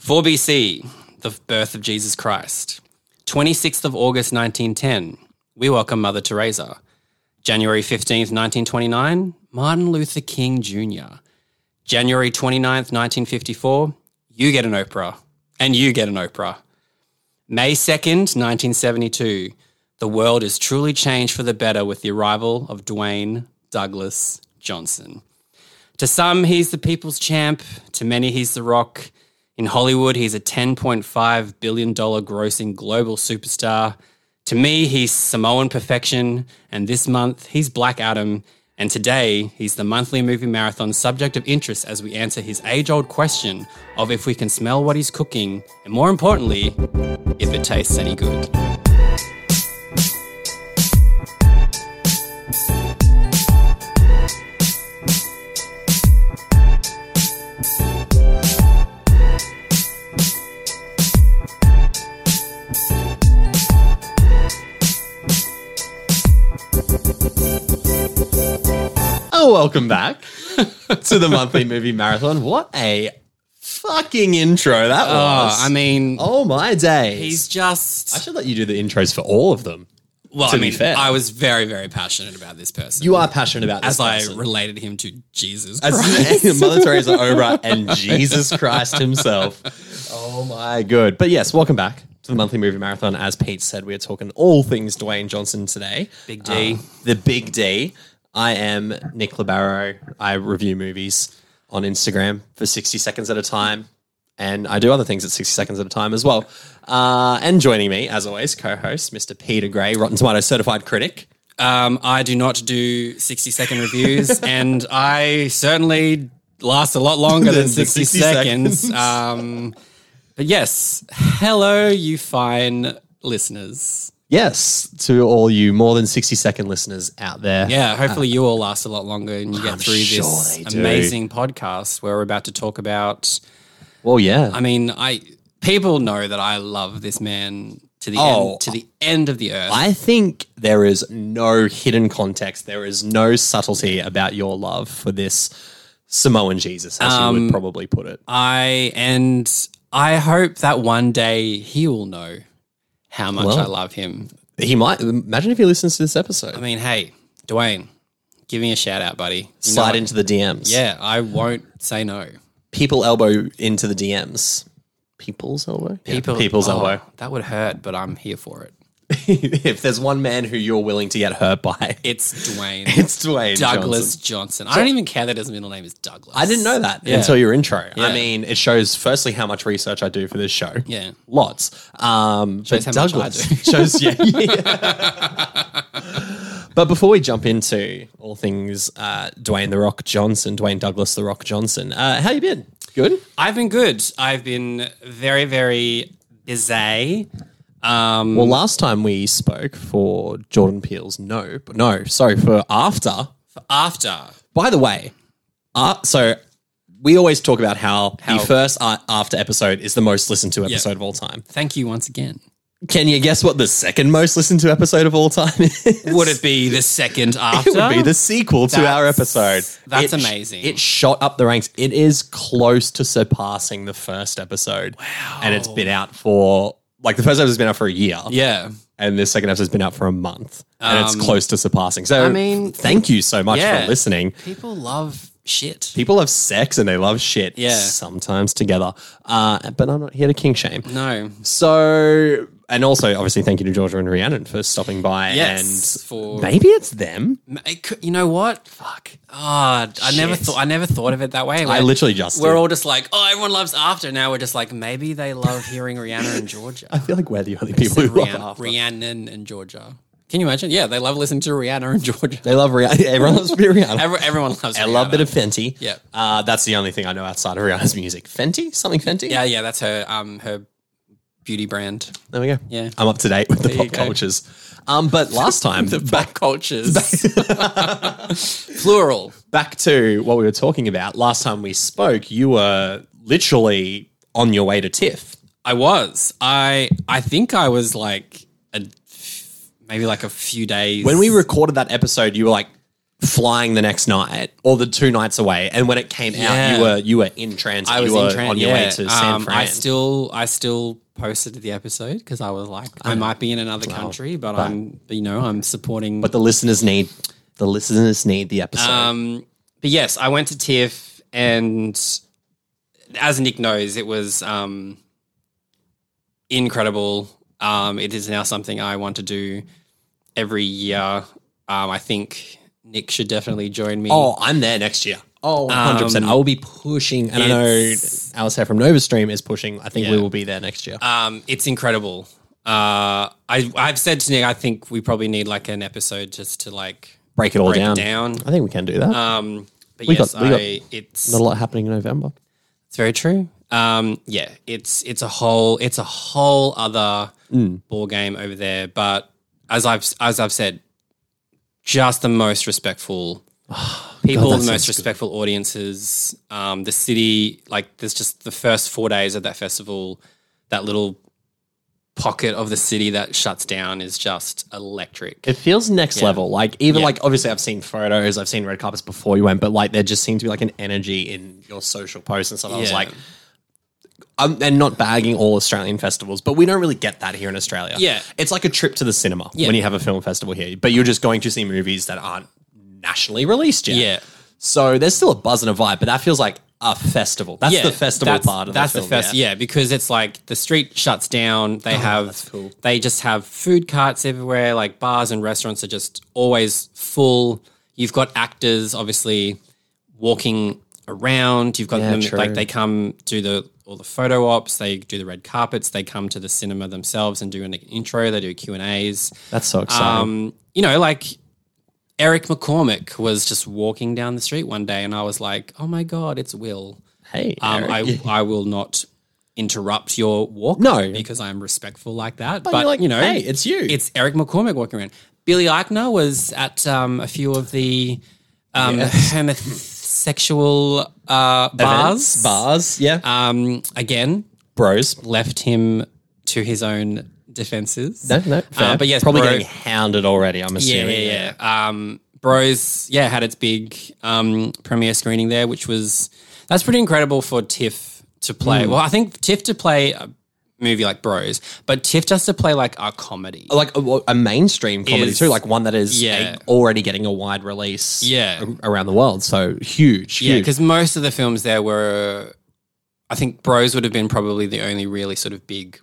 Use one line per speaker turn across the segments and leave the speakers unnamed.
4 BC, the birth of Jesus Christ. 26th of August 1910, we welcome Mother Teresa. January 15th, 1929, Martin Luther King Jr. January 29th, 1954, you get an Oprah. And you get an Oprah. May 2nd, 1972, the world is truly changed for the better with the arrival of Dwayne Douglas Johnson. To some, he's the people's champ. To many, he's the rock. In Hollywood, he's a $10.5 billion grossing global superstar. To me, he's Samoan perfection. And this month, he's Black Adam. And today, he's the monthly movie marathon subject of interest as we answer his age old question of if we can smell what he's cooking, and more importantly, if it tastes any good.
Oh, welcome back to the monthly movie marathon. What a fucking intro that
Oh,
was.
I mean,
oh my days.
he's just.
I should let you do the intros for all of them.
well,
to
I
be
mean,
fair.
I was very, very passionate about this person.
You are passionate about this
as I
person.
related him to Jesus Christ.
as Mother Teresa Oprah and Jesus Christ himself. Oh my good. But yes, welcome back to the monthly movie marathon. As Pete said, we are talking all things Dwayne Johnson today.
Big D.
Uh, the Big D. I am Nick Libero. I review movies on Instagram for 60 seconds at a time. And I do other things at 60 seconds at a time as well. Uh, and joining me, as always, co host, Mr. Peter Gray, Rotten Tomato certified critic.
Um, I do not do 60 second reviews, and I certainly last a lot longer
Than
than
the
60,
60
seconds. Um, but yes, hello, you fine listeners.
Yes, to all you more than 60 second listeners out there.
Yeah, hopefully you all last a lot longer and you get
I'm
through
sure
this
they do.
amazing podcast where we're about to talk about.
Well, yeah.
I mean, I people know that I love this man to the
Oh.
end to the end of the earth.
I think there is no hidden context. There is no subtlety about your love for this Samoan Jesus, as you
Um,
would probably put it.
I and I hope that one day he will know how much I love him.
He might imagine if he listens to this episode.
I mean, hey, Dwayne, give me a shout out, buddy. You know
Slide
I-
into the DMs.
Yeah, I won't say no.
people elbow into the DMs. People's elbow. Yeah,
People-
people's
oh,
elbow.
That would hurt, but I'm here for it.
if there's one man who you're willing to get hurt by,
It's Dwayne.
it's Dwayne Johnson.
Douglas Johnson. I don't even care that his middle name is Douglas.
I didn't know that
Yeah.
until your intro. I
Yeah.
mean, it shows firstly how much research I do for this show.
Yeah.
lots. Um, shows
how much I do.
shows yeah. but before we jump into all things uh, Dwayne the Rock Johnson, Dwayne Douglas the Rock Johnson, uh, how you been? Good.
I've been good. I've been very, very busy. Um,
Well, last time we spoke for Jordan Peele's Nope. No, sorry for After.
after
By the way, uh, so we always talk about how,
How-
the first uh, After episode is the most listened to episode of all time.
thank you once again.
Can you guess what the second most listened to episode of all time is?
Would it be the second after?
It would be the sequel to our
That's-
episode.
that's
It sh-
amazing.
It shot up the ranks. It is close to surpassing the first episode. Wow. And it's been out for like the first episode's been out for a year.
Yeah. Um,
And the second episode's been out for a month. And it's close to surpassing. So
I mean-
thank you so much
Yeah.
for listening.
People love shit.
People have sex and they love shit.
Yeah.
Sometimes together. Uh, but I'm not here to king shame.
No.
So, and also, obviously, thank you to Georgia and Rhiannon for stopping by.
Yes.
And
for
maybe it's them.
It could- you know what?
Fuck.
Ah, I never
Shit.
thought I never thought of it that way.
I literally just.
we're
did.
all just like, oh, everyone loves After. Now we're just like, maybe they love hearing Rihanna and
I
Georgia.
feel like we're the only people who love
Rihanna,
After.
Rhiannon and Georgia. Can you imagine? Yeah, they love listening to Rihanna and Georgia.
They love Rihanna. Everyone loves Rihanna.
Every, everyone loves.
I love a
Rihanna.
bit of Fenty.
Yeah.
Uh, that's the only thing I know outside of Rihanna's music. Fenty? Something Fenty?
Yeah, yeah, that's her um her beauty brand.
There we go.
Yeah.
I'm up to date with the
you
pop
go.
cultures. Um, but last time,
Back cultures, plural.
back to what we were talking about. Last time we spoke, you were literally on your way to TIFF.
I was. I I think I was like a maybe like a few days
When we recorded that episode, you were like flying the next night or the two nights away. And when it came out,
Yeah.
you were you were in transit.
I was
you were
in Tran-
on your way
yeah.
to San
Um,
Fran.
I still, I still posted the episode because I was like, I might be in another country, but, I'm, you know, I'm supporting.
but the listeners need the listeners need the episode.
um, but yes, I went to TIFF, and as Nick knows, it was um, incredible. Um, it is now something I want to do every year. Um, I think Nick should definitely join me.
oh, I'm there next year. Oh, 100 percent. I will be pushing, and I know
Um, It's-
Alistair from Nova Stream is pushing. I think we
Yeah.
will be there next year.
Um, it's incredible. Uh, I, I've said to Nick, I think we probably need like an episode just to like
break it all
break
down.
down.
I think we can do that.
Um, but
We
yes,
got- we got-
I, it's
Not a lot happening in November.
it's very true. Um, yeah, it's it's a whole it's a whole other ball game over there. But as I've as I've said, just the most respectful people,
that
the
sounds
most respectful audiences. Um, the city, like there's just the first four days of that festival, that little pocket of the city that shuts down is just electric.
It feels next level. Like even
Yeah.
like obviously I've seen photos, I've seen red carpets before you went, but like there just seemed to be like an energy in your social posts and stuff. I was
Yeah.
like, I'm and not bagging all Australian festivals, but we don't really get that here in Australia.
Yeah.
it's like a trip to the cinema when you have a film festival here, but you're just going to see movies that aren't nationally released yet.
Yeah.
so there's still a buzz and a vibe, but that feels like a festival. That's the festival
that's,
part of
that's
the
the
film,
fest.
yeah. Oh,
Yeah. because it's like the street shuts down. They have
cool.
they just have food carts everywhere. Like bars and restaurants are just always full. You've got actors obviously walking around. You've got
Yeah,
them
true.
like they come do the all the photo ops. They do the red carpets. They come to the cinema themselves and do an intro. They do Q and A's.
That's so exciting.
Um, you know, like Eric McCormick was just walking down the street one day, and I was like, "Oh my god, it's Will."
hey,
Um,
Eric.
I I will not interrupt your walk.
No.
because I'm respectful like that. But,
you're like,
you know,
hey, it's you.
It's Eric McCormick walking around. Billy Eichner was at um, a few of the um, homosexual uh, bars.
bars, yeah,
Um, again,
bros.
left him to his own defenses.
No, no, fair.
Uh, but yes,
probably
bro-
getting hounded already. I'm
Yeah,
assuming.
yeah, yeah. Um, Bros, yeah, had its big um, premiere screening there, which was that's pretty incredible for TIFF to play.
Hmm.
Well, I think TIFF to play a movie like Bros, but TIFF just to play like a comedy.
Uh, Like a, a mainstream comedy
Is-
too, like one that is
Yeah.
a- already getting a wide release,
Yeah.
a- around the world. So huge,
yeah,
huge.
because most of the films there were, I think Bros would have been probably the only really sort of big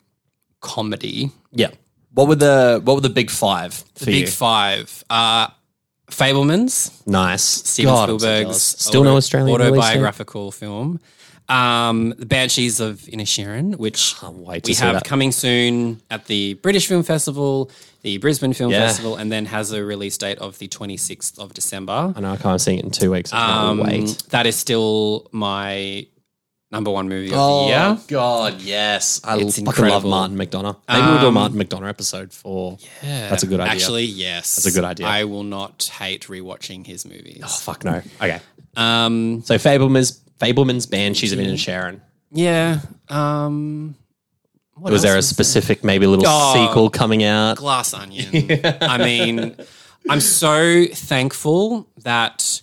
comedy.
yeah. What were the what were the big five for you?
Big five. Uh, Fablemans.
nice.
Steven
God, I'm so
Spielberg's
jealous. still no
auto-
Australian autobiography.
autobiographical film, um, The Banshees of Inisherin, which
wait to
we
see
have
that.
coming soon at the British Film Festival, the Brisbane Film
Yeah.
Festival, and then has a release date of the 26th of December.
I know I can't see it in two weeks. I can't
Um,
wait.
That is still my number one movie of the year.
yeah. Oh, God, yes. I
It's
fucking
incredible. Um,
love Martin McDonough. Maybe we'll do a Martin McDonough episode for. Yeah. That's a good idea.
Actually, yes.
That's a good idea.
I will not hate rewatching his movies.
Oh, fuck no. Okay.
Um,
So Fableman's Fableman's Banshees of Inisherin. Sharon.
yeah. Um, what
was
else
there a specific maybe little
Oh.
sequel coming out?
glass onion. I mean, I'm so thankful that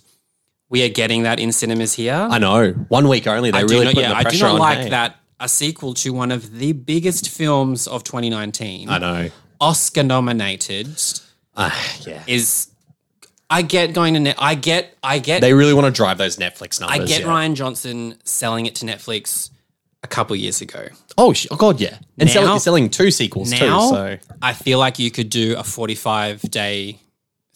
we are getting that in cinemas here.
I know. One week only. They
I do
really
not,
put
yeah,
the
I do
pressure
not
on.
like
hey.
that a sequel to one of the biggest films of 2019,
I know.
Oscar nominated,
Ah, yeah.
is. I get going to net. I get. I get.
they really want to drive those Netflix
I
numbers.
get
yeah.
Ryan Johnson selling it to Netflix a couple years ago.
Oh, sh- oh God, yeah.
Now-
And selling, selling two sequels
Now
too. So
I feel like you could do a 45 day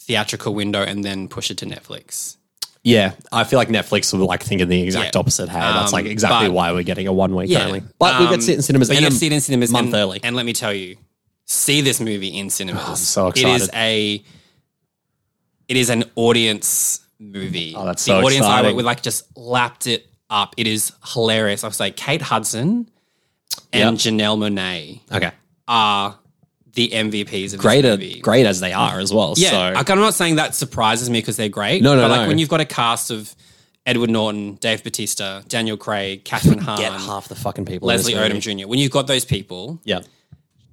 theatrical window and then push it to Netflix.
yeah, I feel like Netflix will like thinking the exact
Yeah.
opposite. Hey, that's like
Um,
exactly
but-
why we're getting a one week
Yeah. Um,
only. But we get to see it in cinemas.
But
and
you
a
see it in cinemas
month
and,
early. Oh,
And let me tell you, see this movie in cinemas. I'm
so
It is
excited.
a it is an audience movie. Oh,
that's
the
so
audience I
exciting.
went with like just lapped it up. It is hilarious. I was like, Kate Hudson and Janelle Monet
okay,
are the MVPs of
great,
this
a-
movie.
great as they are as well.
Yeah,
so
like, I'm not saying that surprises me because they're great.
No, no,
but like
no.
when you've got a cast of Edward Norton, Dave Batista, Daniel Craig, Catherine Hahn,
get half the fucking people. in this
Leslie
movie.
Odom Jr. When you've got those people,
Yeah,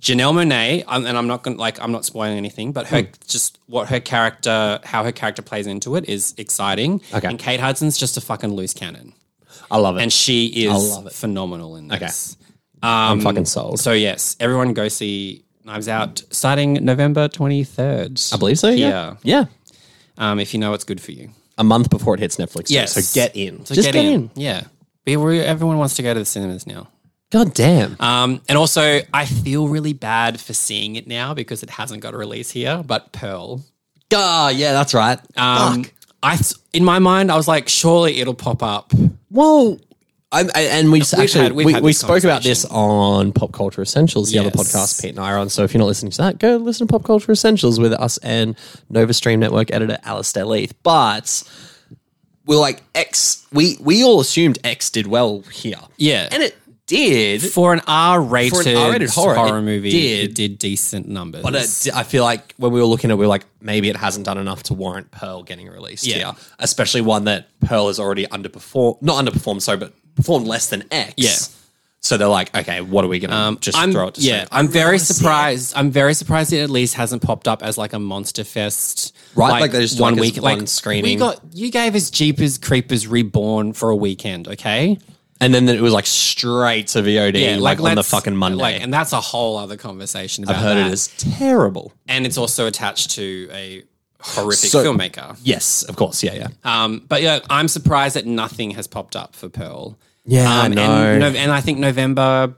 Janelle Monet, um, and I'm not going to like I'm not spoiling anything, but
Hmm.
her just what her character, how her character plays into it is exciting.
Okay.
And Kate Hudson's just a fucking loose cannon,
I love it.
and she
love it.
is phenomenal in this. um,
I'm fucking sold.
So yes, everyone go see Knives Out starting November 23rd.
I believe so.
Yeah.
Yeah. Yeah.
Um, if you know what's good for you.
A month before it hits Netflix. yeah,
Yes.
So get in.
So
Just get, in.
Yeah. Be where everyone wants to go to the cinemas now.
God damn.
Um, and also, I feel really bad for seeing it now because it hasn't got a release here. But Pearl,
Ah, yeah, that's right. Uh,
um,
Fuck.
I th- in my mind, I was like, surely it'll pop up.
Well, I, I, and we just actually
had- we've
we,
had
we
this
spoke about this on Pop Culture Essentials, the other
Yes.
podcast Pete and I are on. So if you're not listening to that, go listen to Pop Culture Essentials with us and Nova Stream Network editor Alistair Leith. But we're like X. We we all assumed X did well here.
Yeah.
and it did.
For an R-rated,
R-rated horror, it
movie,
did.
it did decent numbers.
But it, I feel like when we were looking at, it, we were like, maybe it hasn't done enough to warrant Pearl getting released
Yeah.
here, especially one that Pearl has already underperformed, not underperformed, sorry, but performed less than X.
Yeah. Um,
So they're like, okay, what are we going to just
I'm,
throw it? To
yeah,
stream?
I'm very
wanna see it.
surprised. I'm very surprised it at least hasn't popped up as like a monster fest,
Right, like they just do, like, it's one
We
screening.
got you gave us Jeepers Creepers Reborn for a weekend, okay?
And then it was like straight to VOD, like, on the
let's-
fucking Monday.
like, and that's a whole other conversation about
I've heard
that.
it is terrible.
and it's also attached to a horrific
So-
filmmaker.
Yes, of course. Yeah, yeah.
Um, but yeah, I'm surprised that nothing has popped up for Pearl.
Yeah, I
um,
know.
And, no, and I think November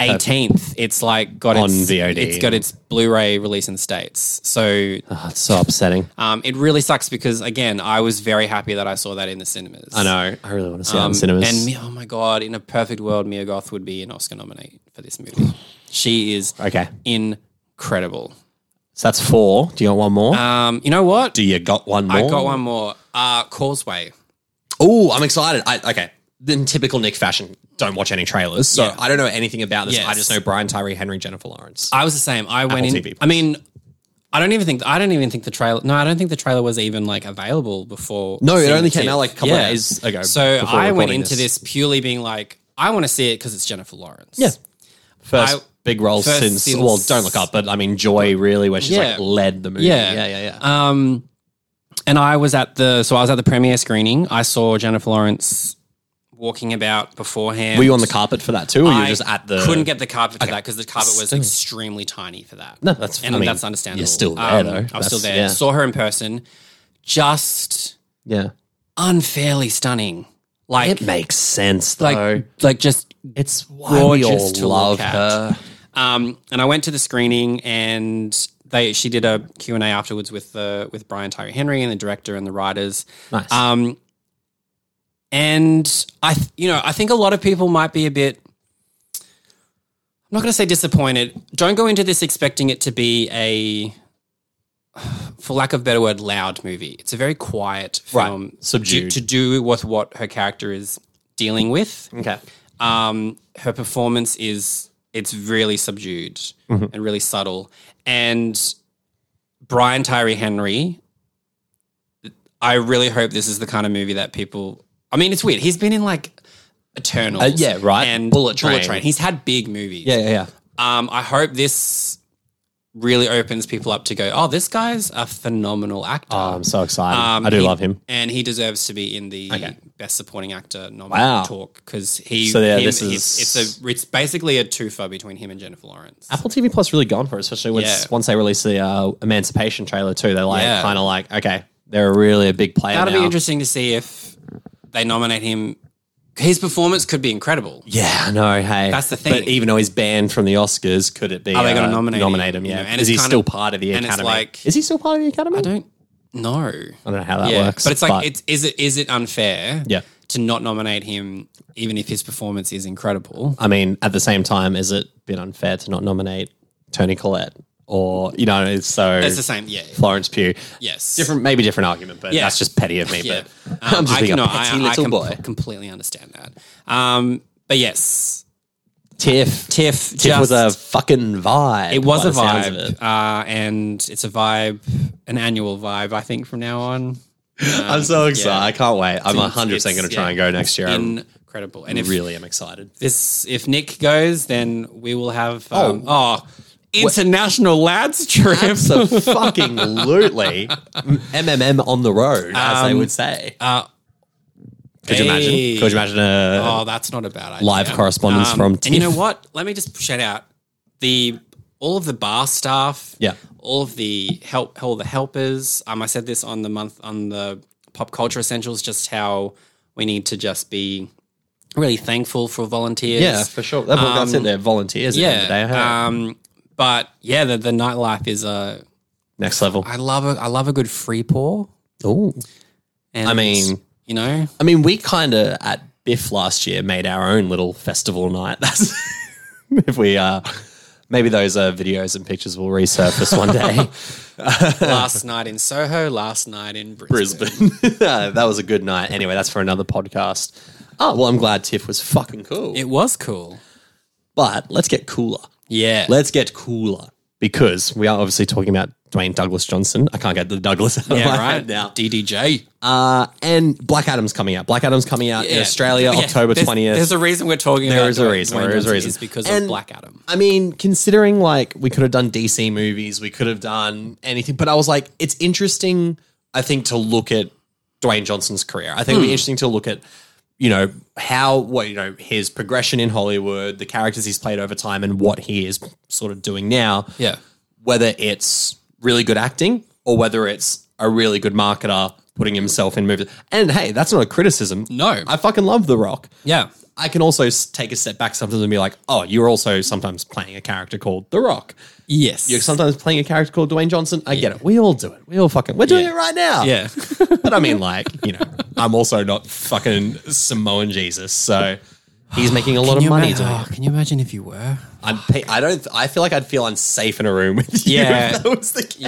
18th, it's like got
On
its,
VOD.
It's got its Blu-ray release in the states. So
Oh, it's so upsetting.
um, it really sucks because again, I was very happy that I saw that in the cinemas.
I know. I really want to see it in
Um,
cinemas.
And Mi- oh my god, in a perfect world, Mia Goth would be an Oscar nominee for this movie. She is
okay.
incredible.
So that's four. Do you want one more?
Um, you know what?
do you got one more?
I got one more. Uh, Causeway.
Oh, I'm excited. I, okay. In typical Nick fashion, don't watch any trailers. So I don't know anything about this.
Yes. Uh,
I just know Brian Tyree Henry, Jennifer Lawrence.
I was the same. I went in.
TV Plus.
I mean, I don't even think I don't even think the trailer. No, I don't think the trailer was even like available before.
No, it
seeing the
only came
teas-
out, like, a couple of days ago
So
before
I went
recording
into
this.
this. purely being like, I want to see it because it's Jennifer Lawrence.
Yeah. first
I-
big role
first
since,
since-
well, don't look up, but I mean Joy really, where she's
Yeah.
like led the movie.
Yeah.
yeah, yeah. yeah.
Um, and I was at the so I was at the premiere screening. I saw Jennifer Lawrence walking about beforehand.
were you on the carpet for that too, or you were
I
just at the?
couldn't get the carpet for that because the carpet was
Still.
extremely tiny for that.
No, that's-
and
I mean,
that's understandable. Um,
you're still there, though.
I was still
That's-
there.
yeah.
Saw her in person. Just
Yeah,
unfairly stunning. Like
it makes sense though.
like like just
it's why we
gorgeous
all
to
love
look at.
her.
um and I went to the screening and they she did a Q&A afterwards with the with Brian Tyree Henry and the director and the writers.
Nice.
Um and I th- you know, I think a lot of people might be a bit I'm not going to say disappointed. Don't go into this expecting it to be a for lack of a better word loud movie. It's a very quiet
Right.
film to-
Subdued.
to do with what her character is dealing with.
okay.
um, her performance is it's really subdued
Mm-hmm.
and really subtle. And Brian Tyree Henry, I really hope this is the kind of movie that people. I mean, it's weird. He's been in like Eternal,
Uh, yeah, right.
and
Bullet Train.
He's had big movies.
Yeah, yeah, yeah.
Um, I hope this really opens people up to go. Oh, this guy's a phenomenal actor.
Oh, I'm so excited.
Um,
I do
he-
love him.
and he deserves to be in the
Okay.
best supporting actor nom
Wow.
talk because he.
So, yeah,
him-
this
he-
is-
it's a it's basically a twofer between him and Jennifer Lawrence.
Apple TV Plus really gone for it, especially once,
Yeah.
once they released the uh, Emancipation trailer too. They're like
Yeah.
kind of like, okay, they're really a big player
That'll
now.
be interesting to see if they nominate him. His performance could be incredible.
Yeah, I know. Hey,
That's the
But
thing.
even though he's banned from the Oscars, could it be?
Are Oh, they gonna
uh,
nominate him?
him?
You
Yeah,
know, and
is
it's
he
kind
still
of-
part of the
and it's
Academy?
like-
is he still part of the Academy? I
I don't know.
don't know how that
Yeah,
works.
but it's like it's is it is it unfair?
Yeah.
to not nominate him even if his performance is incredible.
I mean, at the same time, is it been unfair to not nominate Tony Collette or you know? It's so
It's the same. Yeah.
Florence Pugh.
Yes.
Different, maybe different argument, but
Yeah.
that's just petty of me.
Yeah.
But
Um,
I'm just being
no,
a petty little
I
boy.
com- completely understand that. Um, but yes,
Tiff,
Tiff,
Tiff
just,
was a fucking vibe.
it was
by
a
the sounds of
vibe,
it.
uh, and it's a vibe, an annual vibe. I think from now on,
I'm so excited. I can't wait.
it's-
I'm 100 percent going
it's-
to try
yeah.
and go next year. I'm
incredible. And if
Um, really am excited.
this, if Nick goes, then we will have um, oh, international lads trip.
So fucking lootly, MMM on the road, as they would say.
uh,
Could you
hey.
imagine? Could you imagine a
Oh, that's not a bad idea. Um,
live correspondence from
And you know
TIFF.
what? Let me just shout out the all of the bar staff.
Yeah.
All of the help, all the helpers. Um, I said this on the month on the pop culture essentials, just how we need to just be really thankful for volunteers.
yeah, for sure. That, that's it. They're volunteers. Yeah,
Yeah. um, but yeah, the, the nightlife is a.
next level.
I love a I love a good free pour.
Ooh.
And
I mean-
you know,
I mean, we kind of at Biff last year made our own little festival night. That's if we uh maybe those uh, videos and pictures will resurface one day.
last night in Soho, last night in Brisbane.
Brisbane. Uh, that was a good night. Anyway, that's for another podcast. Oh well, I'm glad Tiff was fucking cool.
It was cool.
but let's get cooler.
Yeah.
Let's get cooler because we are obviously talking about Dwayne Douglas Johnson. I can't get the Douglas out of
yeah,
my
right
head now.
DDJ.
Uh, and Black Adam's coming out. Black Adam's coming out in
Yeah.
Australia,
Yeah,
October
there's-
twentieth.
There's a reason we're talking about
There is a
Dwayne-
reason.
Dwayne
There is a
Johnson
reason.
is because
And-
of Black Adam.
I mean, considering like we could have done DC movies, we could have done anything, but I was like, it's interesting, I think, to look at Dwayne Johnson's career. I think
Hmm.
it'd be interesting to look at, you know, how, what, you know, his progression in Hollywood, the characters he's played over time, and what he is sort of doing now.
Yeah.
Whether it's really good acting or whether it's a really good marketer putting himself in movies. And hey, that's not a criticism.
No.
I fucking love The Rock.
Yeah.
I can also s- take a step back sometimes and be like, oh, you're also sometimes playing a character called The Rock.
Yes.
You're sometimes playing a character called Dwayne Johnson. I get it. We all do it. We all fucking, we're doing
Yeah.
it right now.
yeah.
But I mean, like, you know, I'm also not fucking Samoan Jesus. So he's making a lot of money doing it.
can you imagine if you were?
I'm pay- I don't, I feel like I'd feel unsafe in a room with you.
Yeah.
If that was the case.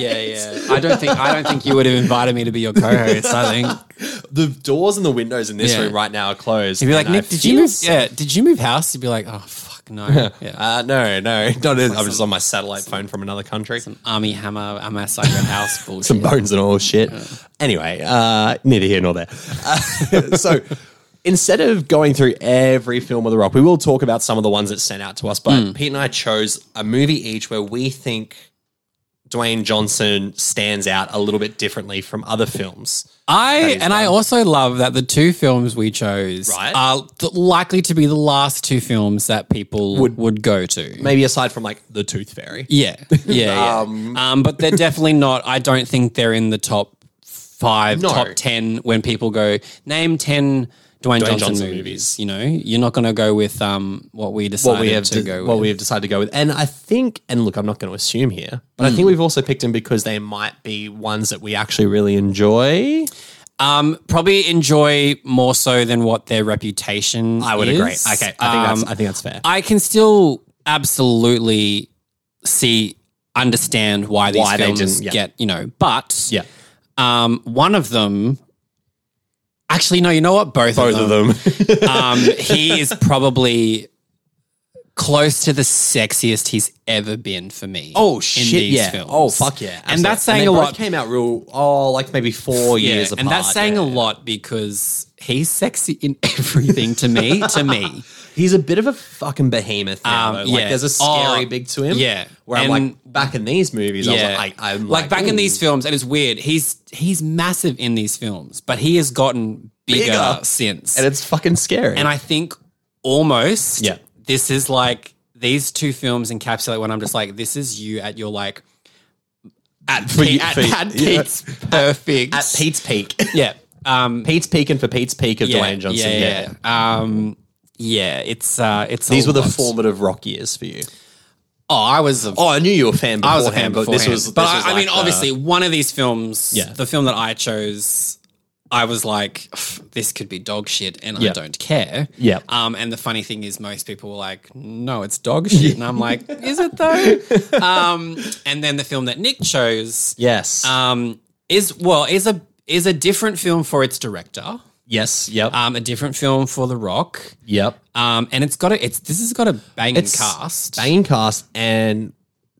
Yeah, yeah. I don't think I don't think you would have invited me to be your co-host. I think
The doors and the windows in this
Yeah.
room right now are closed.
you'd be like,
and I
Nick, did you
feel
move? Yeah, did you move house? You'd be like, oh fuck no. Yeah.
Uh, no, no, not in, I'm just on my satellite phone from another country.
Army Hammer, I'm outside your house. Bullshit.
some bones and all shit. Anyway, uh, neither here nor there. Uh, so instead of going through every film of The Rock, we will talk about some of the ones that sent out to us.
Hmm.
But Pete and I chose a movie each where we think Dwayne Johnson stands out a little bit differently from other films.
I
is
and I also love that the two films we chose
Right.
are th- likely to be the last two films that people would, would go to.
Maybe aside from like The Tooth Fairy.
Yeah, yeah, um, yeah. Um, but they're definitely not. I don't think they're in the top five,
No.
top ten when people go name ten Dwayne, Johnson,
Johnson
movies.
movies.
You know, you're not going to go with um, what we decided
What we have
to
de-
go
what
with.
we have decided to go with, and I think, and look, I'm not going to assume here, but
Hmm.
I think we've also picked them because they might be ones that we actually really enjoy.
um, probably enjoy more so than what their reputation.
I would agree. Okay, I
is.
think
Um,
that's I think that's fair.
I can still absolutely see understand why these
Why they
films
didn't- yeah.
get you know, but
yeah,
um, one of them. Actually, no. You know what? Both,
both
of them.
of them.
Um, he is probably close to the sexiest he's ever been for me. in these films.
Oh fuck Oh, yeah!
And that's saying
they
a
both
lot.
Came out real. Oh, like maybe four
Yeah,
years apart.
and that's saying
yeah.
a lot because he's sexy in everything to me. To me,
he's a bit of a fucking behemoth. Now,
Um,
though.
yeah.
Like there's a
Oh,
scary big to him.
yeah.
where I'm
And-
like back in these movies.
yeah,
I was like, I, am
like, back in
ooh.
these films, and it's weird. He's he's massive in these films, but he has gotten bigger,
Bigger.
since.
and it's fucking scary.
And I think almost
Yeah.
this is like these two films encapsulate when I'm just like, this is you at your like at,
For
pe-
you-
at,
for you-
at
yeah.
Pete's perfect.
at Pete's peak,
yeah. Um
Pete's peak, and for Pete's peak of
yeah,
Dwayne Johnson.
Yeah.
Yeah,
yeah. Um yeah, it's uh it's
these
a
were the
lot.
formative rock years for you.
Oh, I was a
Oh, I knew you were a fan.
I was a fan
but
beforehand.
this was.
but
this
I,
was
I
like
mean,
the-
obviously, one of these films,
Yeah.
the film that I chose, I was like, "Pff, this could be dog shit, and
Yeah.
I don't care.
Yeah.
Um, and the funny thing is, most people were like, no, it's dog shit, and I'm like, is it though? um, and then the film that Nick chose,
yes,
um, is well, is a is a different film for its director,
yes, yep,
um, a different film for The Rock,
yep.
um, and it's got a, it's this has got a banging cast.
banging cast, and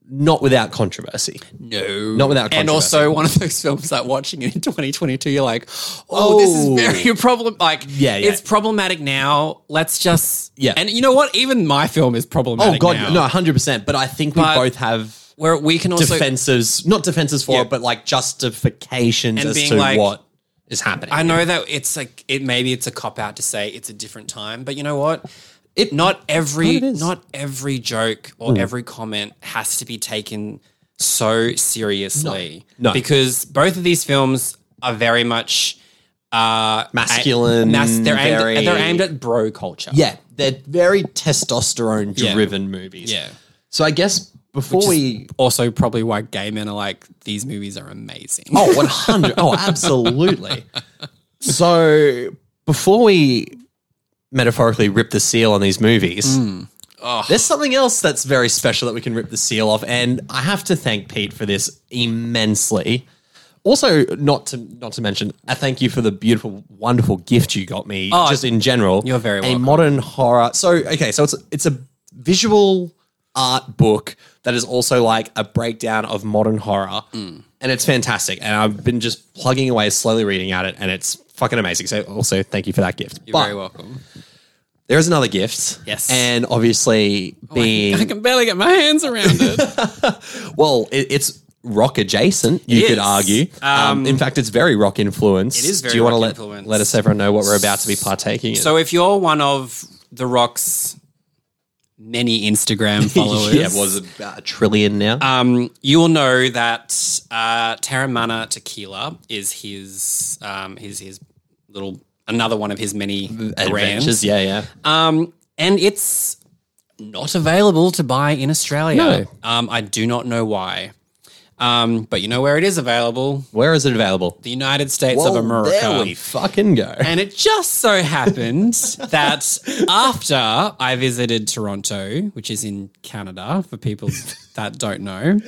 not without controversy.
No.
Not without
And
controversy.
also one of those films that watching it in 2022, you're like, oh, this
Oh.
is very problem. Like,
Yeah, yeah.
it's problematic now. Let's just.
Yeah.
And you know what? Even my film is
Oh
problematic.
god,
now.
no, hundred percent. But I think we
But-
both have
Where we can also.
defenses, not defenses for
Yeah.
it, but like justifications
And
as
being
to
like-
what is happening.
I know that it's like it. Maybe it's a cop out to say it's a different time, but you know what? It not every
But it is. Mm.
not every joke or every comment has to be taken so seriously.
No. No.
because both of these films are very much uh,
Masculine,
mas- they're aimed.
very-
At, they're aimed at bro culture.
yeah, they're very testosterone driven movies.
yeah.
So I guess before we
Also, probably why gay men are like these movies are amazing.
Oh, 100. oh, absolutely. So before we metaphorically rip the seal on these movies,
Mm.
there's something else that's very special that we can rip the seal off. And I have to thank Pete for this immensely. Also, not to not to mention, I thank you for the beautiful, wonderful gift you got me. just in general,
Oh, you're very welcome.
a modern horror. So okay, so it's it's a visual art book that is also like a breakdown of modern horror,
Mm.
and it's fantastic. And I've been just plugging away, slowly reading at it, and it's fucking amazing. So also, thank you for that gift.
You're
but
very welcome.
there is another gift,
Yes. Oh,
and obviously being
I can barely get my hands around it.
well, it, it's rock adjacent. You
It
could
is.
argue. Um, in fact, it's very rock influenced.
It is
Do
very
you wanna
rock
let
influenced.
let us everyone know what we're about to be partaking in?
So if you're one of The Rock's many Instagram followers,
yeah, was about a trillion now.
um, you will know that uh, Terramana Tequila is his um, his his little another one of his many brands,
Adventures, yeah, yeah.
um, and it's not available to buy in Australia. Um, I do not know why, um, but you know where it is available:
Where is it available?
the United States of
Well,
America.
There we fucking go.
And it just so happened that after I visited Toronto, which is in Canada for people that don't know,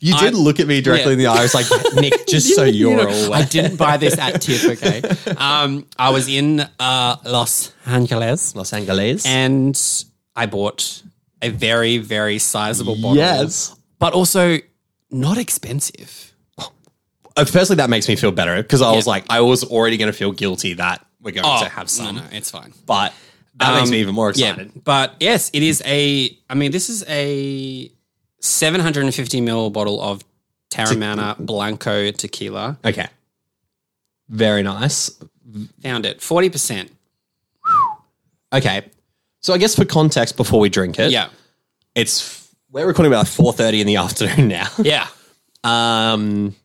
You did look at me directly
yeah.
in the eye. I was like, Nick, just so
You
you're
know, I
aware.
didn't buy this at TIFF, okay? Um, I was in uh, Los Angeles
Los Angeles.
and I bought a very, very sizable bottle.
Yes.
But also not expensive.
Uh, firstly, that makes me feel better because I was like, I was already going to feel guilty that we're going to have some,
Oh, No, no, it's fine.
but that makes me even more
Um, Yeah,
excited.
but yes, it is a. I mean, this is a 750 ml bottle of Taramana Blanco tequila.
Okay. Very nice.
Found it 40 percent.
Okay. So I guess for context, before we drink it,
Yeah,
it's we're recording about four thirty in the afternoon now.
yeah,
Um,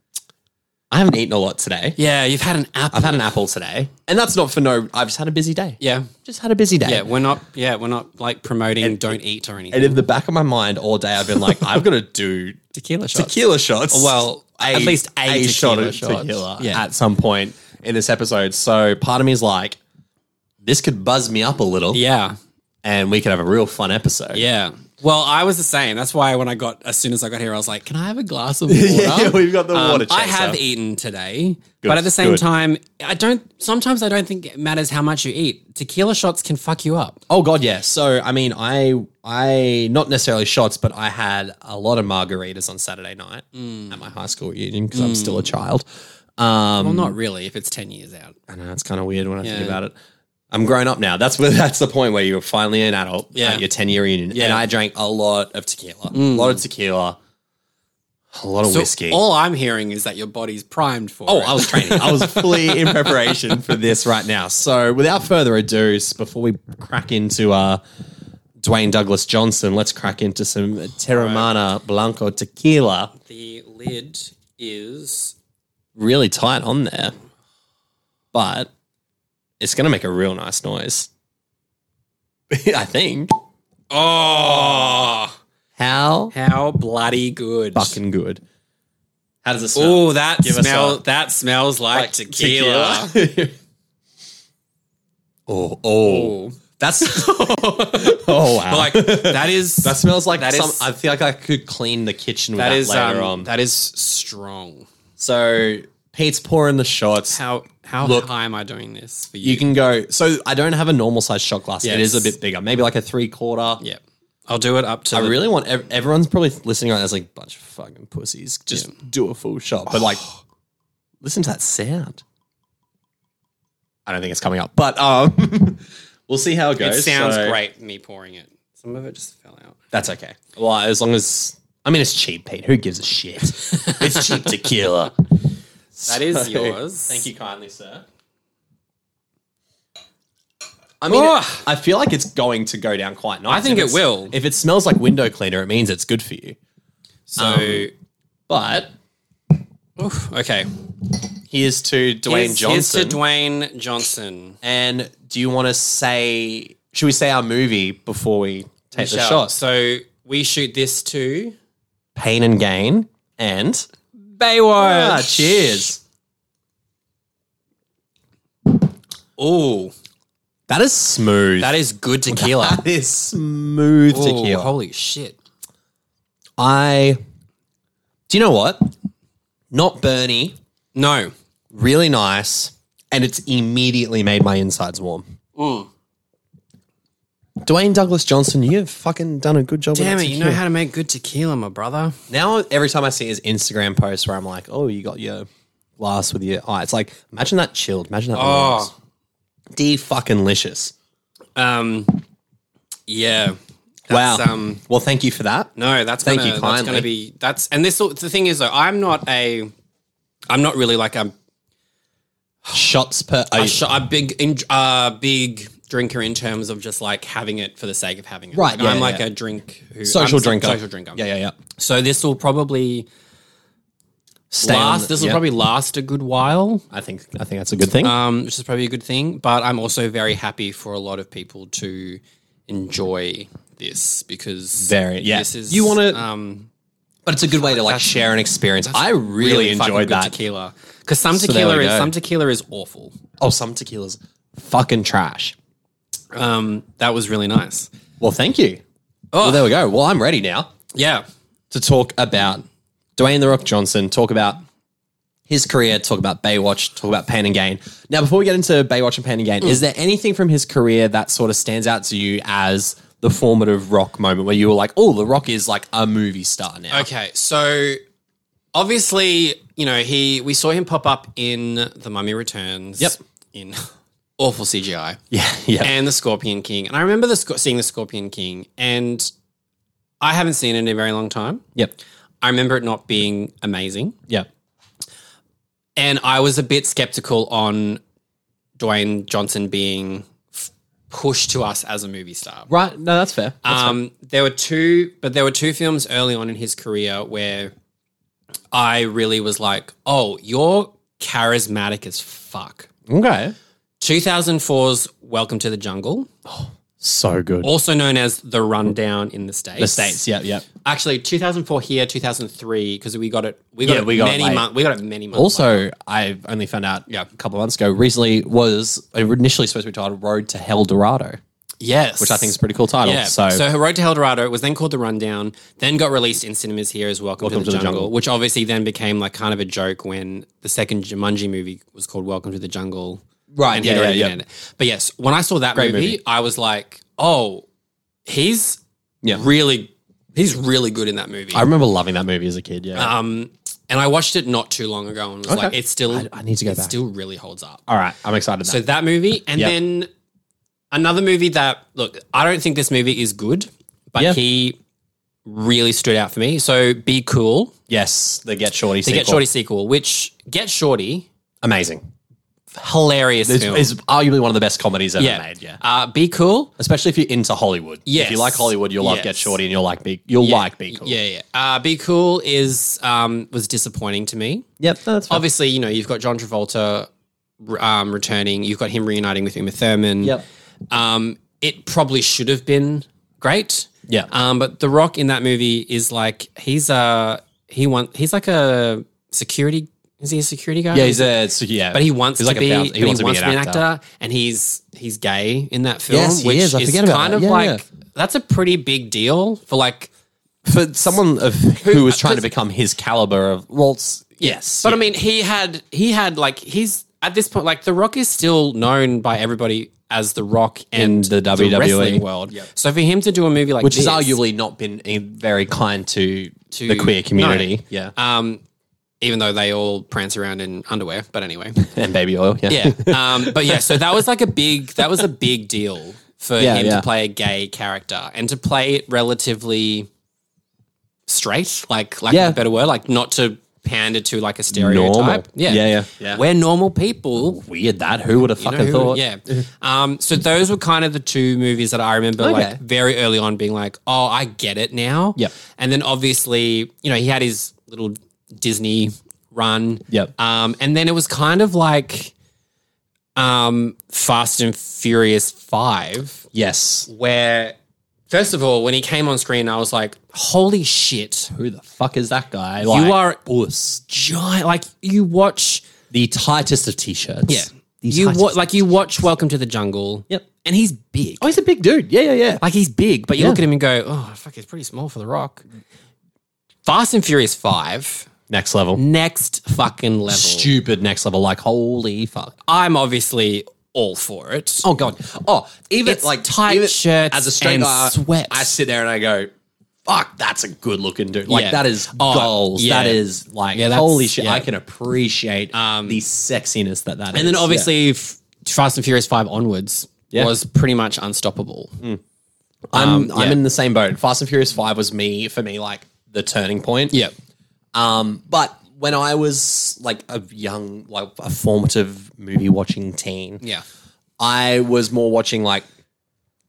I haven't eaten a lot today.
yeah. You've had an apple.
I've had an apple today, and that's not for no. I've just had a busy day.
yeah,
Just had a busy day.
yeah. We're not. Yeah, we're not like promoting don't eat or anything.
And in the back of my mind all day, I've been like, I've got to do
tequila shots.
tequila shots.
Well,
A-
at least a tequila
shot of
shot.
tequila
Yeah.
at some point in this episode. So part of me is like, this could buzz me up a little,
Yeah,
and we could have a real fun episode.
yeah. Well, I was the same. That's why when I got as soon as I got here, I was like, "Can I have a glass of water?"
yeah we've got the
Um,
water.
I
chaser.
have eaten today, but at the same
good.
time, I don't. Sometimes I don't think it matters how much you eat. Tequila shots can fuck you up.
Oh god, yeah. So I mean, I I not necessarily shots, but I had a lot of margaritas on Saturday night
Mm.
at my high school reunion because I'm still a child. Um,
Well, not really. If it's ten years out,
I know it's kind of weird when I think about it. I'm grown up now. That's where that's the point where you're finally an adult
Yeah.
at your 10 year reunion. And
Yeah.
I drank a lot of tequila, a lot of tequila, a lot of
So
whiskey.
All I'm hearing is that your body's primed for.
Oh,
it.
I was training. I was fully in preparation for this right now. So, without further ado, s- before we crack into uh, Dwayne Douglas Johnson, let's crack into some Terramana Blanco tequila.
the lid is.
Really tight on there, but it's going to make a real nice noise. I think.
Oh,
How
how bloody good!
fucking good. How does it smell?
Oh, that
us
smell.
a-
That smells like, tequila.
Tequila. oh, oh.
Oh.
That's. oh, wow.
Like that is
That smells like
That
some.
is-
I feel like I could clean the kitchen with that,
that is
later
um,
on.
that is strong.
so Pete's pouring the shots.
How how
Look-
high am I doing this for you?
you can go. So I don't have a normal size shot glass. It
Yes.
is a bit bigger, maybe like a three quarter.
yeah. I'll do it up to.
I
the-
really want ev- everyone's probably listening right now. There's like a bunch of fucking pussies. Just do a full shot, but like, listen to that sound. I don't think it's coming up, but um, we'll see how it
it
goes.
sounds
So-
great. Me pouring it. Some of it just fell out.
That's okay. Well, as long as I mean, it's cheap, Pete. Who gives a shit? it's cheap tequila.
That is
So-
yours.
Thank you kindly, sir. I mean,
Oh.
I feel like it's going to go down quite nice.
I think
If
it
it's-
will.
If it smells like window cleaner, it means it's good for you.
So,
Um, But
oof, okay.
here's to Dwayne
Here's-
Johnson.
Here's to Dwayne Johnson.
and do you want to say? Should we say our movie before we take the Ah,
Shout.
shots?
So we shoot this to
Pain and Gain and
Baywatch.
ah, cheers.
Oh,
That is smooth.
that is good tequila.
That is smooth
Ooh,
tequila.
Holy shit.
I. Do you know what? Not Bernie.
No.
Really nice, and it's immediately made my insides warm. Dwayne Douglas Johnson, you've fucking done a good job.
Damn
with
it,
that
you know
tequila.
how to make good tequila, my brother.
now every time I see his Instagram post where I'm like, oh, you got your glass with your eye. It's like imagine that chilled. Imagine that.
Oh.
de fucking licious.
Um yeah.
Wow.
That's, um
well, thank you for that.
No, that's
Thank
gonna,
you
that's
kindly.
gonna be that's and this the thing is though, I'm not a I'm not really like a,
Shots per.
a, sh- a big in, uh, big drinker in terms of just like having it for the sake of having it.
Right,
Like, I'm
yeah,
like
yeah.
a drink who
social
I'm so-
drinker.
Social drinker.
Yeah, yeah, yeah.
So this will probably
Stay on
last
the-
this will
yeah.
probably last a good while.
I think I think that's a good thing.
um, which is probably a good thing. But I'm also very happy for a lot of people to enjoy this because
Very, yeah.
this is
You wanna-
um,
but it's a good way to like share an experience. I really,
really, fucking
enjoyed
good
that.
tequila because some
there
tequila
we
is
go.
some tequila is awful.
Oh, some tequilas, fucking trash.
Um, that was really nice.
Well, thank you.
Oh.
Well, there we go. Well, I'm ready now
Yeah,
to talk about Dwayne the Rock Johnson. Talk about his career. Talk about Baywatch. Talk about Pain and Gain. Now, before we get into Baywatch and Pain and Gain, is there anything from his career that sort of stands out to you as the formative Rock moment where you were like, "Oh, the Rock is like a movie star now."
Okay, so obviously, you know, he we saw him pop up in The Mummy Returns.
Yep.
In awful CGI.
Yeah, yeah.
And The Scorpion King. And I remember the Scor- seeing The Scorpion King and I haven't seen it in a very long time.
yep.
I remember it not being amazing.
Yep.
And I was a bit skeptical on Dwayne Johnson being f- pushed to us as a movie star.
Right. No, that's fair.
Um, there were two, but there were two films early on in his career where I really was like, "Oh, you're charismatic as fuck."
okay.
2004's Welcome to the Jungle,
So good.
also known as The Rundown in the States.
the states. Yep. Yep.
Actually, 2004 here, 2003 because we got it. We got
Yeah,
it
we got it
many
late.
months. We got it many months.
Also, I only found out
Yeah.
a couple of months ago. Recently, was initially supposed to be titled "Road to Hell Dorado,"
yes,
which I think is a pretty cool title.
Yeah.
So,
So, so Road to El Dorado was then called The Rundown, then got released in cinemas here as Welcome, to, the, jungle, which obviously then became like kind of a joke when the second Jumanji movie was called Welcome to the Jungle.
Right,
And
yeah,
he'd already
yeah,
been in it. But yes, when I saw that movie,
movie.
I was like, oh, he's
Yeah.
really, he's really good in that movie.
I remember loving that movie as a kid. Yeah.
um, and I watched it not too long ago and was like, it's still,
I, I need to go
it
back.
still really holds up.
All right, I'm excited.
So
So,
that movie, and
Yep.
then another movie that look, I don't think this movie is good, but
Yeah.
he really stood out for me. So be cool,
yes, the Get Shorty.
the Get Shorty sequel, which Get Shorty,
amazing.
hilarious
It's,
film,
it's arguably one of the best comedies ever
yeah,
made. Yeah.
Uh, be cool,
Especially if you're into Hollywood. If
Yes.
you like Hollywood, you'll love
Yes.
Get Shorty, and you'll like be you'll like be cool.
yeah, yeah. Uh, be cool is um was disappointing to me.
Yep. no, that's fine.
Obviously, you know you've got John Travolta um, returning, you've got him reuniting with Uma Thurman.
Yep.
Um, it probably should have been great.
Yeah.
Um, but The Rock in that movie is like he's a he want he's like a security is he a security guy?
yeah. He's a so, yeah.
but he wants
he's
to
like a
be
bounce-
but he wants, to be an actor. and he's he's gay in that film,
Yes, he
which
is. I forget
is
about
kind
that.
of
Yeah,
like
yeah.
that's a pretty big deal for like
for someone of who uh, was trying to become his caliber of well, it's- yes,
But I mean, he had he had like he's at this point like The Rock is still known by everybody as The Rock and
the
the
WWE.
wrestling world. So for him to do a movie like
E. which
this,
has arguably not been eh, very kind to,
To-
the queer community.
no.
Yeah.
um, even though they all prance around in underwear, but anyway,
and baby oil. Yeah.
yeah. Um, but yeah, so that was like a big that was a big deal for
Yeah,
him
yeah.
to play a gay character and to play it relatively straight, like like
Yeah.
a better word, like not to pander to like a stereotype.
Normal. Yeah, yeah. Yeah.
We're normal people.
Weird that. Who would have
You
fucking
know who-
thought?
Yeah. Um, so those were kind of the two movies that I remember
Okay.
like very early on being like, oh, I get it now.
Yep.
And then obviously, you know, he had his little Disney run.
Yep.
Um, and then it was kind of like um, Fast and Furious 5,
Yes.
where, first of all, when he came on screen, I was like, holy shit.
Who the fuck is that guy?
you are
us.
giant. Like, you watch.
The tightest of t-shirts.
Yeah.
The
You
tightest.
wa- like you watch Welcome to the Jungle.
Yep.
And he's big.
Oh, he's a big dude. Yeah, yeah, yeah.
Like he's big, but you
Yeah.
look at him and go, "Oh, fuck, he's pretty small for the Rock." Fast and Furious Five,
Next level.
next fucking level.
Stupid next level. Like holy fuck.
I'm obviously all for it.
Oh god. Oh, even
It's
like
tight
even
shirts
as a straight
and
guy,
sweats.
I sit there and I go, "Fuck, that's a good looking dude. Like
Yeah.
that is
Oh,
goals.
yeah.
That is like
Yeah, that's-
holy shit.
yeah. Um,
I can appreciate the sexiness that that is.
and then obviously, f- Fast and Furious Five onwards
Yeah. Mm.
was pretty much unstoppable.
Yeah. I'm I'm
um, yeah.
in the same boat. Fast and Furious Five was me for me like the turning point.
Yeah,
Um, but when I was like a young, like a formative movie watching teen,
yeah,
I was more watching like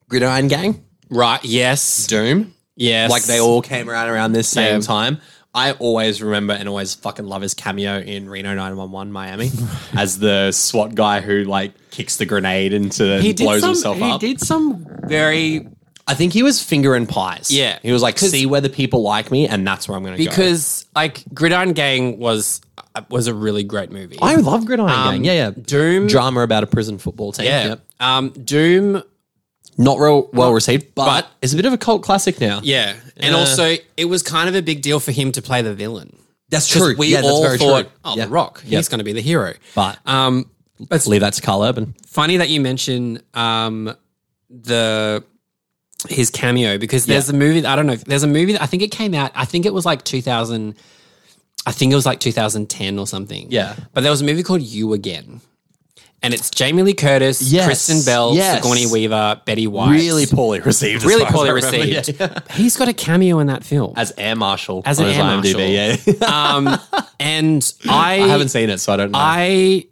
Gridiron Gang,
right. Yes,
Doom.
yes.
Like they all came around around this same
Yeah.
time. I always remember and always fucking love his cameo in Reno 911 Miami as the SWAT guy who like kicks the grenade into
He did
blows
some,
himself
he
up.
did some very
I think he was finger and pies.
Yeah.
He was like,
'Cause-
see whether people like me and that's where I'm going to go.
because like Gridiron Gang was uh, was a really great movie.
I love Gridiron Gang. Yeah, yeah.
Doom.
Drama about a prison football team.
Um, yeah.
Yep.
Um, Doom
Not real well received, but,
but-
it's a bit of a cult classic now.
Yeah. And
Yeah.
also, it was kind of a big deal for him to play the villain.
That's
'Cause We all thought, oh,
yeah.
The Rock,
Yeah.
he's going to be the hero.
But
Um,
let's leave that to Carl Urban.
funny that you mention um, the his cameo because there's a movie. I don't know. There's a movie. That, I think it came out. I think it was like 2000. I think it was like 2010 or something.
Yeah.
But there was a movie called You Again. And it's Jamie Lee Curtis,
Yes.
Kristen Bell,
Yes.
Sigourney Weaver, Betty White.
Really poorly received. as
really
far as
poorly
I remember.
received.
Yeah, yeah.
He's got a cameo in that film.
As air marshal.
As
on
an
his
air
IMDb, Yeah.
um, and I,
I haven't seen it, so I don't know.
I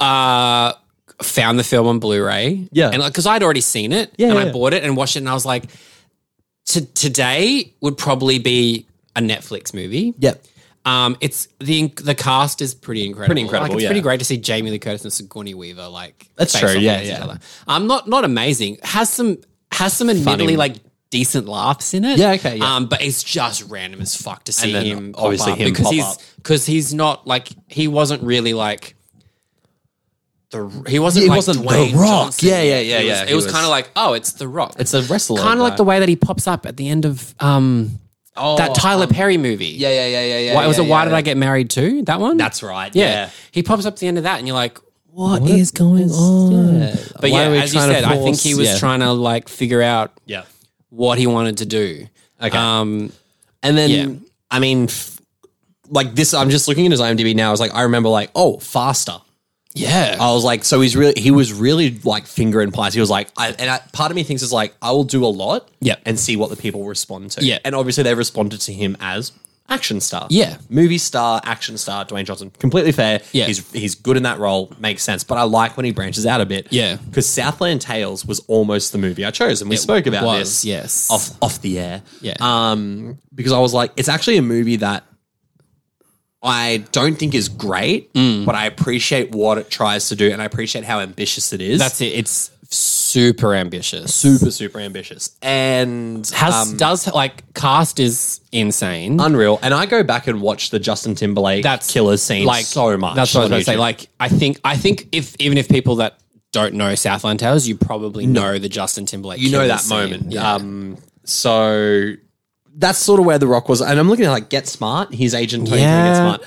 uh, found the film on Blu-ray.
Yeah.
and because I'd already seen it,
Yeah,
and
yeah,
I
yeah.
bought it and watched it, and I was like, "To- today would probably be a Netflix movie.
yep.
Um, it's the the cast is pretty incredible.
Pretty incredible,
Like, it's
yeah.
pretty great to see Jamie Lee Curtis and Sigourney Weaver like
That's
face
true,
off
yeah,
against
yeah.
Each other. Um, not not amazing. Has some has some admittedly like decent laughs in it.
Yeah, okay, yeah.
Um, but it's just random as fuck to see
then
him pop
obviously
up
him
because
pop
he's
up.
because he's not like he wasn't really like. The, he wasn't.
He
like
wasn't The
Dwayne
Rock.
Johnson.
Yeah, yeah, yeah,
He was-
yeah,
It
he
was,
was-
kind of like, oh, it's the Rock.
It's a wrestler.
kind of like the way that he pops up at the end of um
Oh,
that Tyler Perry movie.
Yeah, yeah, yeah, yeah, yeah.
Why, was
yeah,
it Why
yeah,
Did
yeah.
I Get Married To? That one?
That's right.
Yeah.
Yeah.
He pops up at the end of that and you're like, what is going on? But
Why
yeah,
are we
as you
trying to
said, I think
force-
he was
yeah.
trying to like figure out
Yeah.
what he wanted to do.
Okay.
Um,
And then,
Yeah.
I mean, f- like this, I'm just looking at his IMDb now. I was like, I remember, like, oh, faster.
yeah.
I was like, so he's really, he was really like finger and pies. He was like, I, and I, part of me thinks is like, I will do a lot
Yep.
and see what the people respond to.
Yeah.
And obviously they responded to him as action star.
Yeah.
Movie star, action star, Dwayne Johnson. Completely fair.
Yeah.
He's, he's good in that role. Makes sense. But I like when he branches out a bit.
Yeah.
Because Southland Tales was almost the movie I chose. And we spoke about
was,
this.
yes.
Off, off the air.
Yeah.
Um, because I was like, it's actually a movie that I don't think is great,
Mm.
but I appreciate what it tries to do, and I appreciate how ambitious it is.
That's it. It's super ambitious. Um,
super, super ambitious, and
Has, does like cast is insane.
unreal. And I go back and watch the Justin Timberlake
That's-
killer scene
like
so much.
That's what I was
on
about to say.
YouTube.
Like, I think, I think if even if people that don't know Southland Tales, you probably know the Justin Timberlake.
you know
killer
that
scene.
moment.
Yeah.
Um, so that's sort of where The Rock was, and I'm looking at like Get Smart, his agent Tony from
Yeah.
Get Smart.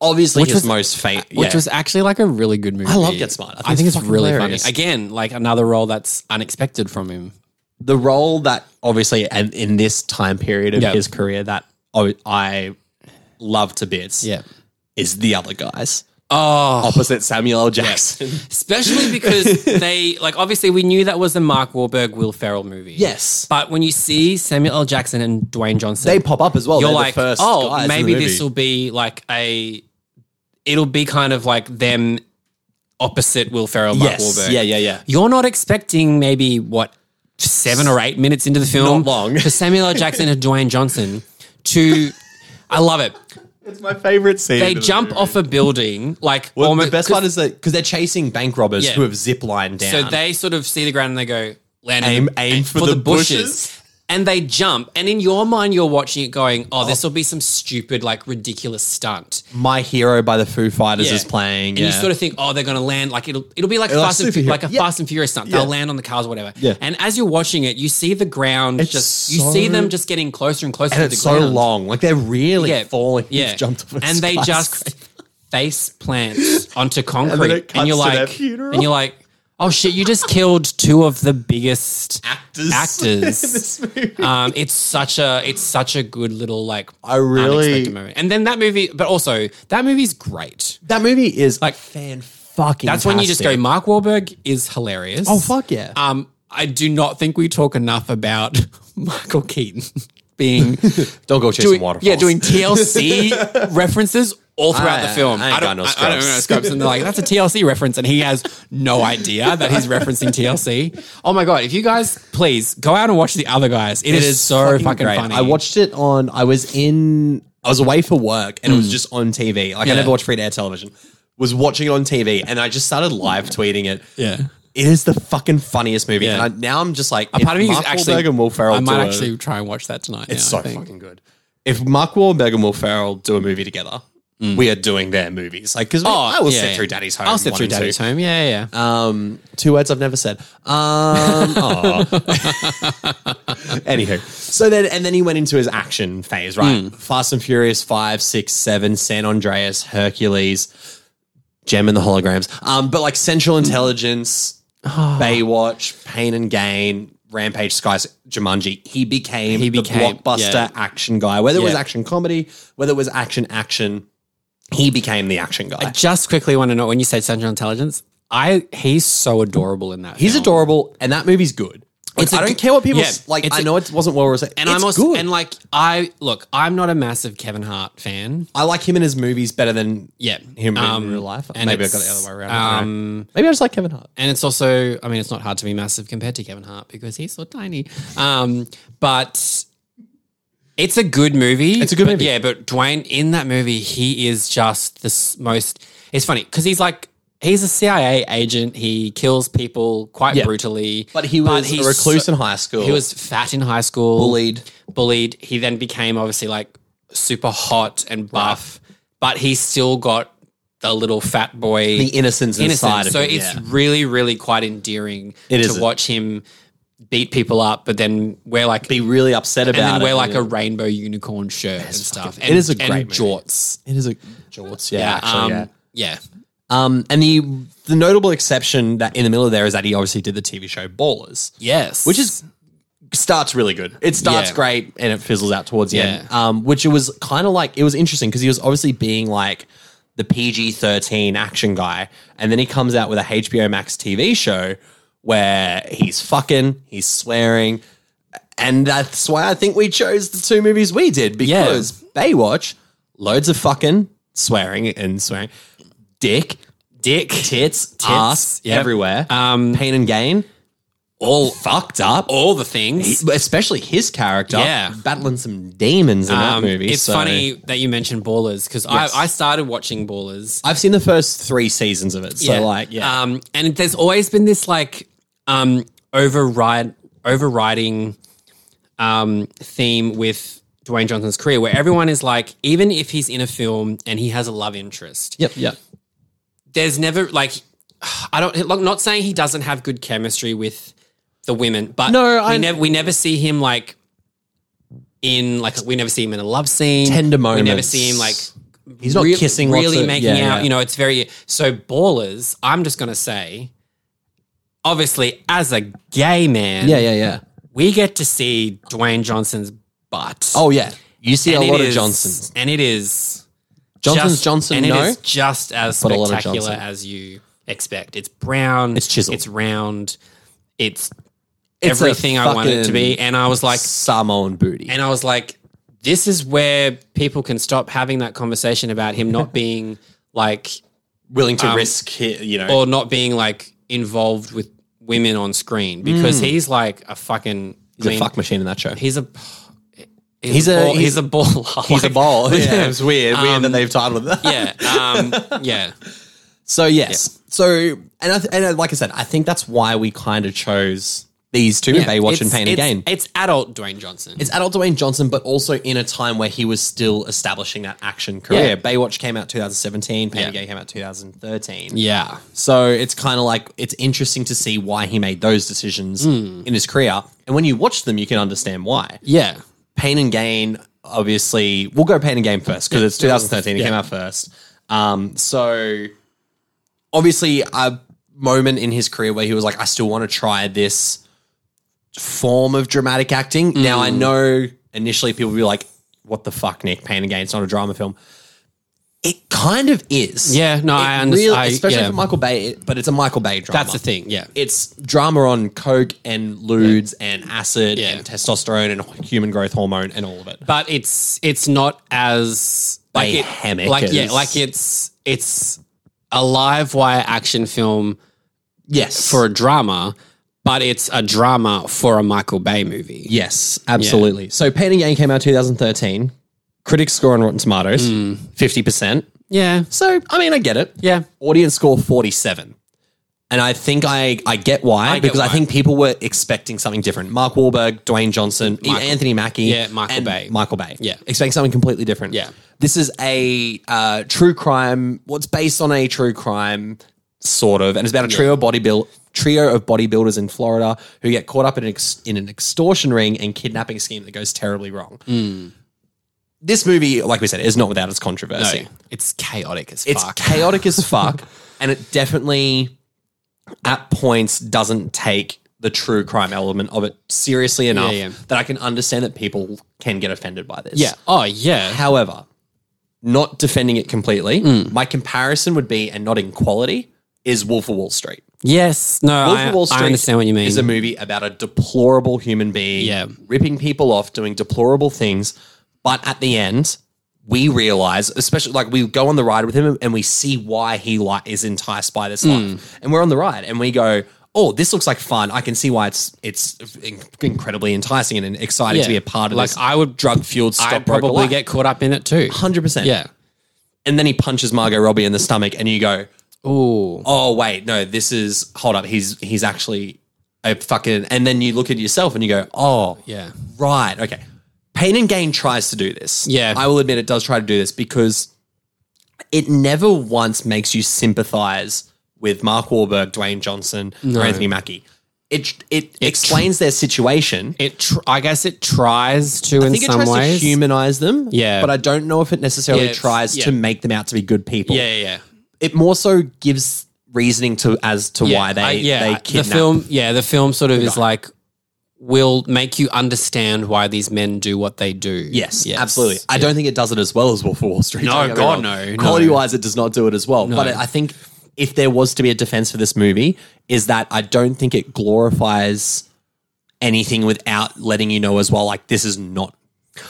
obviously
Which
his
was-
most famous.
which was actually like a really good movie.
I love Get Smart.
I think it's,
fucking
really
hilarious.
funny. Again, like another role that's unexpected from him.
the role that obviously and in this time period of
Yeah.
his career that I, I love to bits is the other guys
Oh,
opposite Samuel L. Jackson.
especially because they like obviously we knew that was the Mark Wahlberg Will Ferrell movie.
Yes.
But when you see Samuel L. Jackson and Dwayne Johnson,
They pop up as well.
you're
They're
like,
the first guys
oh,
in the
maybe
movie.
this will be like a. It'll be kind of like them opposite Will Ferrell, Mark
Yes.
Wahlberg.
Yeah, yeah, yeah.
You're not expecting maybe what seven or eight minutes into the film,
Not long.
for Samuel L. Jackson and Dwayne Johnson to. I love it.
It's my favorite scene.
They jump off a building like
Well,
almost.
the best part is that because they're chasing bank robbers
Yeah.
who have ziplined down.
So they sort of see the ground and they go, land in
Aim-
the-
aim for the bushes.
And they jump. And in your mind, you're watching it going, oh, this will be some stupid, like ridiculous stunt.
my hero by the Foo Fighters is
Yeah.
playing.
And you sort of think, oh, they're going to land like it'll it'll be like
like
fast and, Fu-
superhero.
like a
Yeah.
Fast and Furious stunt.
Yeah.
They'll land on the cars, or whatever.
Yeah.
And as you're watching it, you see the ground
It's
just you see
so-
them just getting closer and closer
and
to
it's
the
so
ground.
long. Like they're really falling. He's jumped off a
and they
skyscraper.
just face plant onto concrete, and,
cuts
you're
to their
like,
funeral.
and you're like, oh shit, you just killed two of the biggest
Actors
actors.
in this movie.
Um, it's such a it's such a good little like
I really-
unexpected moment. And then that movie, but also that movie's great.
that movie is like fan fucking.
That's when you just go, Mark Wahlberg is hilarious.
Oh fuck yeah!
Um, I do not think we talk enough about Michael Keaton being
Don't go chasing
doing,
waterfalls.
yeah, doing TLC references all throughout
I-
the film.
I ain't
don't,
got no
I, I don't know
scopes.
scopes, and they're like, "That's a TLC reference," and he has no idea that he's referencing TLC. Oh my god! If you guys please go out and watch the other guys, it is, so fucking,
great.
funny.
I watched it on. I was in. I was away for work, and it was just on TV. Like I
Mm. Yeah.
never watched free to air television. Was watching it on TV, and I just started live tweeting it.
Yeah.
It is the fucking funniest movie,
Yeah.
and I, now I'm just like, a
Part of me is
Mark
actually
Wahlberg and Will Ferrell.
I might
do a-
actually try and watch that tonight.
It's
now, I
so
think.
fucking good. If Mark Wahlberg and Will Ferrell do a movie together, we are doing their movies. Like, because I will
Mm. Oh, yeah,
sit
yeah.
through Daddy's Home.
I'll sit
one
through
and two.
Daddy's Home. Yeah, yeah. yeah.
Um, two words I've never said. Um, aw. Anywho, so then and then he went into his action phase,
Hmm.
right? Fast and Furious five, six, seven, San Andreas, Hercules, Gem and the Holograms. Um, but like Central Intelligence,
Ah.
Baywatch, Pain and Gain, Rampage, Skies, Jumanji. He became
He became-
the blockbuster
yeah.
action guy. Whether it was
Yeah.
action comedy, whether it was action action, he became the action guy.
Just quickly want to know when you said Central Intelligence. I he's so adorable in that.
He's
film.
adorable, and that movie's good. Like,
It's a
I don't
g-
care what people
yeah,
s like.
it's
I
a-
know it wasn't well received,
And I'm also, and like I look, I'm not a massive Kevin Hart fan.
I like him in his movies better than
Yeah,
him
Um,
in real life.
and
Maybe I
it's,
got the other way around. I don't
um,
know. Maybe I just like Kevin Hart.
And it's also, I mean, it's not hard to be massive compared to Kevin Hart because he's so tiny. Um, but it's a good movie.
It's a good
But
movie.
Yeah, but Dwayne in that movie, he is just the s- most. It's funny because he's like he's a CIA agent. He kills people quite
Yeah.
brutally.
But he was a
he's
recluse
so-
in high school.
he was fat in high school.
Bullied.
Bullied. He then became obviously like super hot and buff, but he still got the little fat boy
the innocence, inside
so
of him.
it's
yeah.
really, really quite endearing
It
to
is.
watch him beat people up, but then wear like
be really upset about
and then
it.
wear like a rainbow unicorn shirt and stuff.
it
and,
is a great
and
movie.
jorts.
it is a jorts. Yeah, actually,
um,
yeah.
yeah.
Um, and the the notable exception that in the middle of there is that he obviously did the TV show Ballers.
Yes.
which is starts really good. It starts
Yeah.
great and it fizzles out towards the
Yeah.
end. Um, which it was kind of like it was interesting because he was obviously being like the PG thirteen action guy, and then he comes out with a HBO Max TV show where he's fucking, he's swearing, and that's why I think we chose the two movies we did because Baywatch, loads of fucking swearing and swearing, dick. Dick, tits, ass,
yep.
everywhere.
Um,
Pain and gain, all fucked up
all the things.
especially his character,
Yeah.
battling some demons in
Um,
that movie.
it's
so-
funny that you mentioned Ballers because
Yes.
I, I started watching Ballers
I've seen the first three seasons of it, so like, yeah,
Um, and there's always been this like um override overriding um theme with Dwayne Johnson's career where everyone is like, even if he's in a film and he has a love interest,
yep, yep,
there's never like I don't look not saying he doesn't have good chemistry with the women, but
No,
we
I-
never we never see him like in like we never see him in a love scene.
Tender
We never
moments.
see him like
He's not
re-
kissing lots
really
of-
making
yeah,
out.
yeah.
You know, it's very so ballers. I'm just gonna say, obviously, as a gay man,
Yeah, yeah, yeah.
we get to see Dwayne Johnson's butt.
Oh yeah, you see
And
a
it
lot of
is-
Johnsons.
and it is
Johnson's
just-
Johnson.
and
no,
it is just as
But a lot of
spectacular
Johnson.
as you expect. It's brown,
It's chiseled.
it's round, it's,
It's a
everything I want it to be.
fucking
And I was like,
Samoan booty.
and I was like, this is where people can stop having that conversation about him not being like
willing to
um,
risk, hi- you know,
or not being like involved with women on screen because he's like a fucking.
he's a Mm. fuck machine in that show.
He's a. He's,
He's
a,
a-
ball, he's,
he's-
a baller.
He's a
Like,
ball.
Yeah.
Yeah, it's weird. Weird that they've titled it that.
Um, Yeah. Um, yeah.
So yes. So and I th- and uh, like I said, I think that's why we kind of chose these two:
Yeah,
Baywatch and
it's-
Pain and
it's-
Gain.
It's adult Dwayne Johnson.
It's adult Dwayne Johnson, but also in a time where he was still establishing that action career.
Yeah.
Baywatch came out 2017. Pain and
Yeah.
Gain came out 2013.
yeah.
So it's kind of like it's interesting to see why he made those decisions
Hmm.
in his career, and when you watch them, you can understand why.
Yeah.
Pain and Gain, obviously, we'll go Pain and Gain first because it's 2013. It
Yeah.
came out first. Um, so obviously, a moment in his career where he was like, I still want to try this form of dramatic acting.
Mm.
Now, I know initially people will be like, what the fuck, Nick? Pain and Gain, it's not a drama film. It kind of is.
Yeah, no, I
It
under-
really-
I-
especially
yeah.
for Michael Bay, it- but it's a Michael Bay drama.
That's the thing. Yeah.
It's drama on coke and lewds and acid
Yeah.
and testosterone and human growth hormone and all of it.
But it's it's not as like it,
Bohemic
like yeah,
as-
like it's it's a live wire action film
Yes.
for a drama, but it's a drama for a Michael Bay movie.
yes, absolutely. So Pain and Gain came out 2013. Critic score on Rotten Tomatoes,
Mm.
50%.
Yeah.
So, I mean, I get it.
Yeah.
Audience score 47. And I think I, I get why,
get
because I
why.
think people were expecting something different. Mark Wahlberg, Dwayne Johnson, even
Michael-
Anthony Mackie.
Yeah, Michael
and
Bay.
Michael Bay.
Yeah.
Expecting something completely different.
Yeah.
This is a uh, true crime, what's based on a true crime, sort of, and it's about a trio of bodybuild trio of bodybuilders in Florida who get caught up in an, ex- in an extortion ring and kidnapping scheme that goes terribly wrong.
Hmm.
This movie, like we said, is not without its controversy
So it's chaotic as
it's
fuck.
chaotic as fuck and it definitely at points doesn't take the true crime element of it seriously enough
yeah.
that i can understand that people can get offended by this
yeah. Oh yeah.
however not defending it completely
Mm.
my comparison would be and not in quality is wolf of wall street
Yes. No,
Wolf
I,
of Wall
I
Street
understand what you mean.
is a movie about a deplorable human being
Yeah.
ripping people off, doing deplorable things. But at the end, we realize, especially like we go on the ride with him and we see why he like is enticed by
Hmm.
this life. And we're on the ride and we go, Oh, this looks like fun. I can see why it's it's in- incredibly enticing and exciting to
Yeah.
be a part of
Like,
this.
I would-
drug fueled
I
stop
probably get caught up in it too.
hundred percent.
Yeah.
And then he punches Margot Robbie in the stomach and you go,
Ooh.
oh wait, no, this is hold up, he's he's actually a fucking and then you look at yourself and you go, Oh
Yeah.
right, okay. Pain and Gain tries to do this.
Yeah.
I will admit it does try to do this because it never once makes you sympathize with Mark Wahlberg, Dwayne Johnson, or Anthony Mackie. It it, explains their situation.
It. Tr- I guess it tries to in
I think it
some
tries
ways.
to humanize them.
Yeah.
But I don't know if it necessarily
Yeah, it's-
tries
yeah.
to make them out to be good people
yeah. Yeah. yeah.
it more so gives reasoning to as to why they
I-
they
the
kidnap.
film yeah the film sort of is like will make you understand why these men do what they do
Yes, absolutely. I don't think it does it as well as Wolf of Wall Street.
No,
don't get me
God,
wrong.
no, no.
Quality wise, it does not do it as well. But I think if there was to be a defense for this movie, is that I don't think it glorifies anything without letting you know as well, like this is not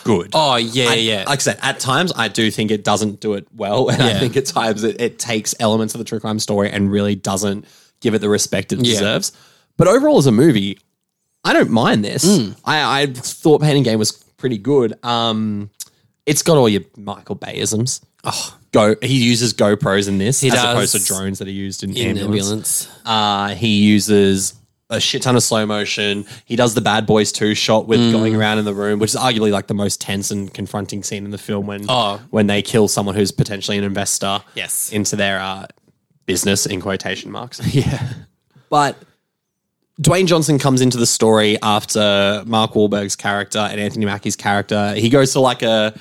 good.
oh yeah yeah
Like I said, at times I do think it doesn't do it well, and I
Yeah.
think at times it, it takes elements of the true crime story and really doesn't give it the respect it deserves. But overall, as a movie, I don't mind this.
Mm.
I, I thought Pain and Game was pretty good. Um, it's got all your Michael Bayisms. Oh, go! He uses GoPros in this, as
does.
opposed to drones that are used in,
in
ambulance.
ambulance
Uh, he uses a shit ton of slow motion. He does the Bad Boys 2 shot with
Mm.
going around in the room, which is arguably like the most tense and confronting scene in the film when
Oh.
when they kill someone who's potentially an investor
Yes.
into their uh, business in quotation marks. yeah. But Dwayne Johnson comes into the story after Mark Wahlberg's character and Anthony Mackie's character. He goes to like a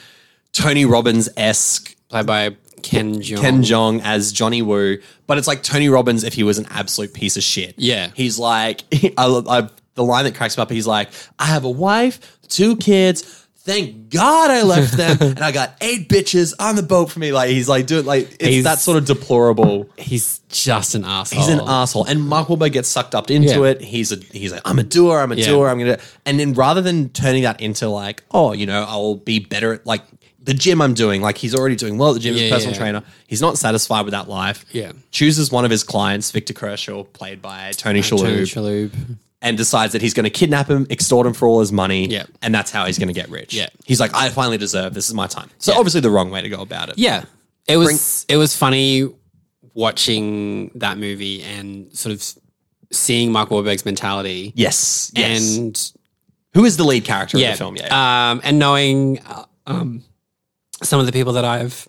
Tony Robbins esque
played by Ken Jeong.
Ken Jong as Johnny Woo, but it's like Tony Robbins if he was an absolute piece of shit.
Yeah.
He's like, I, love- I, the line that cracks me up, he's like, I have a wife, two kids. Thank God I left them and I got eight bitches on the boat for me. Like, he's like, dude, like, it's
He's-
that sort of deplorable.
He's just an asshole.
He's an asshole. And Mark Wahlberg gets sucked up into
Oh. Yeah.
it. He's a he's like, I'm a doer, I'm a doer, I'm gonna and then rather than turning that into like, oh, you know, I'll be better at like the gym I'm doing, like he's already doing well at the gym as a
Yeah,
personal
yeah.
trainer. He's not satisfied with that life.
Yeah.
Chooses one of his clients, Victor Kerschel, played by Tony Shalhoub,
Uh, Tony Shalhoub.
and decides that he's gonna kidnap him, extort him for all his money,
Yeah.
and that's how he's gonna get rich.
Yeah.
He's like, I finally deserve this is my time. So obviously the wrong way to go about it.
Yeah, it was it was funny watching that movie and sort of seeing Mark Wahlberg's mentality.
Yes. Yes.
And
Who is the lead character
yeah,
of the film? Yeah.
Um, and knowing uh, um, some of the people that I've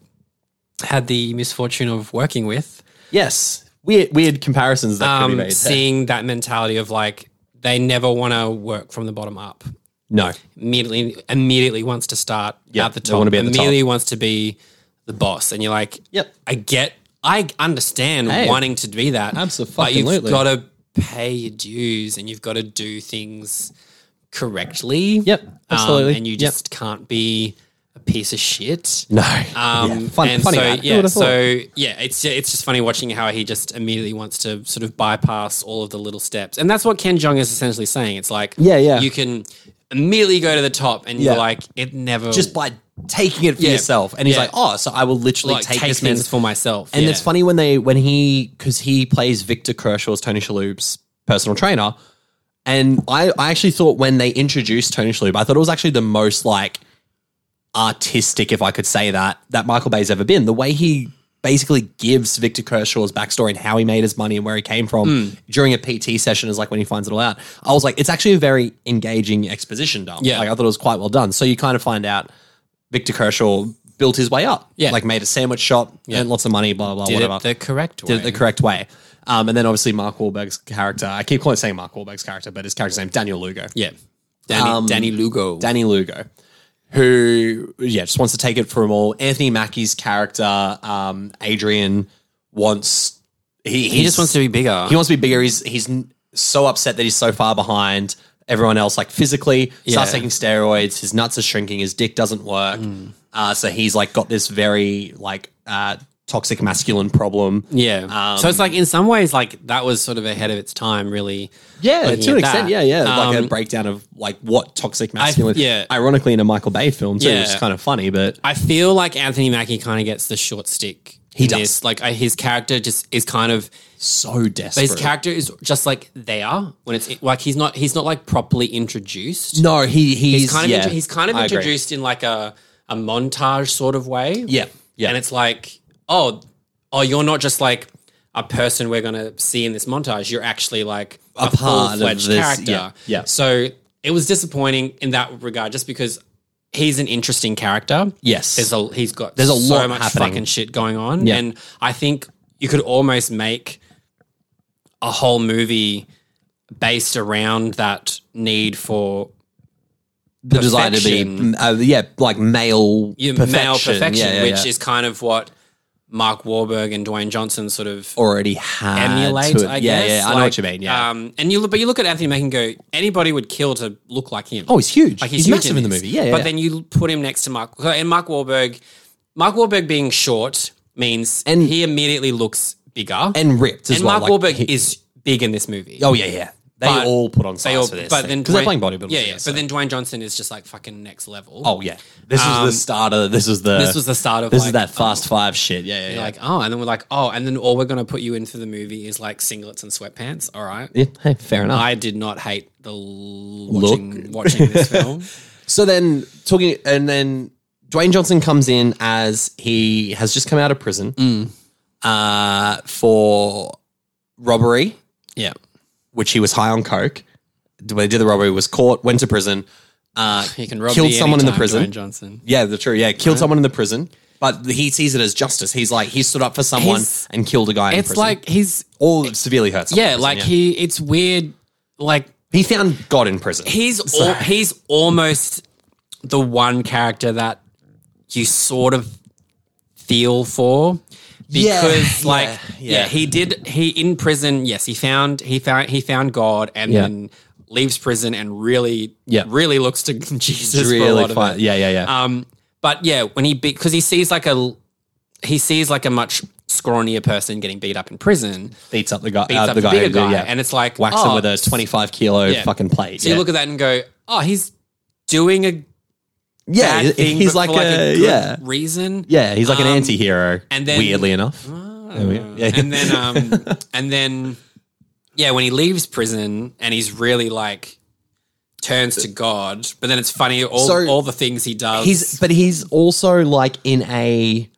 had the misfortune of working with,
Yes. Weird, weird comparisons that could
um,
be made.
seeing that mentality of like they never want to work from the bottom up.
no.
Immediately, immediately wants to start
Yeah,
at the
they
top.
wanna be at the top.
immediately wants to be the boss, and you're like,
Yep.
I get, I understand
Hey,
wanting to be that. But you've
abso-fucking-lutely.
got to pay your dues and you've got to do things correctly.
Yep,
Um,
absolutely.
and you
Yep.
just can't be a piece of shit.
No.
Um,
Yeah, fun-
and
funny
so,
that. Who
yeah,
would've
so yeah, it's it's just funny watching how he just immediately wants to sort of bypass all of the little steps, and that's what Ken Jong is essentially saying. It's like,
Yeah, yeah.
you can immediately go to the top, and you're
Yeah.
like, it never
just by taking it for
Yeah.
yourself. And he's
Yeah.
like, oh, so I will literally
like
take,
take,
this
things
man's.
for myself.
and
yeah.
it's funny when they when he because he plays Victor Kershaw's Tony Shalhoub's personal trainer, and I I actually thought when they introduced Tony Shalhoub, I thought it was actually the most like artistic, if I could say that, that Michael Bay's ever been. The way he basically gives Victor Kershaw's backstory and how he made his money and where he came from during a PT session is like when he finds it all out. I was like, it's actually a very engaging exposition dump.
Yeah.
Like I thought it was quite well done. So you kind of find out Victor Kershaw built his way up.
Yeah.
Like made a sandwich shop, earned lots of money, blah, blah,
Did
whatever.
it the correct way.
Did it the correct way. Um, and then obviously Mark Wahlberg's character, I keep calling saying Mark Wahlberg's character, but his character's name, Daniel Lugo.
Yeah. Danny,
Um,
Danny Lugo.
Danny Lugo, who yeah just wants to take it from all. Anthony Mackie's character, um, Adrian, wants he
he just wants to be bigger.
he wants to be bigger. He's he's n- so upset that he's so far behind everyone else, like physically. Starts
Yeah.
taking steroids. His nuts are shrinking. His dick doesn't work. Uh, so he's like got this very like uh, toxic masculine problem.
yeah. so it's like, in some ways, like that was sort of ahead of its time, really.
Yeah,
looking
to an
at
extent,
that.
yeah, yeah. like a
Um,
breakdown of like what toxic masculine.
yeah.
ironically in a Michael Bay film too, which is
Yeah.
kind of funny. But
I feel like Anthony Mackie kind of gets the short stick. He
does.
Like, I, his character just is kind of,
so desperate.
his character is just like there when it's like he's not, he's not like properly introduced.
no, he he's,
he's kind of,
yeah,
intro- he's kind of
I agree.
introduced in like a, a montage sort of way.
Yeah, yeah,
And it's like, oh, oh, you're not just like a person we're going to see in this montage. You're actually like a,
part of
full-fledged
this-
character.
yeah, yeah.
So it was disappointing in that regard, just because he's an interesting character.
Yes.
There's a he's got
There's a
so
lot
much
happening.
fucking shit going on,
Yeah.
and I think you could almost make a whole movie based around that need for
the desire to be
perfection.
mm, uh, yeah like male
your
perfection.
male perfection,
yeah, yeah,
which
yeah.
is kind of what Mark Wahlberg and Dwayne Johnson sort of
already had
emulate.
to it.
I
yeah,
guess.
yeah, I know
Like,
what you mean. Yeah,
um, and you look, but you look at Anthony Mackie and go, anybody would kill to look like him.
oh, he's huge.
like
he's,
huge
massive in the
this.
movie. Yeah, yeah.
but
yeah.
then you put him next to Mark and Mark Wahlberg. Mark Wahlberg being short means
And-
he immediately looks bigger,
and ripped as
And
well.
Mark Wahlberg
like, he-
is big in this movie.
oh yeah, yeah. They
But
all put on size
They all-
for this,
but then
because they're
Dwayne-
playing bodybuilders.
Yeah, yeah.
so-
But then Dwayne Johnson is just like fucking next level.
oh yeah, this is the starter. This is the
Um, this was the start of
this
like,
is that fast five shit. Yeah, yeah,
You're
yeah.
like, oh, and then we're like, oh, and then all we're going to put you in for the movie is like singlets and sweatpants. All right.
Yeah, hey, fair enough.
I did not hate the l- watching, watching this film.
So then talking, and then Dwayne Johnson comes in as he has just come out of prison
Mm.
uh, for robbery,
yeah.
which he was high on coke. When he did the robbery, was caught, went to prison. Uh,
He can rob
Killed
me
someone in the
anytime,
prison.
Dwayne Johnson.
yeah, the true. Yeah, killed someone in the prison, but he sees it as justice. He's like he stood up for someone
He's-
and killed a guy. In
It's
prison.
like he's
or severely hurt. someone in
yeah,
prison,
like he. It's weird. Like
he found God in prison.
he's al- he's almost the one character that you sort of feel for
Yeah,
because
yeah,
like
yeah.
yeah, he did he in prison yes he found he found he found god and
Yeah.
then leaves prison and really
Yeah.
really looks to jesus for a lot of
fun.
it.
Yeah, yeah, yeah.
Um, but yeah, when he because he sees like a he sees like a much scrawnier person getting beat up in prison,
beats up the guy.
beats
uh,
up
the
the
guy,
bigger
who did-
guy,
yeah.
and it's like
whacks
oh.
him with a 25 kilo
Yeah.
fucking plate.
So you look at that and go, oh, he's doing a
yeah,
bad
he-
thing.
he's
but
like,
for like
a,
a, good
yeah,
reason.
yeah, he's like an
Um,
anti-hero,
and then-
weirdly enough. There we go. Yeah.
And then um and then yeah, when he leaves prison and he's really like turns to God, but then it's funny all
So-
all the things he does.
He's but he's also like in a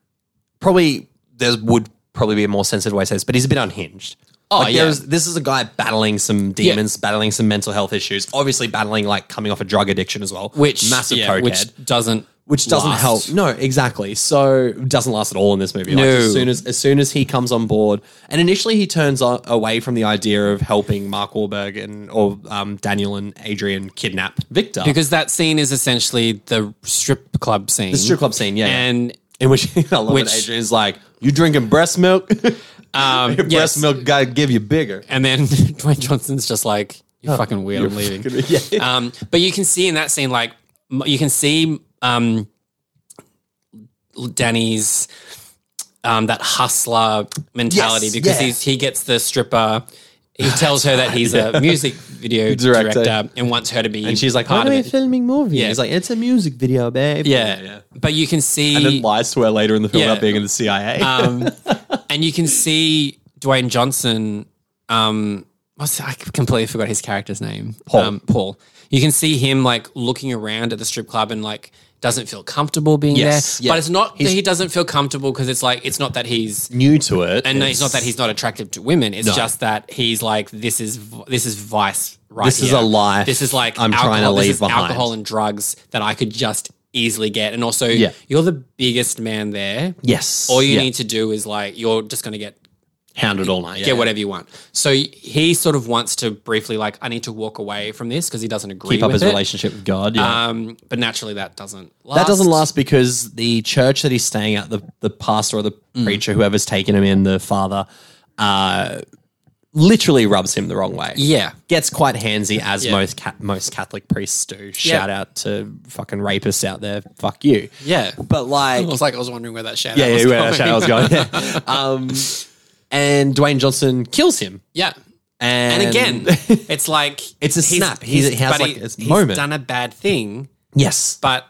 probably there would probably be a more sensitive way to say this, but he's a bit unhinged. Oh
yeah.
This is a guy battling some demons, battling some mental health issues, obviously battling like coming off a drug addiction as well,
which
massive
yeah,
cokehead, which,
which doesn't
doesn't
last.
help. No, exactly. So doesn't last at all in this movie. Like,
No.
as soon as as soon as he comes on board, and initially he turns a- away from the idea of helping Mark Wahlberg and or um, Daniel and Adrian kidnap Victor
because that scene is essentially the strip club scene.
the strip club scene. Yeah, yeah.
and
In which I love
Which-
it. Adrian's like, "You drinking breast milk?
um,
Your breast
yes.
milk gotta give you bigger."
and then Dwayne Johnson's just like, "You're fucking weird. I'm leaving."
Oh, yeah.
um, but you can see in that scene, like m- you can see um, Danny's um, that hustler mentality
Yes,
because
yeah.
he's, he gets the stripper. He tells her that he's a music video
Director.
director. and wants her to be.
And she's like, "Why
part
are
of
we
it.
filming movie?"
Yeah.
He's like, "It's a music video, babe."
Yeah. but you can see
And then lies to her later in the film
Yeah.
about being in the CIA.
um, and you can see Dwayne Johnson. Um, what's, I completely forgot his character's name. Paul. Um, Paul. You can see him like looking around at the strip club and like doesn't feel comfortable being
Yes,
there.
yeah.
But it's not
He's-
that he doesn't feel comfortable because it's like it's not that he's
New to it,
and no, it's
is-
not that he's not attractive to women. It's just that he's like this is v- this is vice. Right
This is
here.
a life
This is like
I'm
alcohol.
trying to
this
leave
is
behind.
alcohol and drugs that I could just easily get. And also,
Yeah.
you're the biggest man there.
Yes.
All you
Yeah.
need to do is like you're just going to get
hounded all night. Yeah.
get whatever you want. So he sort of wants to briefly like I need to walk away from this because he doesn't agree
Keep up
with
his
it.
relationship with God. Yeah.
Um, but naturally that doesn't last.
That doesn't last because the church that he's staying at, the, the pastor or the preacher, whoever's taken him in, the father, uh, literally rubs him the wrong way.
Yeah.
Gets quite handsy, as
Yeah.
most ca- most Catholic priests do. Shout out to fucking rapists out there. Fuck you.
Yeah.
But like,
I was like I was wondering where that shadow.
yeah, yeah,
was
where
going.
that shout out was going. Yeah. um, and Dwayne Johnson kills him.
Yeah.
And,
And again, it's like
It's a snap. He's- he has,
but
like, this
he's
moment.
done a bad thing,
yes,
but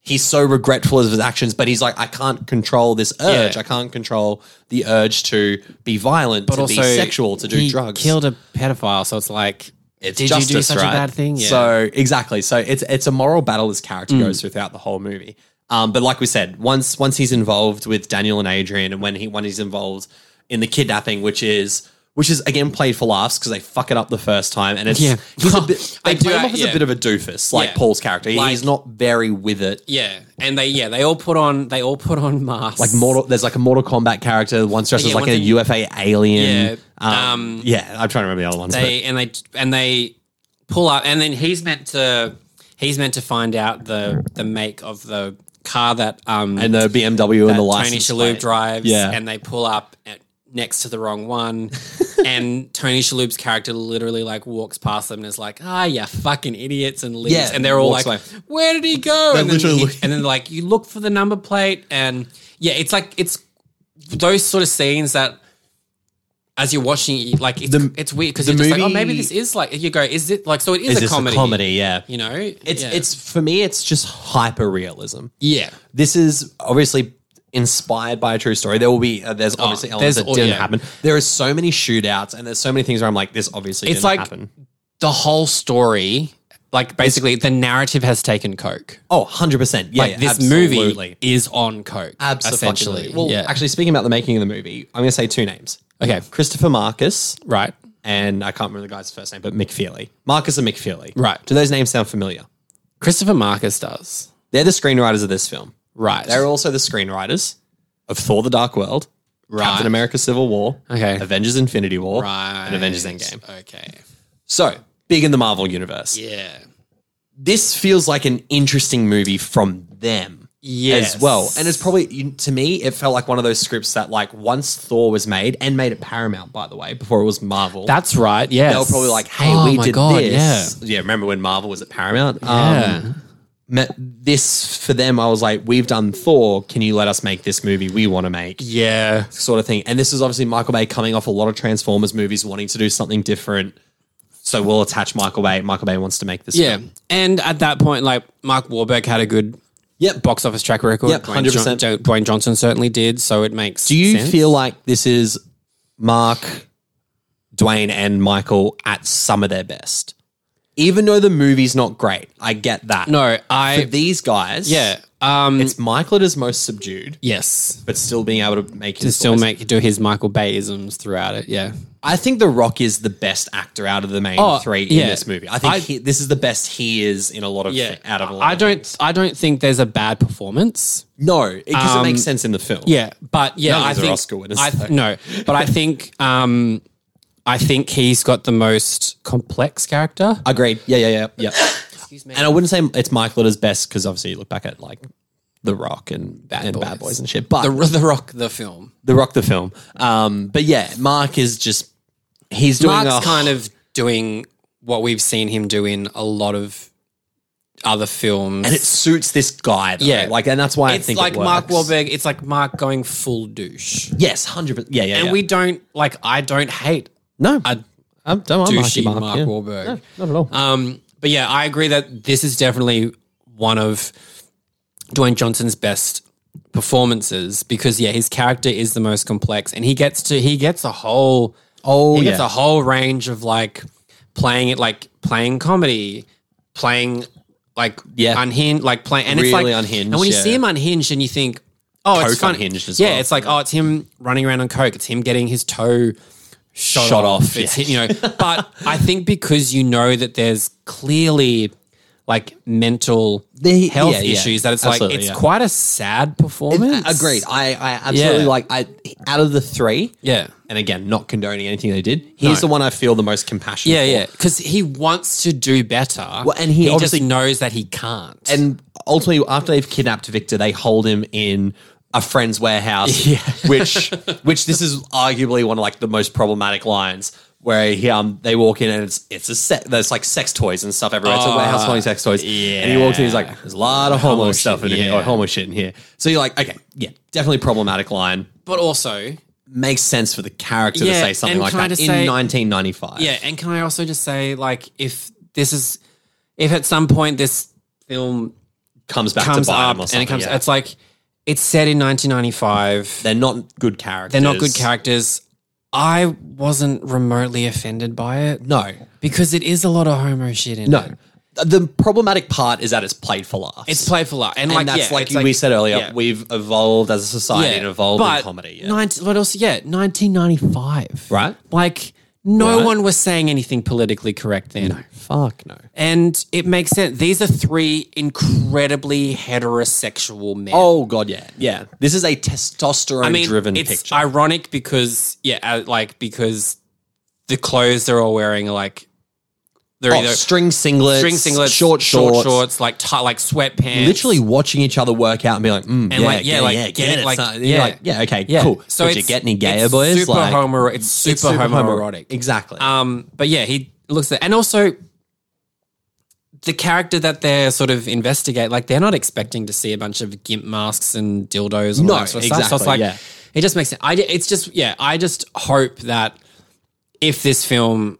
he's so regretful of his actions, but he's like, I can't control this urge.
Yeah.
I can't control the urge to be violent, to be sexual, to do
he
drugs.
Killed a pedophile, so it's like
it's
did you do
justice,
such
right?
a bad thing? Mm.
So exactly. So it's it's a moral battle this character goes through throughout the whole movie. Um, but like we said, once once he's involved with Daniel and Adrian, and when he when he's involved in the kidnapping, which is which is again played for laughs because they fuck it up the first time, and it's
Yeah.
he's a bit, they
I do-
play him off as a
yeah.
bit of a doofus, like
Yeah.
Paul's character. He-
Like-
he's not very with it
yeah, and they yeah they all put on they all put on masks
like Mortal. There's like a Mortal Kombat character. One dresses
Yeah,
like
one
a
thing-
UFA alien.
Yeah,
Um,
um,
yeah, I'm trying to remember the other ones. but-
they and they and they pull up and then he's meant to he's meant to find out the the make of the car that um
and the BMW and the
Tony
license
Shalhoub
plate.
drives
Yeah.
and they pull up at, next to the wrong one and Tony Shalhoub's character literally like walks past them and is like ah you fucking idiots and leaves
Yeah,
and they're all
walks
like
away.
where did he go and then,
literally
he-
look-
and then like you look for the number plate and yeah it's like it's those sort of scenes that as you're watching it, you- like it's, it's weird because
the
you're just like, oh,
movie-
maybe this is like you go, is it like so? It is,
Is
a
this
comedy,
a comedy? Yeah,
you know.
it's it's for me. It's just hyper realism.
yeah,
This is obviously inspired by a true story. There will be uh, there's obviously elements
Oh, there's
that
all-
didn't
yeah.
happen. There are so many shootouts and there's so many things where I'm like, this obviously
It's
didn't
like-
happen.
the whole story, like basically, the narrative has taken coke.
Oh, 100 percent. Yeah,
Like this
absolutely.
movie is on coke,
Absolutely.
essentially.
Well,
yeah.
actually, speaking about the making of the movie, I'm going to say two names:
okay,
Christopher Marcus
right.
and I can't remember the guy's first name, but McFeely. Marcus and McFeely.
Right.
Do those names sound familiar?
Christopher Marcus does
They're the screenwriters of this film.
right.
They're also the screenwriters of Thor the Dark World, Captain America Civil War,
Okay.
Avengers Infinity War,
right.
and Avengers Endgame.
Okay,
So, big in the Marvel universe.
yeah,
This feels like an interesting movie from them.
Yes.
as well. And it's probably you- to me, it felt like one of those scripts that like once Thor was made and made it Paramount, by the way, before it was Marvel.
That's right. Yes.
they were probably like, "Hey,
Oh
we
my
did
God,
this." Yeah. remember when Marvel was at Paramount?
Yeah.
Um, me- this for them, I was like, "We've done Thor. Can you let us make this movie we want to make?"
yeah.
Sort of thing. And this is obviously Michael Bay coming off a lot of Transformers movies, wanting to do something different. So we'll attach Michael Bay. Michael Bay wants to make this.
Yeah. And at that point, like Mark Wahlberg had a good
Yep.
box office track record.
Yep,
Dwayne
100%.
John- Dwayne Johnson certainly did. So it makes.
Do you
sense.
feel like this is Mark, Dwayne, and Michael at some of their best? Even though the movie's not great, I get that.
No,
For
I.
these guys,
yeah. Um.
it's Michael that is most subdued,
yes.
but still being able to make
To
his
still
voice.
make do his Michael Bayisms throughout it. Yeah.
I think The Rock is the best actor out of the main
Oh,
three
yeah.
in this movie. I think
I-
he, this is the best he is in a lot of out of a lot.
I
of
don't.
things.
I don't think there's a bad performance.
no because it makes sense in the film.
Um, Yeah, but yeah,
None of
I
those are
think
Oscar winners,
I,
though.
no, but I think um, I think he's got the most complex character.
Agreed. Yeah, yeah, yeah, yeah. And I wouldn't say it's Michael at his best because obviously you look back at like The Rock and Bad, and Bad Boys and shit. But
The,
the,
the Rock, the film.
Rock, the film. Um, but yeah, Mark is just he's doing
Mark's
a,
kind of doing what we've seen him do in a lot of other films.
and it suits this guy. Though.
Yeah.
like and that's why I
it's
think
like
it works.
Mark Wahlberg. It's like Mark going full douche,
Yes, hundred percent. Yeah, yeah.
and
yeah.
we don't like. I don't hate
no,
a
I don't mind
douchey
Marky
Mark,
Mark. yeah.
Wahlberg.
Not at all.
Um, but yeah, I agree that this is definitely one of Dwayne Johnson's best performances because yeah, his character is the most complex, and he gets to he gets a whole
oh
he
yeah,
gets a whole range of like playing it like playing comedy, playing like
Yeah.
unhinged, like playing and it's
Really
like
unhinged,
And when you
yeah.
see him unhinged, and you think, oh, it's
Coke
fun.
unhinged as
yeah,
well.
it's like oh, it's him running around on coke. It's him getting his toe shot,
Shot
off.
off,
It's
yeah.
him, you know, but I think because you know that there's clearly like mental
The-
health
yeah, yeah.
issues that it's
Absolutely,
like it's
yeah.
quite a sad performance.
agreed. I I absolutely
Yeah.
like I out of the three.
Yeah.
And again, not condoning anything they did. He's the one I feel the most compassion.
Yeah,
for.
yeah, because he wants to do better,
Well, and he obviously-
just knows that he can't.
and ultimately after they've kidnapped Victor, they hold him in a friend's warehouse, which which this is arguably one of like the most problematic lines where he um they walk in and it's it's a set there's like sex toys and stuff everywhere. It's a warehouse holding sex toys. And he walks in, he's like, There's a lot of homo,
Homo
stuff
shit,
in here,
yeah.
or homo shit in here. So you're like, okay, yeah, definitely problematic line.
but also,
Makes sense for the character to
Yeah,
say something
and
like
can I
that
just
in
say-
nineteen ninety five.
yeah, and can I also just say, like, if this is, if at some point this film
Comes back
comes
to bite
up
him or
and it
something.
comes,
yeah.
it's like it's set in 1995.
they're not good characters.
They're not good characters. I wasn't remotely offended by it.
No.
because it is a lot of homo shit in it.
No. The problematic part is that it's played for laughs.
It's playful, and,
and
like
that's
yeah,
like
it's
you- we said earlier,
yeah.
we've evolved as a society and evolved
but
in comedy. Yeah.
19, what else? Yeah, 1995.
Right.
Like, no
Right.
one was saying anything politically correct then.
Fuck no.
And it makes sense. These are three incredibly heterosexual men.
Oh god, yeah, yeah. This is a testosterone
I mean,
driven
it's
picture.
ironic because, yeah, uh, like, because the clothes they're all wearing are like, they're
oh,
either
string singlets,
string singlets,
short shorts,
short shorts like, tight, like sweatpants.
literally watching each other work out and be like, mm, yeah,
like, yeah,
yeah,
like,
yeah,
get
get,
it,
it,
like,
son. And
yeah.
you're like, yeah, okay,
Yeah.
cool.
So
Did you
it's-
get any gayer
it's
boys?
Super
like,
homo. It's super,
it's super
homoerotic.
Exactly.
Um, but yeah, he looks at, and also the character that they're sort of investigate, like they're not expecting to see a bunch of gimp masks and dildos and
No,
all that sort of stuff. So it's
exactly,
like
yeah.
it just makes sense. I, it's just yeah, I just hope that if this film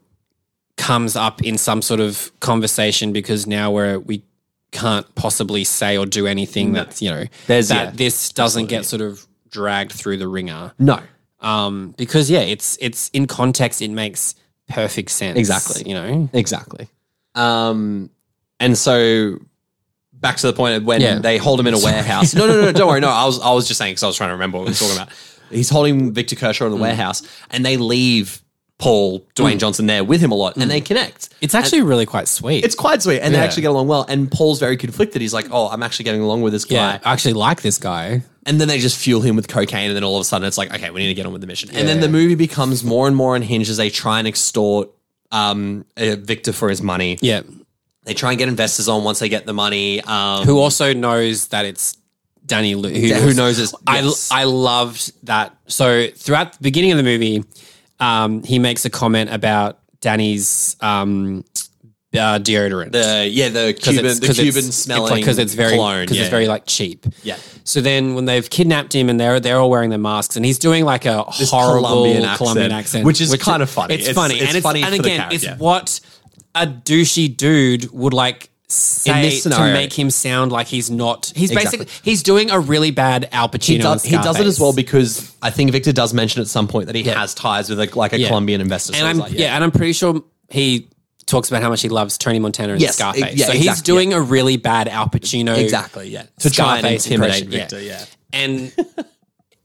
comes up in some sort of conversation, because now we're we can't possibly say or do anything that's you know
There's-
that
yeah,
this doesn't get sort of dragged through the ringer
no.
um, because yeah, it's it's in context, it makes perfect sense.
Exactly.
you know.
Exactly. Um, and so back to the point of when
Yeah.
they hold him in a warehouse. No, no, no, don't worry. No, I was I was just saying because I was trying to remember what we were talking about. He's holding Victor Kershaw
Mm.
in the warehouse, and they leave Paul Dwayne Johnson there with him a lot, and they connect.
It's actually really quite sweet.
It's quite sweet,
Mm.
and
Yeah.
they actually get along well. And Paul's very conflicted. He's like, "Oh, I'm actually getting along with this guy,"
yeah, I actually like this guy.
and then they just fuel him with cocaine, and then all of a sudden it's like, "Okay, we need to get on with the mission." And then
Yeah.
the movie becomes more and more unhinged as they try and extort um, uh, Victor for his money.
Yeah,
They try and get investors on once they get the money. Um,
who also knows that it's Danny Lu- who,
who knows is-
I
yes.
I loved that. So throughout the beginning of the movie, um, he makes a comment about Danny's um, uh, deodorant.
The yeah, the Cuban,
it's-
the
'cause it's-
Cuban
it's
smelling
like- 'cause it's very
cologne.
because
yeah.
it's very like cheap.
Yeah.
So then when they've kidnapped him and they're they're all wearing their masks and he's doing like a horrible
Colombian
Colombian
accent,
accent,
which is kind of funny.
It's,
It's-
funny
it's
and it's
funny
and
for the
again
character,
it's
yeah.
what a douchey dude would like say
this
to
scenario-
make him sound like he's not. He's
Exactly.
basically he's doing a really bad Al Pacino.
He does,
in
he does it as
Scarface.
well because I think Victor does mention at some point that he has ties with a, like a
Yeah.
Colombian investor. So
and
I
I'm
was like,
yeah. and I'm pretty sure he talks about how much he loves Tony Montana and
Yes,
Scarface.
e- yeah,
so he's
exactly,
doing a really bad Al Pacino
exactly. Yeah, to try and
Scarface
intimidate
impression,
Victor. Yeah.
and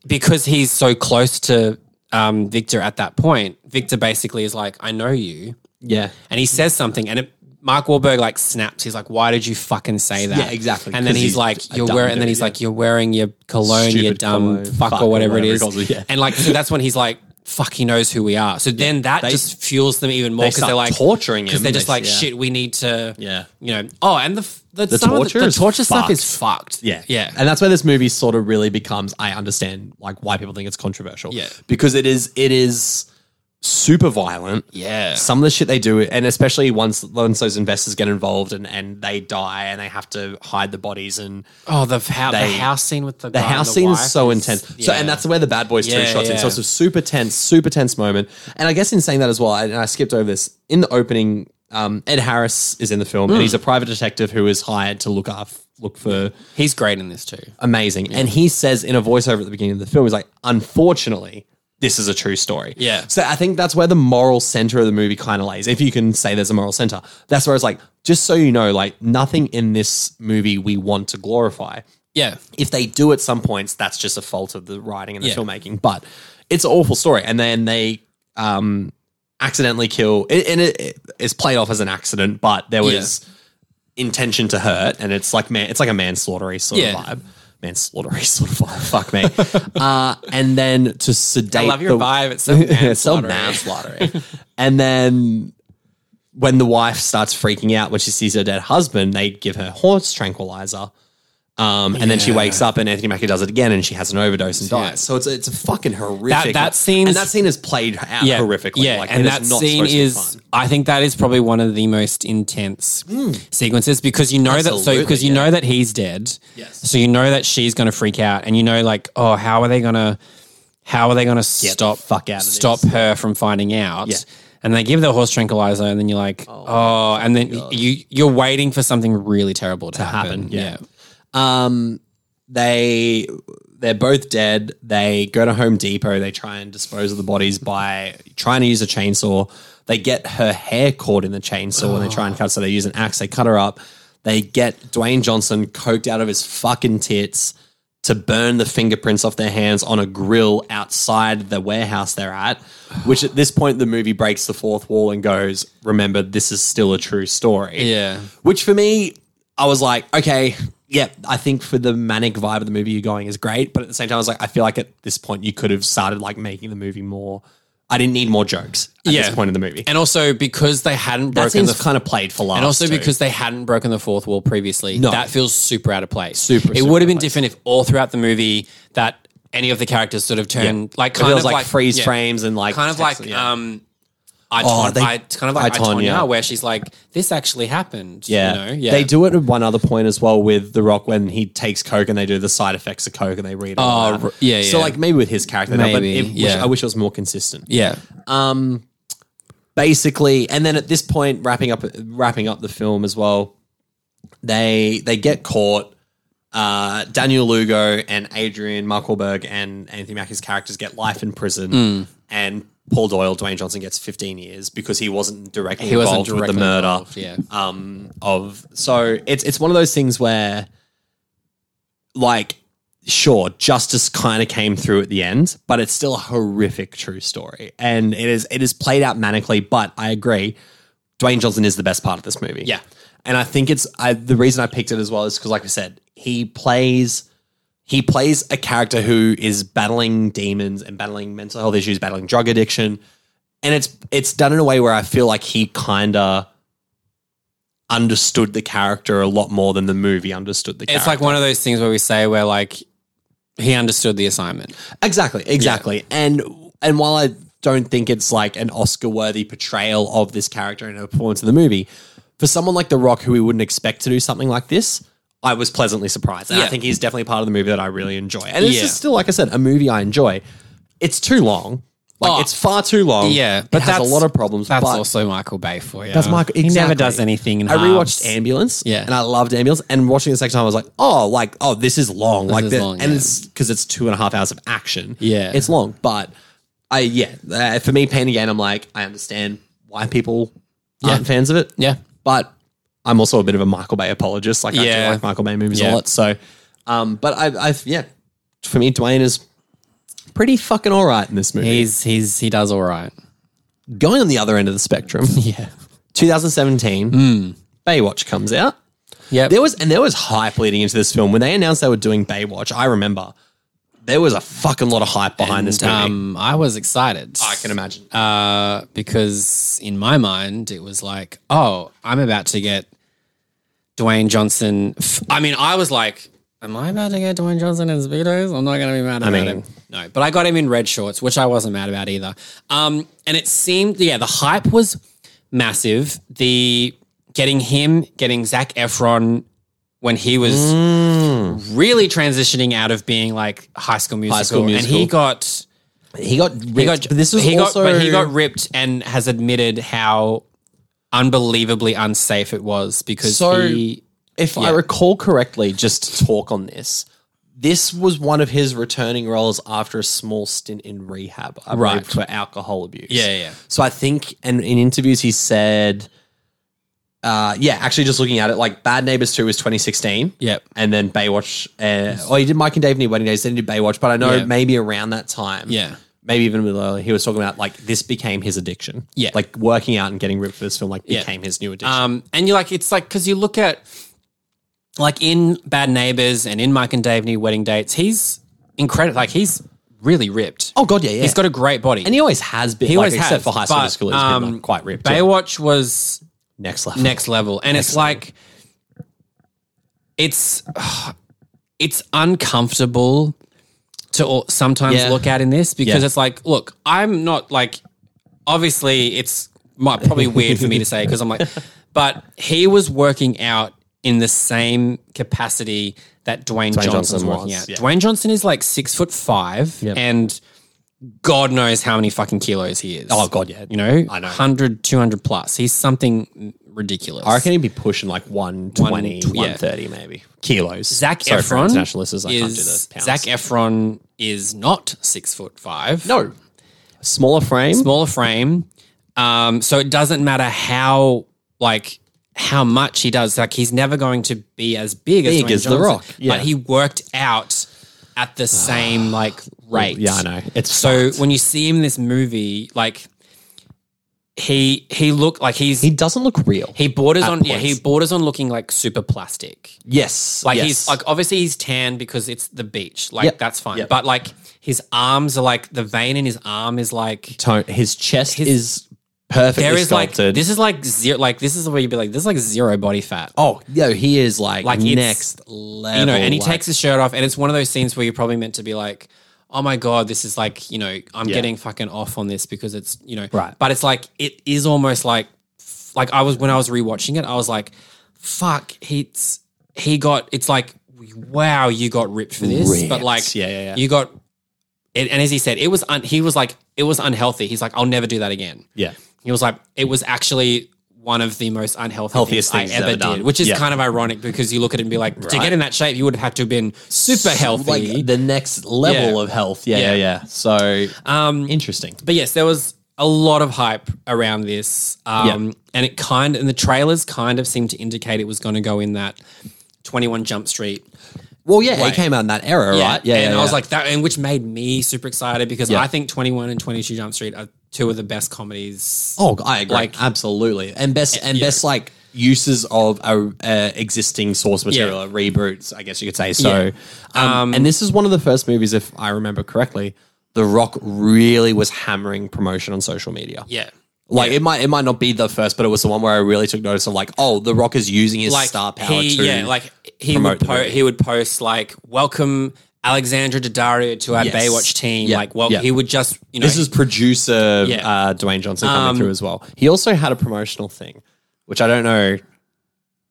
because he's so close to um, Victor at that point, Victor basically is like, "I know you,"
yeah,
and he says something, and it, Mark Wahlberg like snaps. He's like, "Why did you fucking say that?"
Yeah, exactly,
And then
'cause
he's,
he's a
like, "You're
dumb
wearing," and then
dude,
he's
yeah.
like, "You're wearing your cologne, you
Stupid
dumb
cologne,
fuck, or whatever it is,"
he calls it, yeah.
and like so that's when he's like. Fuck, he knows who we are. So then that just fuels them even more because
start
they are like
torturing him.
Because they're just
They-
like,
yeah.
shit, we need to,
Yeah.
you know. Oh, and the f- the, some of
torture
the, the
is
torture stuff
fucked.
is fucked.
Yeah.
yeah.
And that's where this movie sort of really becomes I understand like why people think it's controversial.
Yeah.
Because it is it is super violent.
Yeah.
Some of the shit they do, and especially once once those investors get involved and, and they die and they have to hide the bodies and
Oh, the, hou-
They-
the house scene with the
the house scene is so intense. So, and that's where the Bad Boys two
Yeah,
shots in. So
yeah.
it's a super tense, super tense moment. And I guess in saying that as well, I- and I skipped over this in the opening. Um, Ed Harris is in the
Mm.
film, and he's a private detective who is hired to look after look for
he's great in this too.
amazing. And he says in a voiceover at the beginning of the film, he's like, unfortunately, this is a true story.
Yeah.
So I think that's where the moral center of the movie kind of lays. If you can say there's a moral center, that's where it's like, just so you know, like nothing in this movie we want to glorify.
Yeah,
If they do at some points, that's just a fault of the writing and the
Yeah.
filmmaking. But it's an awful story. And then they um, accidentally kill, it, and it, it- it's played off as an accident, but there was intention to hurt, and it's like man, it's like a manslaughtery sort
Yeah.
of vibe, manslaughtery sort of vibe. Fuck me. uh, and then to sedate.
I love your
the-
vibe. It's so
It's so
manslaughter.
manslaughtery. and then when the wife starts freaking out when she sees her dead husband, they give her horse tranquilizer. Um, and then she
Yeah.
wakes up, and Anthony Mackie does it again, and she has an overdose and dies.
Yeah.
So it's a, it's a fucking horrific.
that scene's-
and that scene is played out
yeah,
horrifically.
Yeah,
like,
and
it is
that
not
scene
supposed to be
is.
fun.
I think that is probably one of the most intense sequences because you know that. So
Absolutely,
because you
yeah.
know that he's dead.
Yes.
So you know that she's going to freak out, and you know like, oh, how are they going to? How are they going to stop?
fuck out of this.
Stop her from finding out.
Yeah.
And they give the horse tranquilizer, and then you're like, oh, and then you you're waiting for something really terrible to, happen.
happen, yeah. Um, they they're both dead. They go to Home Depot. They try and dispose of the bodies by trying to use a chainsaw. They get her hair caught in the chainsaw when they try and cut. So they use an axe. They cut her up. They get Dwayne Johnson coked out of his fucking tits to burn the fingerprints off their hands on a grill outside the warehouse they're at. Which at this point the movie breaks the fourth wall and goes, "Remember, this is still a true story."
Yeah.
Which for me, I was like, okay, yeah, I think for the manic vibe of the movie you're going is great. But at the same time, I was like, I feel like at this point you could have started like making the movie more. I didn't need more jokes at
Yeah.
this point in the movie.
And also because they hadn't broken
that seems
the
kind of played for laughs.
and also
too.
because they hadn't broken the fourth wall previously, that feels super out of place.
Super,
It
super
would have been
out of place.
different if all throughout the movie that any of the characters sort of turned like
it
kind
feels
of
like, freeze
yeah,
frames and like
kind of
text-
like
yeah.
um, I,
Oh,
Ton-
they-
I kind of like
I,
I,
Tonya.
Tonya, where she's like, "This actually happened."
Yeah.
you know? yeah.
They do it at one other point as well with The Rock when he takes Coke and they do the side effects of Coke and they read it. all
Oh,
out.
r- yeah,
So,
yeah.
like, maybe with his character, now, but
Maybe,
it- wish-
yeah.
I wish it was more consistent.
Yeah,
basically and then at this point wrapping up wrapping up the film as well they they get caught uh, Daniel Lugo and Adrian Muckleberg and Anthony Mackie's characters get life in prison
Hmm.
and Paul Doyle Dwayne Johnson gets 15 years because he wasn't directly
He wasn't
involved with the
directly
murder
involved, yeah.
um of so it's it's one of those things where like sure justice kind of came through at the end but it's still a horrific true story and it is it is played out manically but i agree dwayne johnson is the best part of this movie
Yeah.
and i think it's I, the reason i picked it as well is because like i said he plays he plays a character who is battling demons and battling mental health issues battling drug addiction and it's it's done in a way where i feel like he kind of understood the character a lot more than the movie understood the character.
It's like one of those things where we say where like he understood the assignment.
Exactly, exactly. And and while I don't think it's like an Oscar worthy portrayal of this character and her performance in the movie, for someone like The Rock who we wouldn't expect to do something like this, I was pleasantly surprised. And I
Yeah.
think he's definitely part of the movie that I really enjoy. And it's
Yeah.
just still, like I said, a movie I enjoy. It's too long. Like
Oh.
it's far too long.
Yeah,
But
but
it has a
that's-
lot of problems.
That's
but
also Michael Bay for you.
That's Michael-
He never
exactly.
does anything. In
I
halves.
rewatched Ambulance,
Yeah.
and I loved Ambulance. And watching it the second time, I was like, "Oh, like, oh, this is long, like,
is
the,
long,
and
yeah.
it's because it's two and a half hours of action.
Yeah.
it's long, but I, yeah, uh, for me, Pain Again, I'm like, I understand why people aren't fans of it.
Yeah.
but I'm also a bit of a Michael Bay apologist. Like, I
Yeah.
do like Michael Bay movies a
Yeah.
lot. So, um, but I, I, yeah, for me, Dwayne is pretty fucking all right in this movie.
He's he's he does all right.
Going on the other end of the spectrum,
Yeah. Hmm.
2017, Baywatch comes out.
Yeah.
There was and there was hype leading into this film when they announced they were doing Baywatch. I remember there was a fucking lot of hype behind this movie.
Um, I was excited.
I can imagine.
uh, because in my mind it was like, oh, I'm about to get Dwayne Johnson. F- I mean, I was like, am I about to get Dwayne Johnson in speedos? I'm not going to be mad about
mean-
him. No, but I got him in red shorts, which I wasn't mad about either. Um, and it seemed, yeah, the hype was massive. The getting him, getting Zach Efron when he was really transitioning out of being like High School Musical,
Mm. School
and
Musical.
he got
he got ripped.
he got
but this was
he
also
got, but he got ripped and has admitted how unbelievably unsafe it was because
So-
he
if I recall correctly, just to talk on this. This was one of his returning roles after a small stint in rehab, I believe,
Right.
for alcohol abuse.
Yeah, yeah, yeah.
So I think, and in interviews, he said, uh, yeah, actually, just looking at it, like Bad Neighbors 2 was 2016.
Yep.
and then Baywatch. Uh, oh, he did Mike and Dave Need Wedding Days. Then he did Baywatch. But I know
Yeah.
maybe around that time,
Yeah.
maybe even a little earlier, he was talking about like this became his addiction.
Yeah.
like working out and getting ripped for this film like became his new addiction.
um and you're like it's like because you look at like in Bad Neighbors and in Mike and Dave New Wedding Dates he's incredible like he's really ripped
oh god, yeah, yeah.
he's got a great body
and he always has been.
He
like,
always has,
except for high school
but,
school, he's been, like,
um,
quite ripped. yeah.
Baywatch was
Next level.
next level and it's like it's it's uncomfortable to al- sometimes
Yeah.
look at in this because
Yeah.
it's like look i'm not like obviously it's might probably weird for me to say because i'm like but he was working out in the same capacity that Dwayne, Johnson's
Johnson
working
was,
out.
yeah.
Dwayne Johnson is like six foot five, and God knows how many fucking kilos he is.
Oh god, yeah.
you know,
I know.
100, 200 plus. He's something ridiculous.
I reckon he'd be pushing like 120,
One- yeah.
130 maybe kilos.
Zach
Sorry for
Efron
international listeners, I can't do
is
the pounds.
Zach Efron is not six foot five.
no, smaller frame.
smaller frame. Um, so it doesn't matter how like how much he does. Like he's never going to be as big,
Big
as, Dwayne
as The
Johnson,
Rock, yeah. Ah.
But he worked out at the same like rate.
yeah, I know. It's
So when you see him in this movie, like he he looked like he's
he
he,
doesn't look real.
borders on yeah
points.
he borders on looking like super plastic.
yes,
Like
yes.
he's like obviously he's tan because it's the beach. Like
Yep.
that's fine.
Yep.
But like his arms are like the vein in his arm is like
tone. His chest is perfectly
there is like
sculpted.
this is like zero like this is where you'd be like this is like zero body fat.
oh, yo, he is like,
Like, it's-
next level.
you know, and he
like-
takes his shirt off, and it's one of those scenes where you're probably meant to be like, "Oh my god, this is like you know I'm getting fucking off on this because it's you know
Right.
But it's like it is almost like like I was when I was rewatching it, I was like, "Fuck, he's he got it's like wow, you got ripped for this, but
Ripped.
like
Yeah, yeah, yeah.
you got." It, and as he said, it was un, he was like it was unhealthy. He's like, "I'll never do that again."
yeah,
He was like, it was actually one of the most unhealthy
Healthiest
things,
things
I ever
he's ever
did,
done.
which is
Yeah.
kind of ironic because you look at it and be like, to get in that shape, you would have had to have been super healthy.
like the next level
Yeah.
of health. Yeah, yeah,
Yeah.
yeah. So
um,
interesting.
but yes, there was a lot of hype around this, um, and it kind and the trailers kind of seemed to indicate it was going to go in that Twenty One Jump Street
Well, yeah, he came out in that era, right? Yeah,
and
yeah,
I was
yeah.
like that, and which made me super excited because
Yeah.
I think Twenty One and Twenty Two Jump Street are two of the best comedies.
oh, I agree,
like- eh,
absolutely, and best and
yeah.
best like uses of a, uh, existing source material, uh, reboots, I guess you could say. So,
Yeah.
um, and this is one of the first movies, if I remember correctly, The Rock really was hammering promotion on social media.
Yeah,
Like it might it might not be the first, but it was the one where I really took notice of like, oh, The Rock is using his star power
he,
to
yeah, like he
promote
would
the
po-
movie.
he would post like welcome Alexandra Daddario to our
Yes.
Baywatch team.
Yeah.
Like, well,
Yeah.
he would just you know
This is producer
Yeah. Um,
uh, Dwayne Johnson coming through as well. He also had a promotional thing, which I don't know.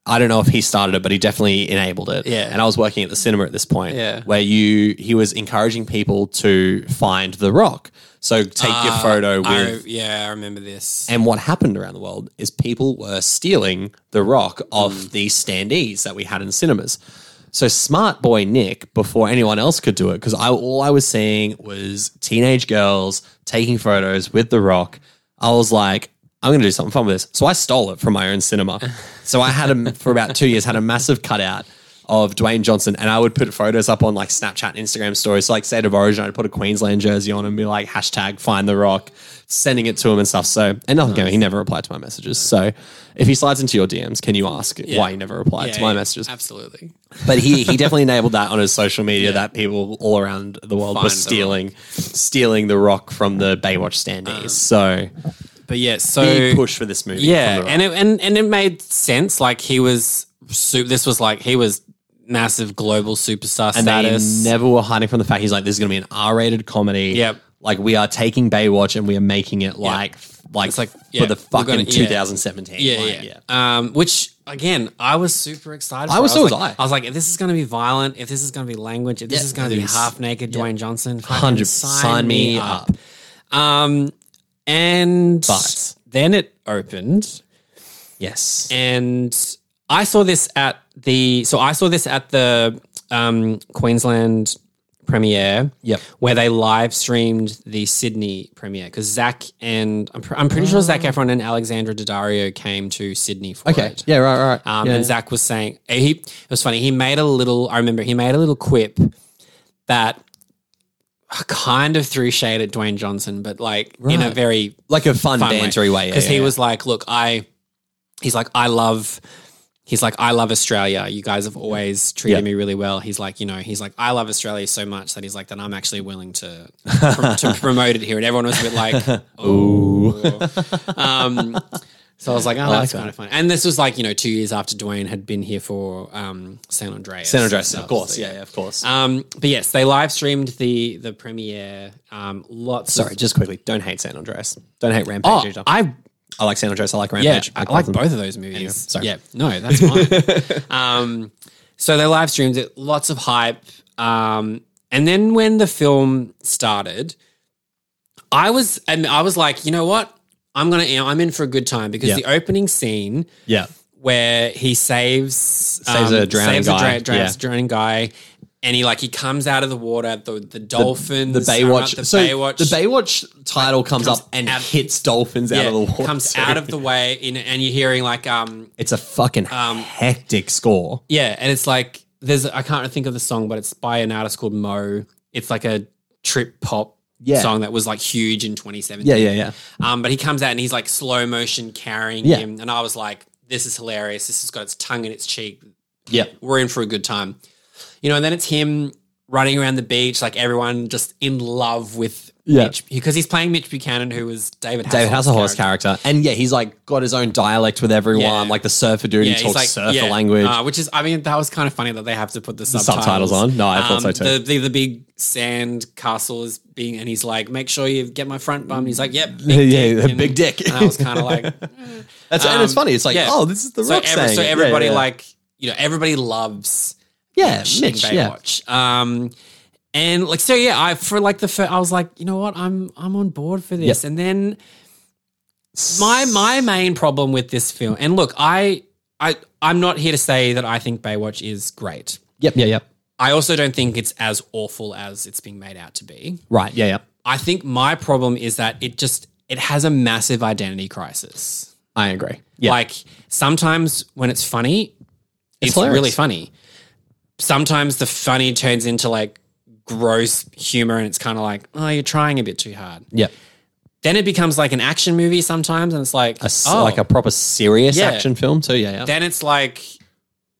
I don't know if he started it, but he definitely enabled it.
Yeah.
And I was working at the cinema at this point,
Yeah.
where you he was encouraging people to find The Rock. So take your photo with.
Ah, I, yeah, I remember this.
and what happened around the world is people were stealing The Rock off the standees that we had in cinemas. So smart boy Nick, before anyone else could do it, because I, all I was seeing was teenage girls taking photos with The Rock. I was like, I'm going to do something fun with this. So I stole it from my own cinema. So I had a, for about two years, had a massive cutout of Dwayne Johnson, and I would put photos up on like Snapchat, and Instagram stories. So like state of origin, I'd put a Queensland jersey on and be like hashtag Find the Rock, sending it to him and stuff. So and nothing came. He never replied to my messages. So if he slides into your DMs, can you ask why he never replied
Yeah,
to my
yeah,
messages?
Absolutely.
But he he definitely enabled that on his social media that people all around the world
Find
were
The
stealing stealing the Rock from the Baywatch standees. so
But yeah, Um, so
big push for this movie.
yeah,
from The Rock.
and it and, and it made sense. Like he was, su- this was like he was massive global superstar
and
status.
they never were hiding from the fact he's like, this is going to be an R-rated comedy.
Yep.
Like we are taking Baywatch and we are making it like, like,
like,
for
yeah,
the
we're gonna-
fucking
yeah.
2017.
yeah,
Like,
yeah. Um, which again, I was super excited.
I
for.
was- so was
like-
I.
was like, if this is going to be violent, if this is going to be language, if this
Yeah,
is going to be
this-
half naked Dwayne Johnson, fucking
Hundred sign me up.
Um, and
But-
then it opened.
Yes.
and I saw this at the so I saw this at the um, Queensland premiere.
Yep.
where they live streamed the Sydney premiere because Zach and I'm, pr- I'm pretty sure Zach Efron and Alexandra Daddario came to Sydney for
Ah. okay.
it.
Yeah. Right. Right.
Um,
yeah.
And Zach was saying he it was funny. He made a little. I remember he made a little quip that kind of threw shade at Dwayne Johnson, but like in a
Right.
very
like a fun, bantery way.
because
yeah,
he
yeah.
was like, "Look, I," he's like, "I love," he's like, "I love Australia. You guys have always treated
Yeah.
me really well." He's like, you know, he's like, "I love Australia so much that he's like that I'm actually willing to prom- to promote it here." And everyone was a bit like, "Ooh." um, so I was like, "Oh, that's kind of funny." And this was like you know two years after Dwayne had been here for um, San Andreas.
San Andreas, of
stuff,
course.
so
Yeah. yeah of course.
Um, but yes, they live streamed the the premiere. Um, lots. of-
Sorry. Just quickly. Don't hate San Andreas. Don't hate Rampage.
Oh,
either. I,
I
like San Andreas. I like
yeah,
Rampage.
I, like
them.
both of those movies.
sorry.
Yeah, no, that's fine. um, so they live streamed it, lots of hype. Um, and then when the film started, I was and I was like, you know what? I'm gonna I'm in for a good time because
Yeah.
the opening scene
Yeah.
where he saves saves
a drowning
saves
guy.
a dra- drowns
Yeah.
drowning guy, and he like he comes out of the water. The the dolphins,
The Baywatch.
the
so
Baywatch,
the Baywatch title comes, up and
out-
hits dolphins out
yeah,
of the water.
comes out of the way, in, and you're hearing like um
It's a fucking hectic score.
Yeah, and it's like there's I can't think of the song, but it's by an artist called Mo. It's like a trip pop
Yeah.
song that was like huge in 2017.
Yeah, yeah, yeah.
Um, but he comes out and he's like slow motion carrying
Yeah.
him, and I was like, this is hilarious. This has got its tongue in its cheek.
Yeah.
We're in for a good time, you know. And then it's him running around the beach, like everyone just in love with
Yeah.
Mitch because he's playing Mitch Buchanan, who was David
David
Hasselhoff's
has a horse character. And yeah, he's like got his own dialect with everyone,
Yeah.
like the surfer dude.
Yeah,
he
he's
talks
like-
surfer
yeah,
language.
uh, which is, I mean, that was kind of funny that they have to put the,
subtitles
subtitles.
on. No, I thought so too.
Um, The, the, the big sand castle is being, and he's like, make sure you get my front bum. And he's like, yep, big
Yeah, yeah,
dick. And-
big dick.
And I was kind of like,
That's, and it's
um,
funny. It's like,
yeah.
oh, this is the
so,
rock
every,
saying
so
it. Yeah,
everybody
yeah, yeah.
like, you know, everybody loves
yeah,
Mitch
Mitch,
in
yeah.
Baywatch. Um, and like, so yeah, I, for like the first, I was like, you know what? I'm, I'm on board for this. And then my, my main problem with this film, and look, I, I, I'm not here to say that I think Baywatch is great.
Yep, yeah, yep.
I also don't think it's as awful as it's being made out to be.
Right, yeah, yeah.
I think my problem is that it just it has a massive identity crisis.
I agree. Yeah,
Like sometimes when it's funny, it's,
hilarious.
really funny. Sometimes the funny turns into like gross humor and it's kind of like, oh, you're trying a bit too hard.
yeah.
Then it becomes like an action movie sometimes and it's like
A s-
oh.
Like a proper serious
Yeah.
action film too. Yeah, yeah.
then it's like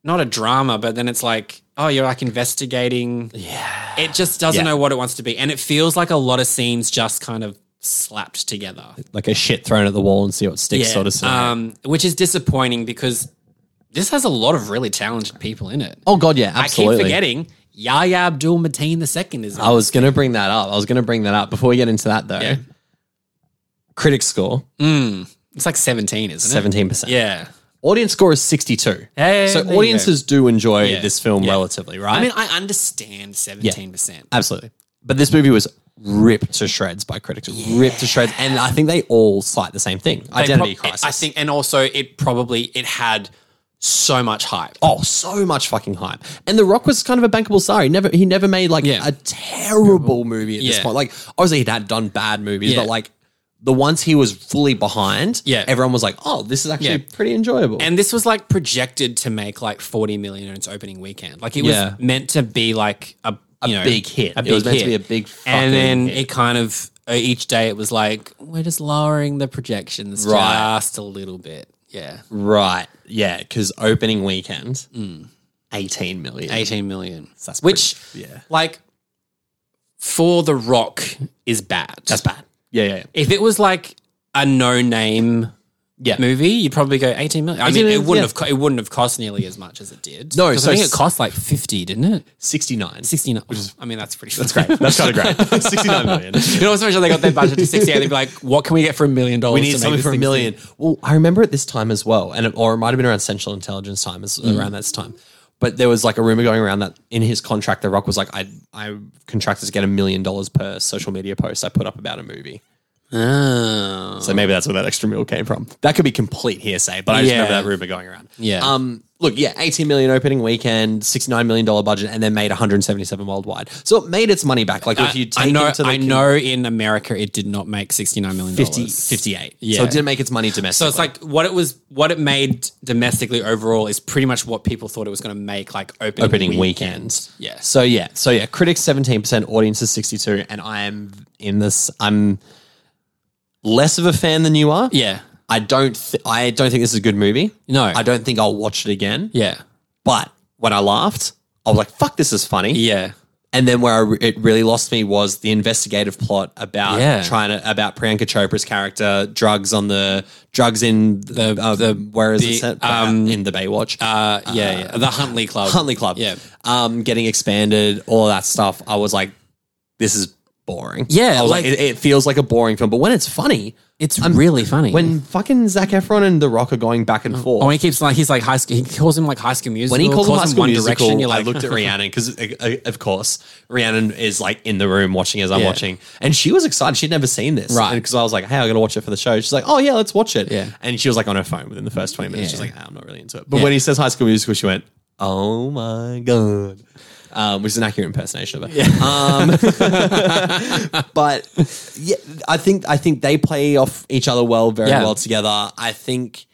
not a drama, but then it's like, oh, you're like investigating. Yeah. It just doesn't
Yeah.
know what it wants to be. And it feels like a lot of scenes just kind of slapped together.
Like a shit thrown at the wall and see what sticks, sort of scenario.
um, which is disappointing because this has a lot of really talented people in it.
oh god, yeah,
I keep
absolutely.
forgetting Yahya Abdul Mateen II is. in
I was going to bring that up. I was going to bring that up before we get into that though.
Yeah.
Critic score
it. It's like seventeen, isn't it?
seventeen percent.
Yeah.
Audience score is sixty two.
Hey,
so
there you
audiences do enjoy
Yeah.
this film
Yeah.
relatively, right?
I mean, I understand seventeen percent.
absolutely. But this movie was ripped to shreds by critics, ripped to shreds, and I think they all cite the same thing: identity
Prob-
crisis.
I think, and also it probably it had so much hype.
Oh, so much fucking hype. And The Rock was kind of a bankable star. He never he never made like
Yeah.
a terrible movie at this
Yeah.
point. Like obviously he'd had done bad movies,
Yeah.
but like the ones he was fully behind,
Yeah.
everyone was like, oh, this is actually
Yeah.
pretty enjoyable.
And this was like projected to make like 40 million in its opening weekend. Like it
Yeah.
was meant to be like a, you know,
big hit.
A
It
big
was meant to
hit.
be a big fucking
And then
hit.
it kind of uh, each day it was like we're just lowering the projections
Right.
just a little bit. Yeah.
right. Yeah, because opening weekend,
Hmm.
18 million.
18 million.
That's
Which
pretty- yeah.
like for the rock is bad.
That's bad. Yeah, yeah, yeah.
If it was like a no name
Yeah.
movie, you'd probably go 18 million. I
18
mean, it
million,
wouldn't
yeah.
have co- it wouldn't have cost nearly as much as it did.
No,
'Cause
so
I think
s-
it cost like 50, didn't it?
69.
69. I mean, that's pretty. That's
Great. That's kind of great. 69 million.
you know, especially they got their budget to 60 and they'd be like, what can we get for a million dollars?
We need something for a million. Well, I remember at this time as well, and it, or it might have been around Central Intelligence time, is
Mm.
around that time. But there was like a rumor going around that in his contract, The Rock was like, "I I contracted to get a million dollars per social media post I put up about a movie."
Oh.
So maybe that's where that extra meal came from. That could be complete hearsay, but I just
Yeah.
remember that rumor going around.
Yeah.
Um. Look, yeah, eighteen million opening weekend, sixty nine million dollar budget, and then made one hundred seventy seven worldwide. So it made its money back. Like if you take
I know,
into the
I know in America it did not make $69 million.
50, 58.
Yeah.
So it didn't make its money domestically.
So it's like what it was, what it made domestically overall is pretty much what people thought it was going to make, like opening,
opening
week.
weekend.
Yeah.
So yeah. So yeah. Critics seventeen percent, audiences sixty two, and I am in this. I'm less of a fan than you are.
Yeah.
I don't. Th- I don't think this is a good movie.
No.
I don't think I'll watch it again.
Yeah.
But when I laughed, I was like, "Fuck, this is funny."
Yeah.
And then where I re- it really lost me was the investigative plot about
Yeah.
trying to about Priyanka Chopra's character, drugs on the drugs in the, uh, the where is it set? in the Baywatch?
um, Uh, yeah, yeah. The Huntley Club.
Huntley Club.
Yeah.
Um, getting expanded, all that stuff. I was like, this is boring.
Yeah,
I was like,
like-
it, it feels like a boring film. But when it's funny,
It's really funny.
when fucking Zach Efron and The Rock are going back and forth.
Oh, he keeps like he's like high school. He calls him like high school musical.
when he calls him High School
One
Musical,
Direction. You're
I
like,
looked at Rhiannon because, of course, Rhiannon is like in the room watching as I'm
Yeah.
watching, and she was excited. She'd never seen this,
Right.
Because I was like, "Hey, I'm gonna watch it for the show." She's like, "Oh yeah, let's watch it."
Yeah.
and she was like on her phone within the first twenty minutes. She's
Yeah.
like, "Ah, "I'm not really into it." But when he says High School Musical, she went, "Oh my god." Um, which is an accurate impersonation of it. Um, but yeah, I think I think they play off each other well, very
Yeah.
well together. I think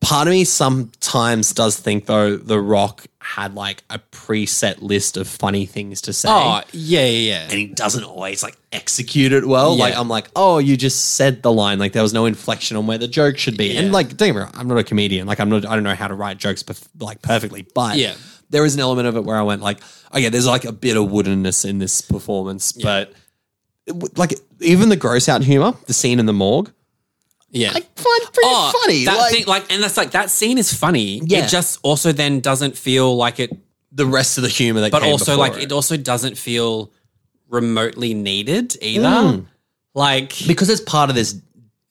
part of me sometimes does think though the rock had like a preset list of funny things to say
oh yeah, yeah,
and
yeah.
he doesn't always like execute it well
Yeah.
like i'm like oh you just said the line like there was no inflection on where the joke should be
Yeah.
and like don't get me wrong i'm not a comedian like i'm not i don't know how to write jokes perf- like perfectly but
Yeah.
there is an element of it where i went like okay there's like a bit of woodenness in this performance but it w- like even the gross out humor the scene in the morgue
yeah.
i find pretty
Oh,
funny
That
like
thing, like, and that's like that scene is funny.
Yeah.
It just also then doesn't feel like it,
the rest of the humor that
but
came
also
before
like
it.
it. also doesn't feel remotely needed either.
Hmm.
Like,
because it's part of this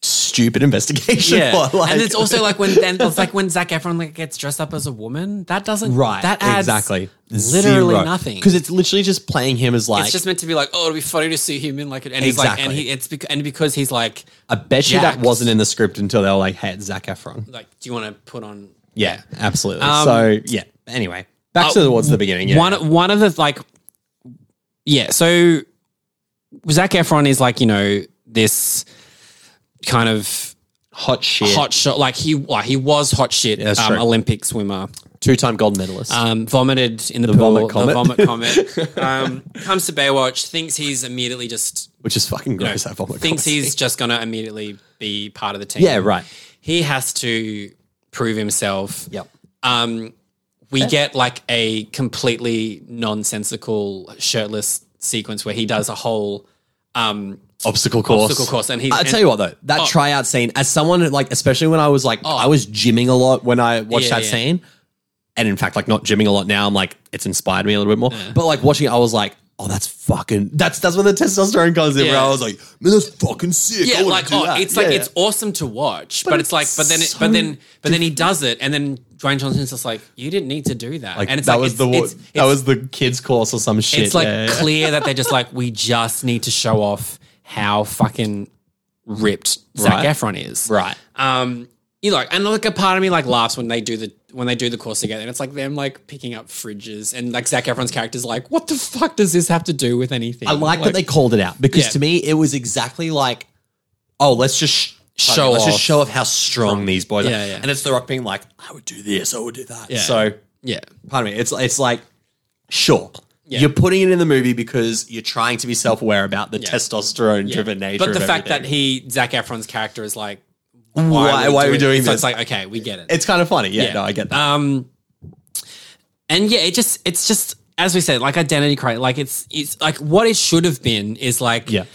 stupid investigation.
yeah,
plot, like-
and it's also like when then it's like when Zac Efron like gets dressed up as a woman. That doesn't
right.
That adds
exactly
literally nothing.
because it's literally just playing him as like.
It's just meant to be like, oh, it'd be funny to see him in like, and he's like, and
Exactly.
he, it's bec- and because he's like,
I bet you that
jacked.
wasn't in the script until they were like, "Hey, it's Zac Efron."
like, do you want to put on?
Yeah, absolutely. so yeah. Anyway, back to towards the beginning. Yeah.
Um, uh, One one of the like, yeah. So Zach Efron is like you know this kind of
hot shit.
hot shot. Like he like he was hot shit
that's
um,
true.
Olympic swimmer.
Two-time gold medalist.
Um, vomited in the, pool.
vomit comet.
The vomit comet. um, comes to Baywatch. Thinks he's immediately just
which is fucking gross. I vomit.
thinks he's just gonna immediately be part of the team.
Yeah. Right.
He has to prove himself.
Yep.
um, we get like a completely nonsensical shirtless sequence where he does a whole um,
obstacle course.
Obstacle course, and oh. he's-
I
and-
tell you what though, that tryout scene, as someone who, like, especially when I was like, I was gymming a lot when I watched
Oh. Yeah,
that
yeah.
scene, and in fact, like, not gymming a lot now. I'm like, it's inspired me a little bit more. But like watching, it, I was like, oh, that's fucking. That's that's where the testosterone comes in. Bro,
Yeah.
I was like, man, that's fucking sick. I
yeah,
wanna
like
do
oh,
that."
it's like
Yeah,
it's awesome to watch, but,
But
it's like,
it's
but then, it,
so
but then, but then he does it, and then Dwayne Johnson's just like, you didn't need to do that,
Like,
and it's
that
like
was
it's,
the wa-
it's,
that
it's-
was the kids course or some shit.
it's like
Yeah, yeah, yeah.
clear that they're just like, we just need to show off how fucking ripped Zach
Right.
Efron is,
right.
Um, you know, like, and like a part of me like laughs when they do the when they do the course together, and it's like them like picking up fridges, and like Zach Efron's character's like, what the fuck does this have to do with anything?
I like, that they called it out because
Yeah.
to me it was exactly like, oh, let's just sh-
Show
let's
off.
just show off how strong these boys
Yeah,
are,
yeah.
and it's The Rock being like, I would do this, I would do that.
Yeah.
So,
yeah,
pardon me, it's it's like, sure, you're putting it in the movie because you're trying to be self aware about the testosterone-driven nature.
but the
of
fact that
everything.
he Zach Efron's character is like,
why, why are we doing
So
this?
it's like, okay, we get it.
it's kind of funny. Yeah, Uh, no, I get that.
Um, and yeah, it just it's just as we said, like identity crisis. Like it's it's like what it should have been is like
yeah,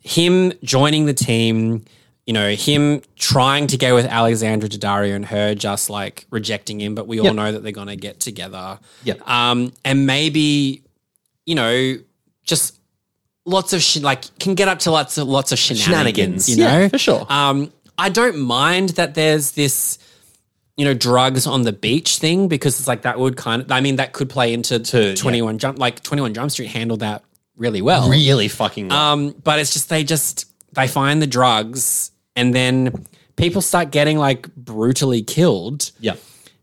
him joining the team, you know, him trying to go with Alexandra Daddario and her just like rejecting him, but we all
Yep.
know that they're going to get together.
yeah.
Um, and maybe, you know, just lots of sh- like can get up to lots of lots of shenanigans,
Shenanigans.
you know,
Yeah, for sure.
Um, I don't mind that there's this, you know, drugs on the beach thing because it's like that would kind of, I mean, that could play into
To- yeah.
Twenty One Jump, like Twenty One Jump Street handled that really well.
really fucking. well.
Um, but it's just they just they find the drugs and then people start getting like brutally killed.
yeah.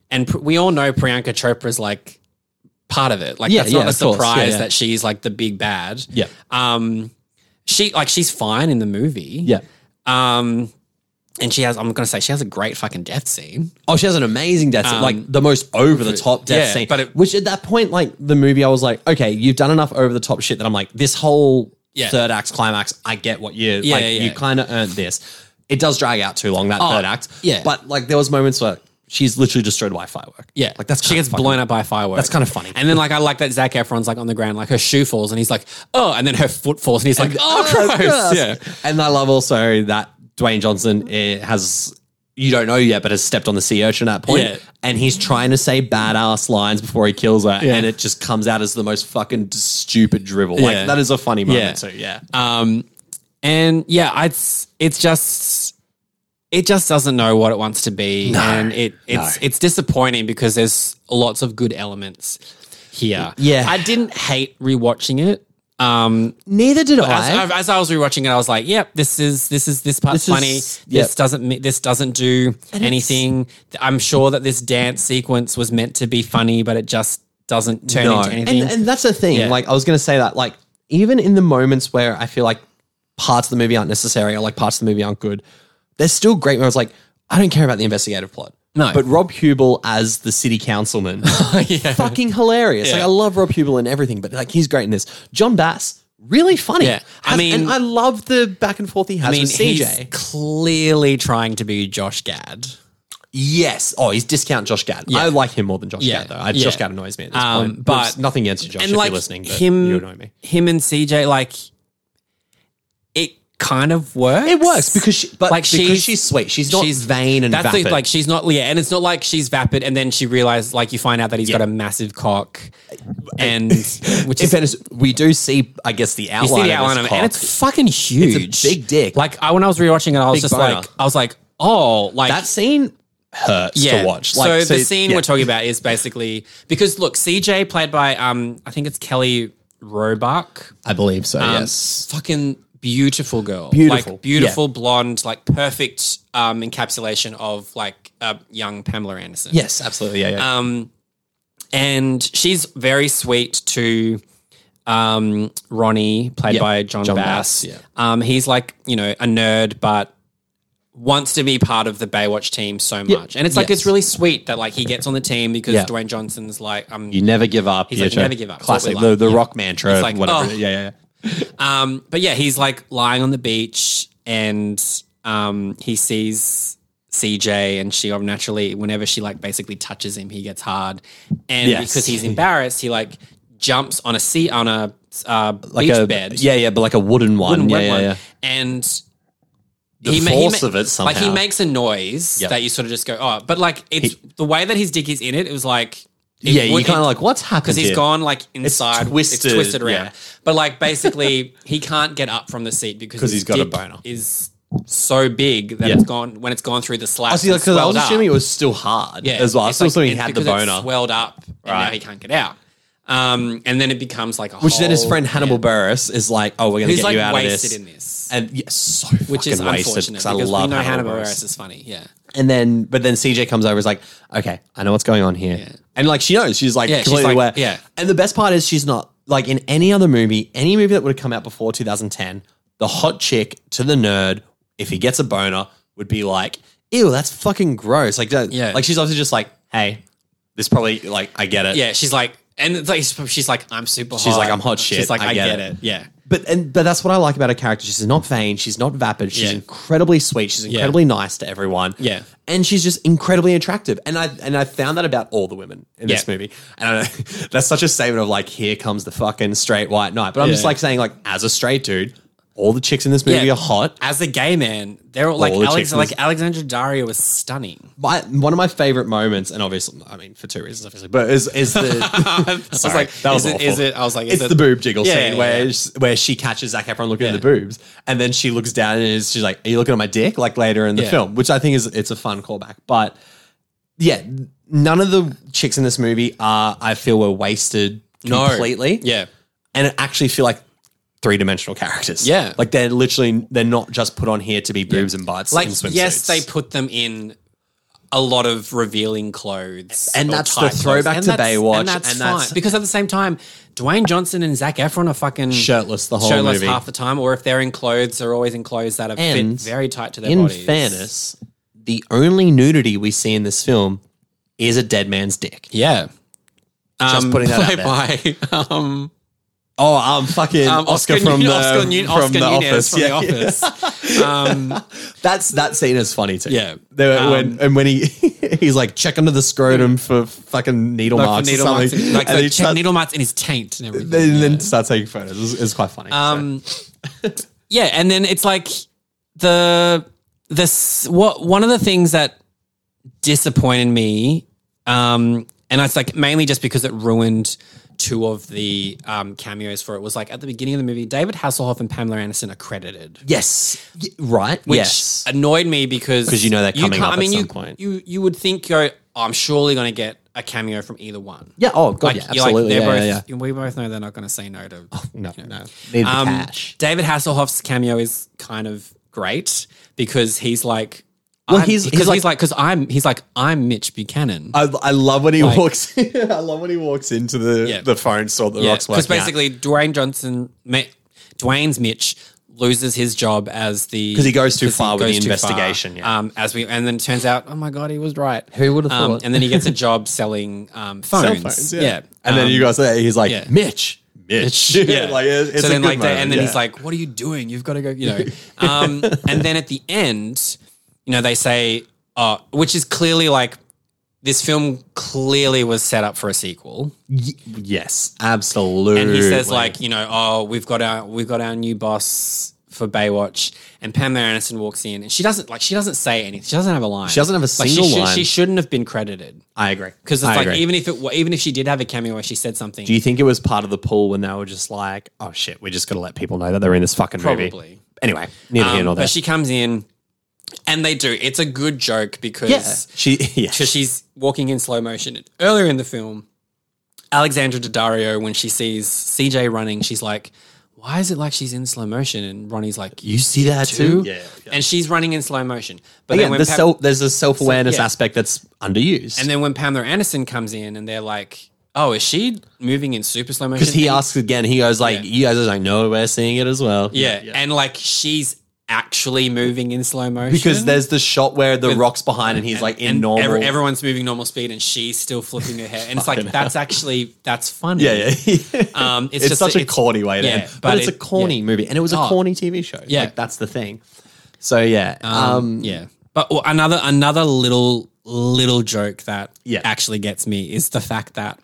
And pr- we all know Priyanka Chopra's like part of it. Like
Yeah,
that's
yeah,
not a
of course. Yeah,
surprise
yeah.
that she's like the big bad.
Yeah.
Um, she like she's fine in the movie.
Yeah.
Um, and she has I'm gonna say she has a great fucking death scene.
Oh, she has an amazing death scene, like the most over the top death
Um, yeah,
scene.
but it-
which at that point, like the movie, I was like, okay, you've done enough over the top shit that I'm like, this whole
Yeah.
third act climax, I get what you,
Yeah,
like,
yeah,
you
yeah.
kind of earned this. It does drag out too long that third act,
yeah.
But like there was moments where she's literally destroyed by a firework,
Yeah,
Like that's
she gets blown up by fireworks.
That's kind of funny.
And then like I like that Zach Efron's like on the ground, like her shoe falls, and he's like, oh, and then her foot falls, and he's like, oh, gross. Yeah,
and I love also that Dwayne Johnson eh, has. You don't know yet, but has stepped on the sea urchin at that point,
Yeah.
and he's trying to say badass lines before he kills her, and it just comes out as the most fucking stupid drivel.
Yeah.
Like that is a funny moment
Yeah.
too. Yeah,
Um, and yeah, it's it's just it just doesn't know what it wants to be, and it it's it's disappointing because there's lots of good elements here.
Yeah.
I didn't hate rewatching it. Um,
neither did
as,
I.
as I was rewatching it, I was like, "Yep, this is this is this part's
This is-
funny.
yep.
This doesn't mi- this doesn't do anything. I'm sure that this dance sequence was meant to be funny, but it just doesn't turn into anything."
And, and that's the thing.
Yeah.
Like I was going to say that. Like even in the moments where I feel like parts of the movie aren't necessary or like parts of the movie aren't good, there's still great moments. Like I don't care about the investigative plot.
No.
but Rob Hubel as the city councilman, fucking hilarious. Like I love Rob Hubel and everything, but like he's great in this. John Bass, really funny.
Yeah. I
Has-
mean-
and I love the back and forth he has
I mean,
with CJ.
he's clearly trying to be Josh Gad.
yes. Oh, he's discount Josh Gad. I like him more than Josh
Yeah.
Gad though. I,
Yeah.
Josh Gad annoys me at this
Um,
point.
but-
It's nothing against you, Josh,
and
if
like
you're listening. But
him,
you annoy me.
him and CJ, like it kind of works.
It works because she, but
Like,
like because
she's-
she's sweet. She's not
she's-
vain and
That's the-
vapid.
like she's not yeah, and it's not like she's vapid, and then she realized like you find out that he's got a massive cock, and which
in
is
fairness, we do see, I guess, the outline.
you see the
of
outline of
his
it,
cock.
and it's fucking huge,
big dick.
Like I when I was rewatching it, I was
Big
just
boner.
like, I was like, oh, like
that scene hurts to watch.
so,
Like
the scene
yeah.
we're talking about is basically because look, CJ played by um I think it's Kelly Roebuck.
I believe so.
Um,
yes,
Fucking beautiful girl.
Beautiful.
Like beautiful blonde, like perfect um encapsulation of like uh, young Pamela Anderson.
yes, absolutely. Yeah, yeah.
Um and she's very sweet to um Ronnie, played
Yeah.
by John,
John
Bass.
Bass, yeah.
Um he's like, you know, a nerd but wants to be part of the Baywatch team so much. And it's like
Yes.
it's really sweet that like he gets on the team because
Yeah.
Dwayne Johnson's like um
you never give up.
He's like,
yeah,
"You never give up." It's what we
Classic.
like.
The, the
Yeah.
rock mantra.
It's like,
whatever.
oh.
Yeah, yeah, yeah.
Um, but yeah, he's like lying on the beach and um, he sees CJ and she naturally, whenever she like basically touches him, he gets hard. And
Yes.
because he's embarrassed, he like jumps on a sea on a uh,
like
beach
a
bed.
Yeah, yeah, but like a wooden one.
wooden
yeah,
wet
yeah,
one,
yeah.
and
The
ma-
force
ma-
of it somehow.
Like he makes a noise
Yep.
that you sort of just go, oh, but like it's the way that his dick is in it. It was like it
yeah, you
would-
kind of like what's happened?
because he's
here?
gone like inside, it's twisted,
twisted,
around.
yeah.
But like basically, he can't get up from the seat because
'Cause
his
he's got a
dick
boner.
Is so big that
Yeah.
it's gone when it's gone through the slats.
I see,
and
because I was
swelled up.
assuming it was still hard
Yeah,
as well. I
it's
still
like-
assuming he
it's
had the
because it
boner,
swelled up, and now
Right.
he can't get out. Um, and then it becomes like a
which then his
whole-
friend Hannibal Buress is like, "Oh, we're gonna
who's
get
Oh, like
you out of
wasted
this."
in this.
and yeah, so
which is
fucking wasted,
unfortunate because,
'cause I love
we know
Hannibal
Hannibal
Buress.
Buress is funny. Yeah,
And then, but then CJ comes over, is like, okay, I know what's going on here. And like, she knows, she's like
Yeah, she's
completely
like-
aware.
yeah.
And the best part is, she's not like in any other movie, any movie that would have come out before 2010, the hot chick to the nerd, if he gets a boner, would be like, ew, that's fucking gross. Like, that-
Yeah.
like she's obviously just like, hey, this probably, like, I get it.
yeah. She's like, and it's like she's like, I'm super.
She's
hot.
like, I'm hot shit.
She's like, I, get, it. Yeah,
But and but that's what I like about her character. She's not vain. She's not vapid. She's
Yeah.
incredibly sweet. She's incredibly nice to everyone.
Yeah.
and she's just incredibly attractive. And I and I found that about all the women in this
Yeah.
movie. And I, that's such a statement of like, here comes the fucking straight white knight. But I'm just
Yeah.
like saying like, as a straight dude, all the chicks in this movie
Yeah.
are hot.
as a gay man, they're all, like
All the
Alex,
chicks in
like
this-
Alexandra Daria was stunning.
My, one of my favorite moments, and obviously, I mean, for two reasons, obviously, but is is the
I was
Sorry,
like,
that was
is it,
awful.
is it? I was like, is
it's
it
the boob jiggle
Yeah,
scene
yeah,
where
yeah.
sh- where she catches Zac Efron looking at the boobs, and then she looks down and is, she's like, "Are you looking at my dick?" Like later in the
Yeah.
film, which I think is it's a fun callback. But yeah, none of the chicks in this movie are I feel were wasted
No.
completely,
Yeah,
and actually feel like three dimensional characters.
Yeah.
like they're literally they're not just put on here to be boobs and butts.
like
and swimsuits.
yes, they put them in. A lot of revealing clothes,
And
or
that's the
tight clothes.
throwback to
that's-
Baywatch,
and that's
and
fine
that's-
because at the same time, Dwayne Johnson and Zach Efron are fucking
shirtless the whole
shirtless
movie.
half the time, or if they're in clothes, they're always in clothes that are fit
And
very tight to their
in
bodies.
fairness, the only nudity we see in this film is a dead man's dick.
yeah.
Just putting that out
by, by um,
Oh, I'm fucking
um,
Oscar,
Oscar,
from
Nu-
the,
Oscar, Nu-
from
Oscar
the
Nunez
office.
from
yeah,
the office. um,
That's that scene is funny too.
Yeah.
They were-
Um,
when, and when he he's like check under the scrotum for fucking needle marks
needle
or something,
marks, in- like
and
the
he
check
starts-
needle marks in his taint and everything.
then, then start taking photos. It's, it's quite funny.
Um, yeah, and then it's like the this what one of the things that disappointed me, um, and it's like mainly just because it ruined two of the um, cameos for it was like at the beginning of the movie, David Hasselhoff and Pamela Anderson are credited.
yes, Y- right.
which
yes,
annoyed me because
'Cause you know they're coming
can't-
up at some
you,
point.
You you would think you "Oh, I'm surely going to get a cameo from either one.
yeah. Oh god, yeah,
you're
absolutely.
they're
yeah,
both,
yeah, Oh,
We both know they're not going to say no to.
yeah. No, no, need the
Um,
cash.
David Hasselhoff's cameo is kind of great because he's like,
Well,
I'm-
he's- he's
because
like- Uh,
he's like because I'm he's like I'm Mitch Buchanan.
I, I love when he walks. I love when he walks into the
Yeah.
the phone store. The rocks
because
working out.
basically Dwayne Johnson, Ma- Dwayne's Mitch loses his job as the because
he goes too far with the
too far,
investigation, yeah.
Um, as we and then it turns out, oh my god, he was right.
Who would have
Um,
thought?
and then he gets a job selling um, phones.
cell phones,
yeah. Um,
And then you guys say he's like,
yeah.
Mitch, Mitch.
Yeah.
like it- it's
so
a
then
good
like
moment,
they, and then
yeah.
he's like, "What are you doing? You've got to go." You know. Um, and then at the end, you know, they say, "Oh," which is clearly like this film clearly was set up for a sequel.
yes, absolutely.
And he says like, you know, oh, we've got our we've got our new boss for Baywatch, and Pamela Anderson walks in, and she doesn't like she doesn't say anything. She doesn't have a line. She
doesn't have a single
she should-
line.
she shouldn't have been credited
I agree
because it's
I
like
agree.
even if it wa- even if she did have a cameo where she said something,
Do you think it was part of the pool when they were just like, oh shit, we just got to let people know that they're in this fucking movie?
Probably.
Anyway, neither here
Um,
nor there.
but she comes in, and they do. It's a good joke because
yeah, she yeah.
because she's walking in slow motion. Earlier in the film, Alexandra Daddario, when she sees CJ running, she's like, "Why is it like she's in slow motion?" And Ronnie's like,
you see that
too.
too? Yeah. yeah.
And she's running in slow motion. But
Again,
then when
the
Pam-
self, there's a self awareness
yeah.
aspect that's underused.
and then when Pamela Anderson comes in and they're like, "Oh, is she moving in super slow motion?"
because he
And-
asks again, he goes like, "You guys are like, no, we're seeing it as well."
yeah, and like she's actually moving in slow motion
because there's the shot where the rocks behind, and he's like in
and
normal.
every- everyone's moving normal speed and she's still flipping her hair. And it's like that's actually that's funny.
yeah, yeah.
Um, it's,
it's,
just
such a corny way to
yeah,
end. But,
but
it's
it-
a corny movie, and it was a
Oh.
corny TV show.
Yeah.
like, that's the thing. So yeah, um,
yeah. But well, another another little little joke that
Yeah.
actually gets me is the fact that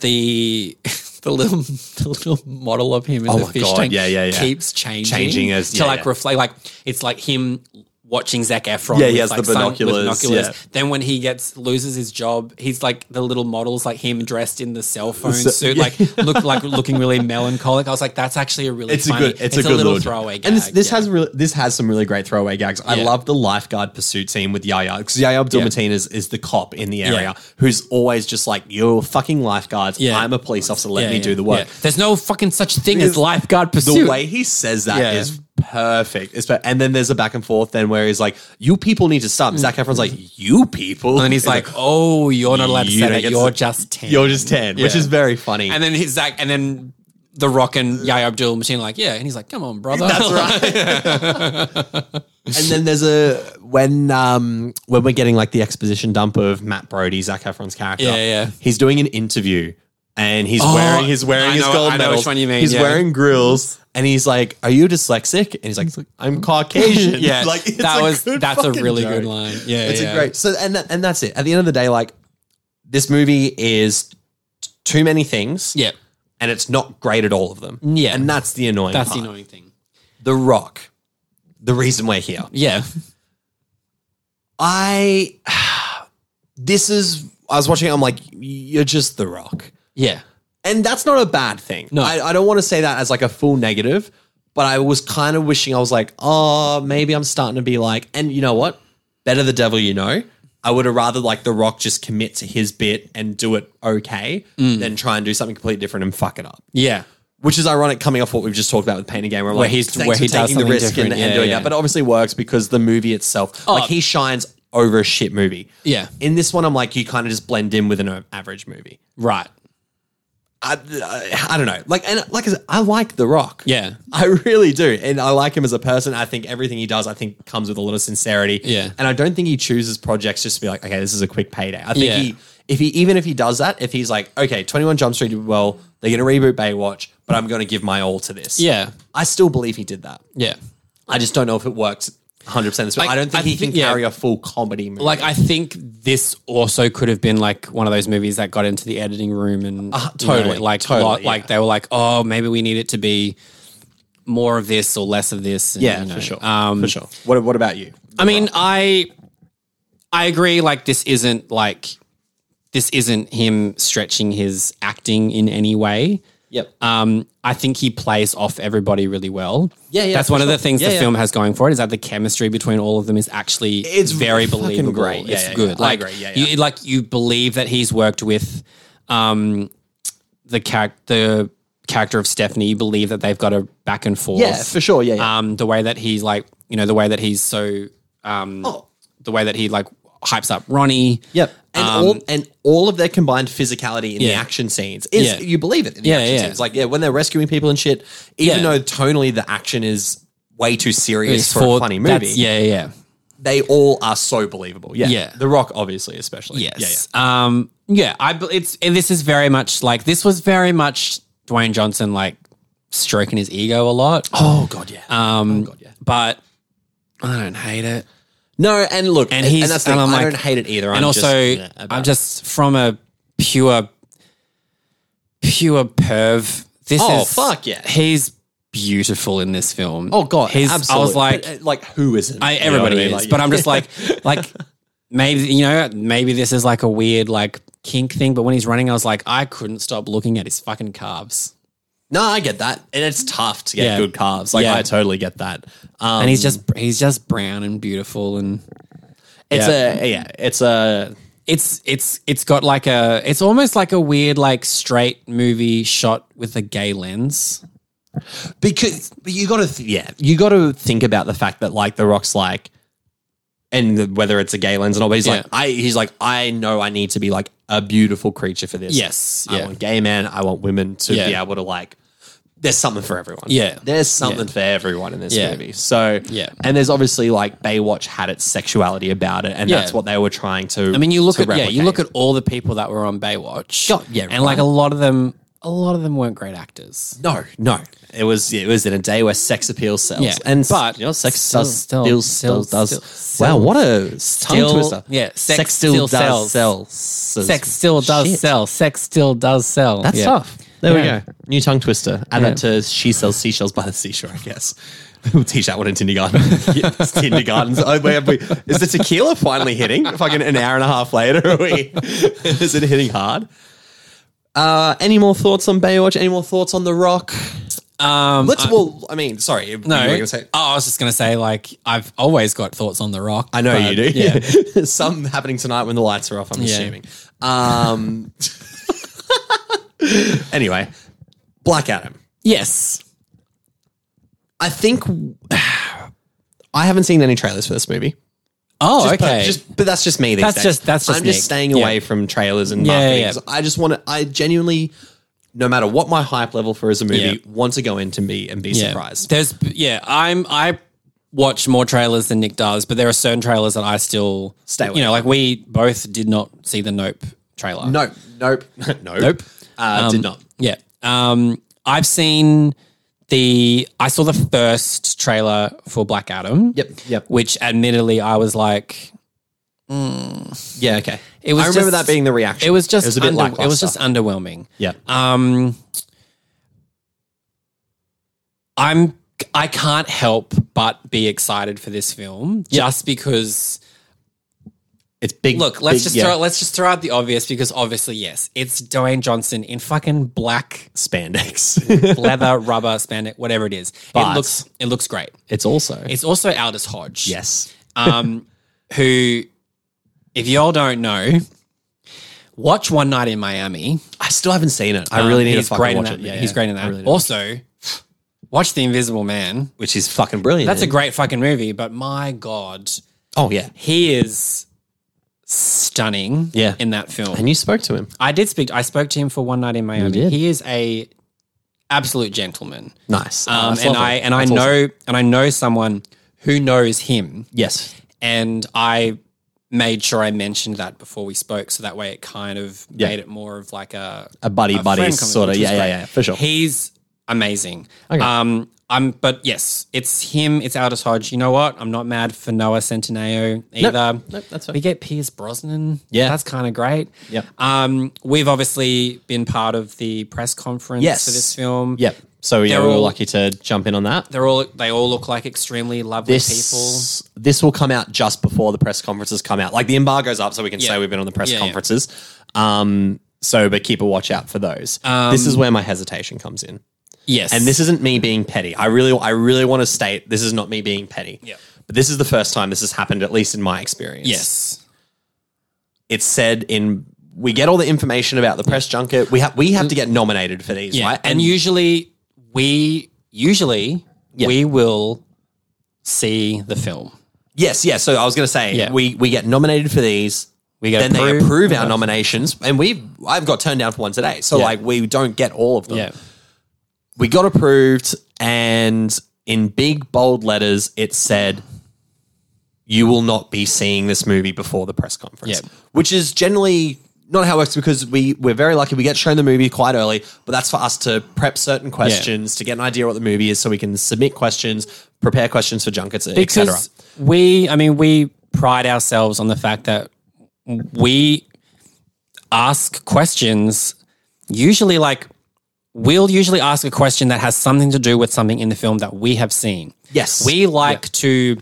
the the little the little model of him in the
Oh my
fish
God,
tank
yeah, yeah, yeah.
keeps changing,
Changing as-
to
yeah,
like
yeah.
reflect. Like it's like him watching Zach Efron.
Yeah,
with,
he has the
like, sun- with
binoculars,
binoculars.
yeah.
Then when he gets loses his job, he's like the little models, like him dressed in the cell phone
So-
suit,
yeah.
like look like looking really melancholic. I was like, that's actually a really
It's a
funny,
good. It's, a, good
little
little
throwaway. Gag,
And this, this
yeah.
has really, this has some really great throwaway gags. I
Yeah.
love the lifeguard pursuit scene with Yaya because Yaya Abdul
Yeah.
Mateen is, is the cop in the area who's always just like, "You're fucking lifeguards.
Yeah.
I'm a police officer. Let
Yeah,
me
yeah,
do the work."
yeah. There's no fucking such thing
Because
as lifeguard
The
pursuit.
way he says that is
Yeah.
perfect. It's per- and then there's a back and forth then where he's like, "You people need to stop." Zach Efron's like, "You people,"
and then he's like, "Oh, you're not allowed to
You
say
don't
that.
get
You're
to-
just ten.
"You're just ten, which
Yeah.
is very funny.
And then he's like, and then The Rock and Yaya Abdul Machine like, yeah, and he's like, come on, brother.
That's right. and then there's a when um when we're getting like the exposition dump of Matt Brody, Zach Efron's character.
Yeah, yeah.
He's doing an interview and he's
Oh,
wearing he's wearing
I
his
know-
gold
I know which
medals.
one you mean,
He's
yeah.
wearing grills and he's like, "Are you dyslexic?" And he's like, "I'm Caucasian."
yeah,
like it's
that
a
was
good
that's a
fucking
really
joke.
good line. Yeah,
It's
yeah.
a great. So and that, and that's it. At the end of the day, like this movie is t- too many things.
Yeah,
And it's not great at all of them.
Yeah.
And that's the annoying
that's
part.
the annoying thing.
The Rock, the reason we're here.
Yeah,
I, this is, I was watching it, I'm like, you're just The Rock.
yeah,
And that's not a bad thing.
No.
I, I don't want to say that as like a full negative, but I was kind of wishing I was like, oh, maybe I'm starting to be like, and you know what? Better the devil you know. I would have rather like The Rock just commit to his bit and do it okay than try and do something completely different and fuck it up.
yeah,
Which is ironic coming off what we've just talked about with Pain and Game, where, I'm
Where
like,
he's-
thanks
where
for
he does
taking the
something
risk and,
different.
and
Yeah,
doing
yeah. Oh.
that. But it obviously works because the movie itself, like he shines over a shit movie.
Yeah.
In this one, I'm like, you kind of just blend in with an uh, average movie.
right.
I, I, I don't know. Like, and like I said, I like The Rock.
Yeah.
I really do. And I like him as a person. I think everything he does, I think comes with a lot of sincerity.
Yeah.
And I don't think he chooses projects just to be like, okay, this is a quick payday. I think
Yeah.
he, if he, even if he does that, if he's like, okay, 21 Jump Street did well, they're going to reboot Baywatch, but I'm going to give my all to this.
Yeah,
I still believe he did that.
yeah.
I just don't know if it works 100% this way.
Like,
I don't think
I
he
think-
can
yeah.
carry a full comedy movie.
Like I think this also could have been like one of those movies that got into the editing room and you know,
Uh-huh, totally,
like
totally,
lot- like
yeah.
they were like, oh, maybe we need it to be more of this or less of this. and,
yeah,
you know,
for sure.
Um,
for sure. What, what about you?
I mean, I I agree. Like this isn't like this isn't him stretching his acting in any way.
Yep.
Um, I think he plays off everybody really well.
Yeah, yeah,
That's
for
one of the
sure.
things
Yeah,
the
yeah.
film has going for it is that the chemistry between all of them is actually
It's
it's very
fucking
believable.
great. Yeah,
it's
yeah, yeah.
good.
I
Like
agree. Yeah,
you like you believe that he's worked with um the char- the character of Stephanie. You believe that they've got a back and forth.
Yeah, for sure. Yeah, yeah.
Um, the way that he's like, you know, the way that he's so, um, the way that he like hypes up Ronnie.
Yep. Oh. Um, And all and all of their combined physicality in the
Yeah.
action scenes is
Yeah.
you believe it in the
Yeah,
action
yeah.
scenes. Like yeah, when they're rescuing people and shit, even
Yeah.
though tonally the action is way too serious
It's
for, a funny movie,
that's- Yeah, yeah, yeah.
they all are so believable. Yeah.
Yeah.
The Rock obviously especially. Yeah,
Yes. Yeah, Um, yeah, I be- it's and this is very much like this was very much Dwayne Johnson like stroking his ego a lot.
yeah. Oh god, yeah.
um,
God, yeah.
but I don't hate it.
no, and look, and,
and
he's,
he's-
and that's the
and
thing,
I'm
I
like-
don't hate it either. I'm
and also
just, yeah,
I'm just from a pure pure perv. This
Oh,
is
fuck yeah.
He's beautiful in this film.
oh god,
he's
absolutely.
I was like
But, uh, like who isn't?
I,
You know
everybody
what I mean?
is,
Like,
but
yeah.
I'm just like, like maybe you know, maybe this is like a weird like kink thing. But when he's running, I was like, I couldn't stop looking at his fucking calves,
no, I get that, and it's tough to get
Yeah.
good calves. Like
Yeah.
I totally get that. Um,
and he's just he's just brown and beautiful, and
it's
yeah.
a yeah, it's a
it's it's it's got like a it's almost like a weird like straight movie shot with a gay lens.
because but you got to th- yeah you got to think about the fact that like the rock's like and the, whether it's a gay lens or not but he's like
Yeah.
i he's like i know i need to be like a beautiful creature for this
Yes,
i
yeah.
want gay men i want women to be
Yeah.
able to like there's something for everyone
Yeah.
there's something for everyone in this
Yeah.
movie so
Yeah.
and there's obviously like baywatch had its sexuality about it and
Yeah.
that's what they were trying to
I mean, you look
to
at yeah, you
replicate.
look at all the people that were on Baywatch,
God, yeah,
and like a lot of them, a lot of them weren't great actors.
No, no. It was it was in a day where sex appeal sells.
Yeah,
and
but
you know, sex
still-
does
still-
still, still,
still-
does.
still- still-
wow, what a
still-
tongue twister.
yeah, sex still sells.
sell.
Sex still does
Shit.
sell. Sex still does sell.
That's
Yeah.
tough. There
Yeah.
we go. New tongue twister. Add that to she sells seashells by the seashore, I guess. We'll teach that one in kindergarten. Yes, kindergartens. Oh, wait, wait. Is the tequila finally hitting? Fucking an hour and a half later, are we? Is it hitting hard? Uh, any more thoughts on Baywatch? Any more thoughts on The Rock?
Um,
Let's. well, I mean, sorry.
no.
you were
Oh,
gonna say-
I was just going to say, like, I've always got thoughts on The Rock.
I know
but-
you do.
Yeah.
Yeah. Some happening tonight when the lights are off, I'm assuming. Um, anyway, Black Adam.
yes.
I think I haven't seen any trailers for this movie.
Oh,
Just-
okay.
just- but that's just me. These
That's
days.
just- that's just
I'm just
Nick.
staying
Yeah.
away from trailers and
Yeah,
marketing.
yeah, yeah.
'cause I just want to. I genuinely, no matter what my hype level for as a movie,
Yeah.
want to go into me and be
yeah.
surprised.
There's, yeah, I'm, I watch more trailers than Nick does, but there are certain trailers that I still
Stay away
You know, like we both did not see the Nope trailer.
Nope, nope, nope,
Nope.
Uh, did not.
Yeah. Um, I've seen the I saw the first trailer for Black Adam.
Yep, yep.
Which admittedly I was like
Yeah, okay.
It was
I remember
just-
that being the reaction.
it was just
It was a bit
under- it was
lackluster.
just underwhelming.
yeah.
Um I'm I can't help but be excited for this film just because
It's big.
Look, let's
big-
just
yeah.
throw let's just throw out the obvious because obviously yes, it's Dwayne Johnson in fucking black
spandex.
leather, rubber, spandex, whatever it is.
But-
it looks it looks great.
it's also
It's also Aldous Hodge.
yes.
Um, who, if y'all don't know, watch One Night in Miami.
I still haven't seen it. I
Um,
really need to
he's
fucking
great
watch
in
it.
that. he's great in
I
that.
really do.
also, watch The Invisible Man.
which is fucking brilliant.
That's a great fucking movie, but my God,
oh yeah.
he is stunning
Yeah.
in that film.
And you spoke to him.
I did speak, I spoke to him for One Night in Miami.
did.
He is a absolute gentleman.
Nice. Oh,
Um,
that's
and
lovely.
I and I
That's
know
awesome.
and I know someone who knows him,
Yes.
and I made sure I mentioned that before we spoke, so that way it kind of
Yeah.
made it more of like a
A buddy
a
buddy
friend conversation,
sort of.
which was
Yeah, yeah,
great.
yeah. For sure.
He's amazing.
Okay.
Um, I'm, but yes, it's him. It's Aldous Hodge. You know what? I'm not mad for Noah Centineo either.
Nope, that's fine.
We get Piers Brosnan.
Yeah.
that's kind of great.
Yep.
Um, we've obviously been part of the press conference
Yes.
for this film.
Yep. So yeah,
They're
we were
all-
lucky to jump in on that.
They're all they all look like extremely lovely people.
This this will come out just before the press conferences come out. Like the embargo's up, so we can say we've been on the press
Yeah, yeah.
conferences. Um. So, but keep a watch out for those.
Um,
this is where my hesitation comes in.
Yes.
And this isn't me being petty. I really, I really want to state this is not me being petty.
Yeah.
But this is the first time this has happened, at least in my experience.
Yes.
It's said in we get all the information about the press junket. We have we have to get nominated for these,
Yeah.
right?
And usually we usually we will see the film.
yes, yes. So I was going to say
Yeah.
we we get nominated for these.
We get
Then they
approved.
approve our nominations, and we I've got turned down for one today. So like we don't get all of them.
Yeah.
we got approved and in big bold letters it said you will not be seeing this movie before the press conference
Yep.
which is generally not how it works because we we're very lucky we get shown the movie quite early but that's for us to prep certain questions to get an idea what the movie is so we can submit questions prepare questions for junkets etc
Because we I mean we pride ourselves on the fact that we ask questions usually like we'll usually ask a question that has something to do with something in the film that we have seen.
yes
We like to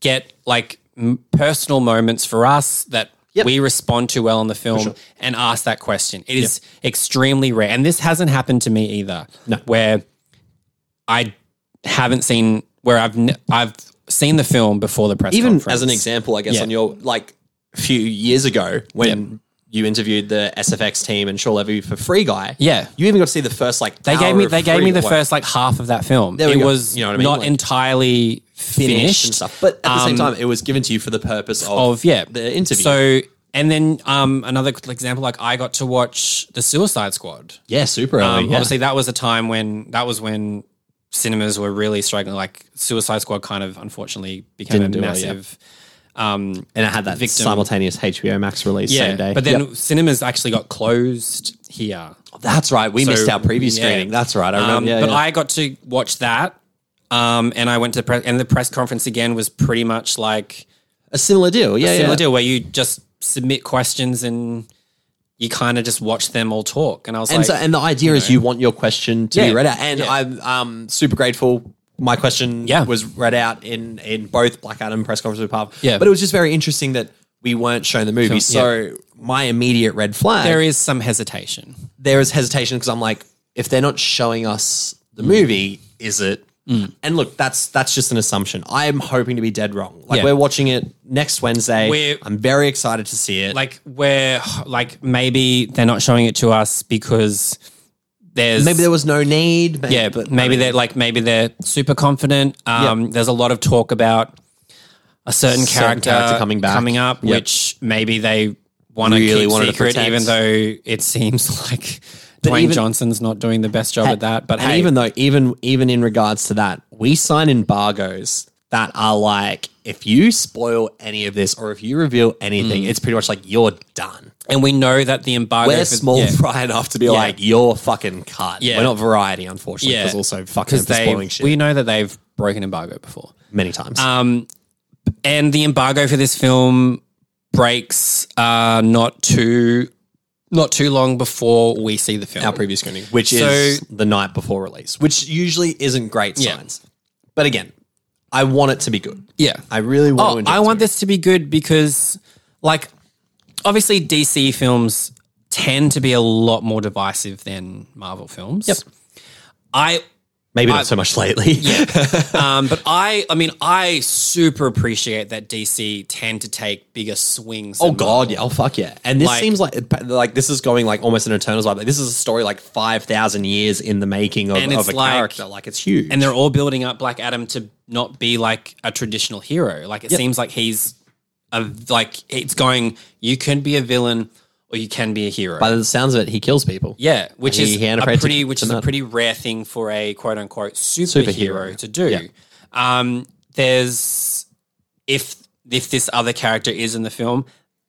get like m- personal moments for us that
Yep.
we respond to well in the film and ask that question. It is extremely rare. And this hasn't happened to me either.
No.
Where I haven't seen where I've n- I've seen the film before the press
even
conference.
as an example, I guess
Yeah.
on your like a few years ago when you interviewed the SFX team and Shaw Levy for Free Guy,
Yeah.
you even got to see the first like
They gave me
hour of
they gave me
Free
the
Guy
first like half of that film.
we
It
go.
was
You know what I mean?
not
Like-
entirely
finish
finished
and stuff, but at the same time, it was given to you for the purpose of,
Um, of yeah
the interview.
So and then um, another example, like I got to watch the Suicide Squad.
yeah, super early.
Um,
Oh, yeah.
Obviously, that was a time when that was when cinemas were really struggling. Like Suicide Squad, kind of unfortunately became
Didn't
a
do well, yeah.
massive. um,
and it had that
victim-
simultaneous HBO Max release
yeah,
same day.
but then
Yep.
cinemas actually got closed here.
that's right, we missed our preview
yeah.
screening. That's right, I remember.
Um,
yeah,
but
yeah.
I got to watch that, um, and I went to the press, and the press conference again was pretty much like
a similar deal. Yeah,
similar
yeah.
deal where you just submit questions and you kind of just watch them all talk. And I was
And
like,
so, and the idea is you want your question to
Yeah.
be read out, and I'm um, super grateful. My question
Yeah.
was read out in in both Black Adam press conference with Pav.
Yeah.
but it was just very interesting that we weren't shown the movie. So my immediate red flag
there is some hesitation.
there is hesitation because I'm like, if they're not showing us the
Mm.
movie, is it? And look, that's that's just an assumption. I'm hoping to be dead wrong. Like
Yeah.
we're watching it next Wednesday.
We're-
I'm very excited to see it.
Like where, like maybe they're not showing it to us because there's
maybe there was no need. Maybe,
yeah, but maybe they're like maybe they're super confident. Um, There's a lot of talk about a certain,
Certain
character,
character coming back.
coming up,
Yep.
which maybe they want to
Really
keep
wanted to
secret,
protect.
even though it seems like Dwayne
even-
Johnson's not doing the best job at that. But
and
hey,
even though, even even in regards to that, we sign embargoes that are like, if you spoil any of this or if you reveal anything, it's pretty much like you're done.
and we know that the embargo
We're
for-
small
Mm. yeah.
fry enough to be like, you're fucking cut.
Yeah.
We're not variety, unfortunately,
Yeah.
because also fucking
because
for spoiling
they
shit
we know that they've broken embargo before.
many times.
Um, and the embargo for this film breaks uh, not too not too long before we see the film.
our previous screening, which is the night before release, which usually isn't great
Yeah.
signs. But again, I want it to be good.
yeah.
I really want to
Oh,
enjoy
I want this to be good because, like, obviously DC films tend to be a lot more divisive than Marvel films. Yep. I
Maybe not so much lately.
um, but I I mean I super appreciate that DC tend to take bigger swings.
Oh god, yeah. Oh fuck yeah. And this
Like-
seems like like this is going like almost an eternal vibe. Like this is a story like five thousand years in the making of,
And it's
of a
like-
character. Like it's huge.
and they're all building up Black Adam to not be like a traditional hero. Like it seems like he's a like it's going. You can be a villain or you can be a hero.
by the sounds of it, he kills people.
yeah, which
He-
is
he ain't
a
afraid to-
pretty which
to
is a
not-
pretty rare thing for a quote unquote superhero,
Superhero.
to do. Um, there's if if this other character is in the film.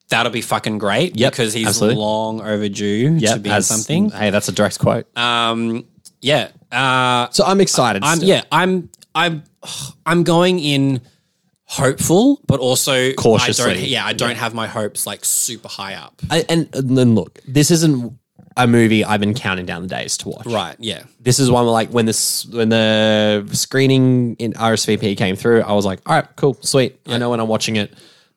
That'll be fucking great
Yep,
because he's
absolutely.
long overdue to
Yep,
be in
as-
something.
Hey, that's a direct quote.
Um, yeah, uh,
so I'm excited.
I'm
still.
yeah, I'm I'm I'm going in hopeful, but also I don't,
Cautiously.
yeah, I don't have my hopes like super high up.
I, and and then look, this isn't a movie I've been counting down the days to watch.
Right? Yeah.
This is one where like when this when the screening in RSVP came through, I was like, all right, cool, sweet. I know when I'm watching it.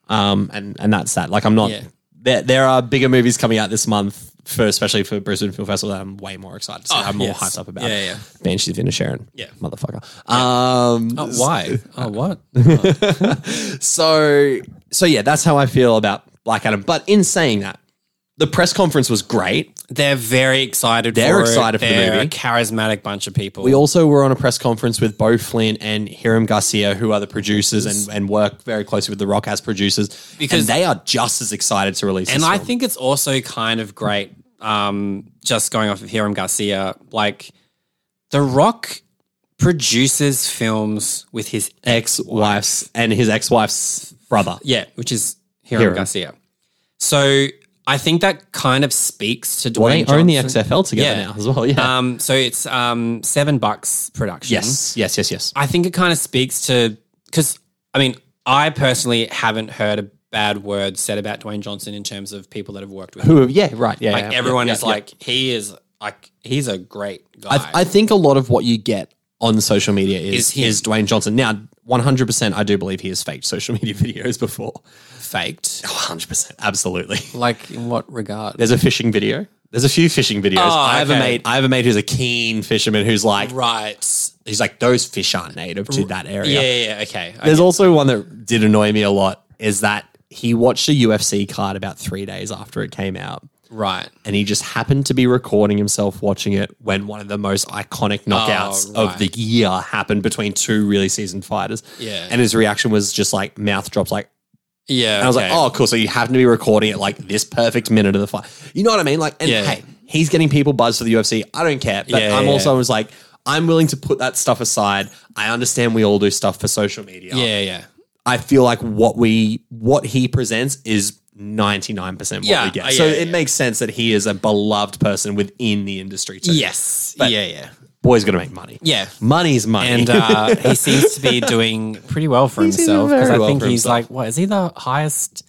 Um and and that's that. Like I'm not
Yeah.
there there are bigger movies coming out this month for especially for Brisbane Film Festival that I'm way more excited to see. I'm more
Oh, yes.
hyped up about
Yeah, yeah.
Banshees of Sharon.
Yeah.
Motherfucker. Um
Why? Oh, what?
so so yeah, that's how I feel about Black Adam. But in saying that, the press conference was great.
They're very excited.
They're
for
excited
it.
for the
They're
movie.
A charismatic bunch of people.
We also were on a press conference with Bo Flynn and Hiram Garcia, who are the producers and, and work very closely with The Rock as producers.
Because-
and they are just as excited to release
and
this
I
film.
think it's also kind of great. Um, just going off of Hiram Garcia, like The Rock produces films with his eh,
ex-wife's and his ex-wife's brother.
Yeah, which is Hiram,
Hiram.
Garcia. So I think that kind of speaks to Dwayne.
Well, they
Johnson.
own the XFL together
Yeah.
now as well. Yeah.
Um, so it's um, seven bucks production.
yes. Yes. Yes. Yes.
I think it kind of speaks to because I mean I personally haven't heard a bad word said about Dwayne Johnson in terms of people that have worked with him.
Who? Yeah. Right. Yeah.
Like
yeah,
everyone
yeah,
is
yeah.
like he is like he's a great guy.
I, th- I think a lot of what you get on social media
Is
is
him.
is, Dwayne Johnson. Now, one hundred percent, I do believe he has faked social media videos before.
faked.
One hundred percent, absolutely.
Like in what regard?
There's a fishing video. There's a few fishing videos. I have a
Oh, okay.
mate. I have a mate who's a keen fisherman who's like
Right.
he's like those fish aren't native to that
Yeah.
area.
Yeah. yeah, Okay.
There's also one that did annoy me a lot is that he watched a UFC card about three days after it came out.
right.
And he just happened to be recording himself watching it when one of the most iconic knockouts
Oh, right.
of the year happened between two really seasoned fighters.
Yeah.
And his reaction was just like mouth drops, like,
Yeah.
and I was like, oh, cool. So you happen to be recording it like this perfect minute of the fight. You know what I mean? Like, and
Yeah.
hey, he's getting people buzzed for the UFC. I don't care. But
Yeah,
I'm
yeah,
also I was like, I'm willing to put that stuff aside. I understand we all do stuff for social media.
Yeah. Yeah.
I feel like what we what he presents is 99% what
Yeah,
we get.
uh,
so
yeah,
it
yeah.
makes sense that he is a beloved person within the industry too.
Yes. yeah, yeah.
Boy's gonna make money.
Yeah.
Money's money.
And uh, he seems to be doing pretty well for
He's doing
himself because
very
I
well
think
for
he's
himself.
like, what is he the highest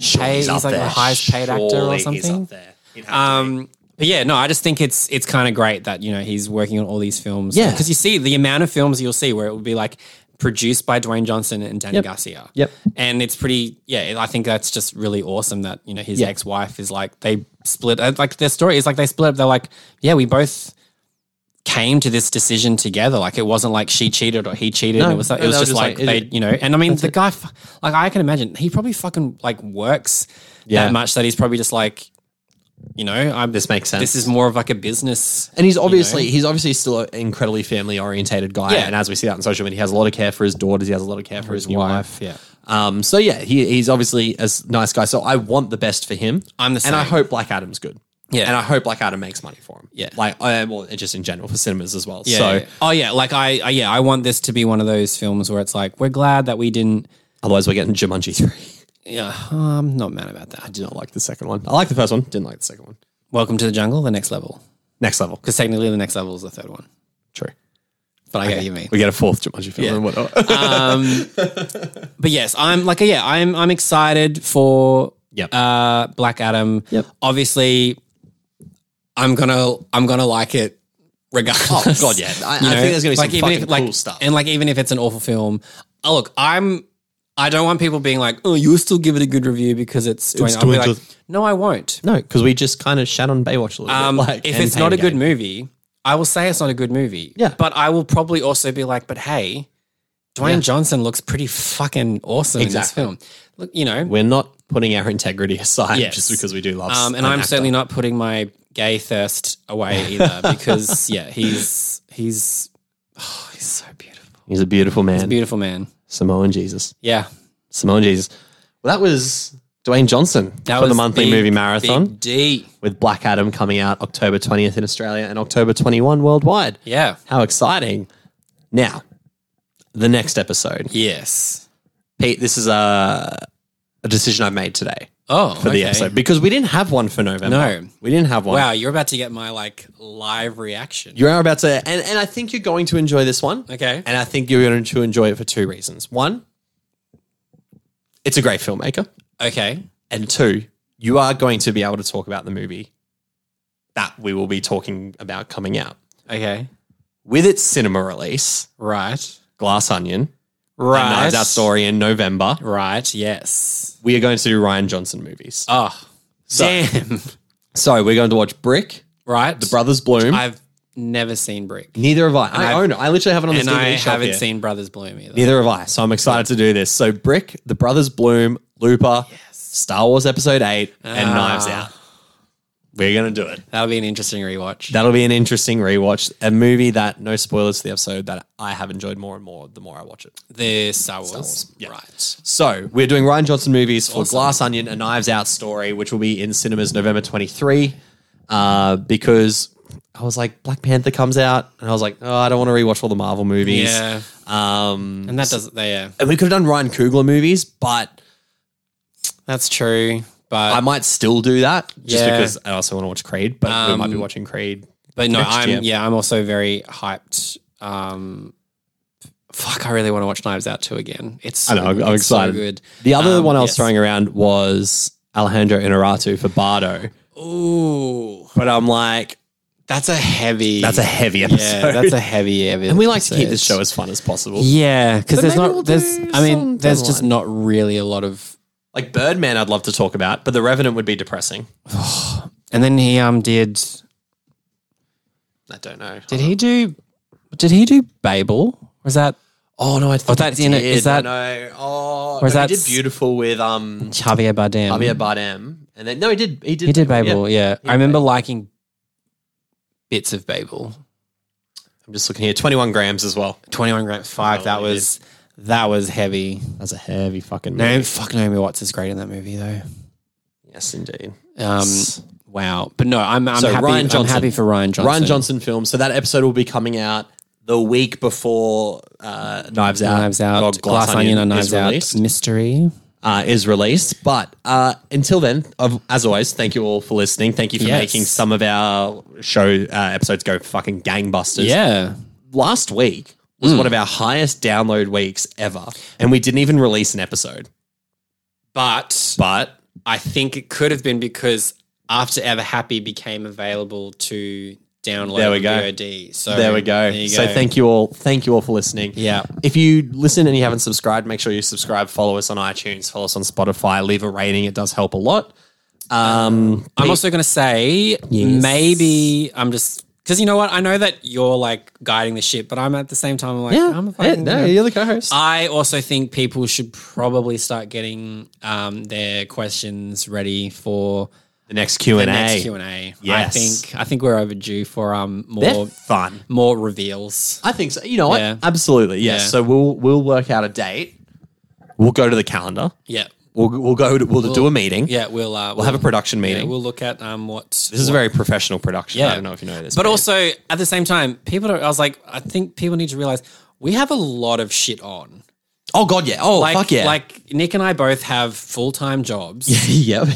paid? He's,
up
like the
there.
highest paid actor
Surely
or
he's up
something.
there.
Um, but yeah, no, I just think it's it's kind of great that you know he's working on all these films.
Yeah.
because you see the amount of films you'll see where it will be like produced by Dwayne Johnson and Danny Garcia.
Yep.
and it's pretty. Yeah, I think that's just really awesome that you know his
Yeah.
ex-wife is like they split. uh, Like their story is like they split up. They're like, yeah, we both came to this decision together. Like it wasn't like she cheated or he cheated.
No,
it was like,
no,
it was
they were
just
just
like,
like,
they,
it-
you know. And I mean, the guy, fu- like I can imagine, he probably fucking like works
Yeah.
that much that he's probably just like, you know, I'm
This makes sense.
This is more of like a business.
And he's obviously he's obviously still an incredibly family orientated guy.
Yeah.
And as we see that on social media, he has a lot of care for his daughters. He has a lot of care for his, new wife.
yeah.
Um. So yeah, he, he's obviously a s- nice guy. So I want the best for him.
I'm the
And I
same.
hope Black Adam's good.
Yeah.
And I hope Black Adam makes money for him.
Yeah.
Like I well, just in general for cinemas as well.
Yeah.
so
oh yeah, like I, I yeah, I want this to be one of those films where it's like we're glad that we didn't.
otherwise we're getting Jumanji three.
Yeah, I'm not mad about that.
I did not like the second one. I like the first one. Didn't like the second one.
Welcome to the jungle, the next level,
Next level.
because technically the next level is the third one.
True.
But I get what you mean.
We get a fourth Jumanji film and whatnot.
But yes, I'm like yeah, I'm I'm excited for
Yep.
uh, Black Adam.
Yep.
Obviously, I'm gonna I'm gonna like it regardless. Oh
God, yeah. I- I think there's gonna be some
even
fucking
if, like,
cool stuff.
And like even if it's an awful film, oh, look, I'm I don't want people being like, oh, you'll still give it a good review because it's. Dwayne. I'll be
Dwayne
like,
Johnson.
no, I won't.
no, because we just kind of shat on Baywatch a little
Um,
bit. Like,
if
and
it's not a
Pain
good
Game.
movie, I will say it's not a good movie.
Yeah.
But I will probably also be like, but hey, Dwayne Johnson looks pretty fucking awesome
Exactly.
in this film. Look, you know,
we're not putting our integrity aside
Yes.
just because we do love.
Um, and
an
I'm
actor.
certainly not putting my gay thirst away either because yeah, he's he's oh, he's so beautiful,
he's a beautiful man,
beautiful man.
Samoan Jesus,
Yeah,
Samoan Jesus. Well, that was Dwayne Johnson
that
for the
was
monthly
big-
movie marathon
Big D.
with Black Adam coming out October 20th in Australia and October 21 worldwide.
Yeah.
How exciting! Now, the next episode,
Yes.
Pete. This is a a decision I've made today
Oh,
for the episode because we didn't have one for November.
No.
we didn't have one.
Wow, you're about to get my like live reaction.
You are about to, and, and I think you're going to enjoy this one.
okay.
And I think you're going to enjoy it for two reasons. One, it's a great filmmaker.
Okay.
And two, you are going to be able to talk about the movie that we will be talking about coming out.
Okay.
With its cinema release,
Right.
Glass Onion, and
Right.
Knives Out Story in November,
Right. Yes.
we are going to do Ryan Johnson movies.
Oh. Damn.
So we're going to watch Brick,
Right.
Brothers Bloom.
I've never seen Brick,
Neither have I. I
I've-
own it. I literally have it on this
and
DVD
I
shelf
haven't
here.
seen Brothers Bloom either.
Neither have I. So I'm excited to do this. So Brick, The Brothers Bloom, Looper, Star Wars Episode 8, and Knives Out. We're going to do it.
That'll be an interesting rewatch.
That'll be an interesting rewatch. A movie that, no spoilers to the episode, that I have enjoyed more and more the more I watch it.
the Star Wars. Right.
So we're doing Ryan Johnson movies for Glass Onion, A Knives Out Story, which will be in cinemas November 23. Uh, because I was like, Black Panther comes out, and I was like, oh, I don't want to rewatch all the Marvel movies.
Yeah.
Um,
And that doesn't, yeah.
and we could have done Ryan Coogler movies, but
That's true. But,
I might still do that just
Yeah.
because I also want to watch Creed, but we might be watching Creed.
but no,
next
I'm,
year.
yeah, I'm also very hyped. Um, fuck, I really want to watch Knives Out 2 again. It's so,
I know, I'm, I'm
it's so
excited.
good.
The other
Um,
one I was
yes.
throwing around was Alejandro Inarritu for Bardo,
Ooh,
but I'm like,
that's a heavy.
that's a heavy episode.
yeah, that's a heavy episode.
and we like to keep this show as fun as possible.
Yeah, because there's
maybe
not,
we'll
there's,
do
I mean,
some
there's
down the
just
line.
not really a lot of.
Like Birdman, I'd love to talk about, but The Revenant would be depressing.
And then he um did,
I don't know.
did he do, did he do Babel? Was that
Oh no, I thought
that's
he
in it.
did.
Is that-
no? Oh,
is
no,
that
he did
s-
beautiful with um
Javier Bardem?
Javier Bardem, and then no, he did. Mm. He did.
He did
yeah.
Babel, yeah. I remember liking bits of Babel.
I'm just looking here. 21 grams as well.
Twenty one grams five. that
he
was that was heavy.
That's a heavy fucking.
No,
movie.
fuck Naomi Watts is great in that movie though.
Yes, indeed.
Um, wow, but no, I'm I'm
So,
happy.
Ryan
I'm
Johnson.
happy for Ryan Johnson.
Ryan Johnson film. So that episode will be coming out the week before uh, Knives Out.
Knives out,
or
glass, onion, and knives
is
out.
released,
Mystery.
uh, is released. But uh, until then, of- as always, thank you all for listening. Thank you for
Yes.
making some of our show uh, episodes go fucking gangbusters.
Yeah, Mm.
Last week was one of our highest download weeks ever, and we didn't even release an episode.
but
But
I think it could have been because After Ever Happy became available to download
There we go.
VOD. So
There we go.
you
So
go.
thank you all. Thank you all for listening.
Yeah.
If you listen and you haven't subscribed, make sure you subscribe. Follow us on iTunes. Follow us on Spotify. Leave a rating. It does help a lot. Um,
I'm also going to say maybe I'm just because you know what I know that you're like guiding the ship, but I'm at the same time I'm like I'm a
yeah,
fucking
no, you're the co-host.
I also think people should probably start getting um, their questions ready for
the next Q and
the next
A.
Q and A. I
Yes.
think I think we're overdue for um,
They're
more
fun.
more reveals.
I think so. You know what?
Yeah.
Absolutely. Yes.
Yeah.
So we'll we'll work out a date. We'll go to the calendar.
Yeah,
We'll we'll go to we'll, do a meeting.
yeah. We'll uh,
We'll have a production meeting.
yeah, we'll look at um, what
this is a very professional production.
Yeah.
I don't know if you know this,
But oh, also at the same time, people don't. I was like, I think people need to realize we have a lot of shit on.
oh god, yeah. Oh
Like,
fuck yeah.
Like Nick and I both have full time jobs,
yep.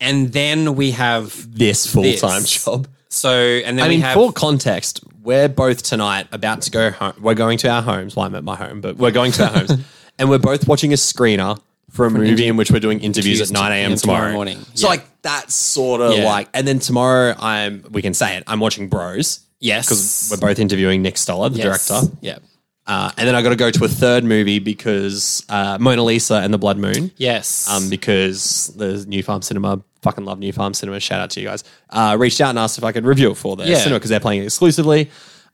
and then we have
this full time job.
so, and then
I
we
mean,
have
for context, we're both tonight about to go home. We're going to our homes. Well, I'm at my home, but we're going to our homes, and we're both watching a screener for a movie in which we're doing interviews at
Interviews
9 a.m.
to- tomorrow
tomorrow
morning.
So,
Yeah.
like, that's sort of
Yeah.
like, and then tomorrow, I'm we can say it. I'm watching Bros.
yes,
We're both interviewing Nick Stoller, the
Yes.
director.
Yeah.
Uh, and then I got to go to a third movie because uh, Mona Lisa and the Blood Moon.
Yes.
um, because the New Farm Cinema, fucking love New Farm Cinema. Shout out to you guys. Uh, reached out and asked if I could review it for their
Yeah.
cinema because they're playing it exclusively.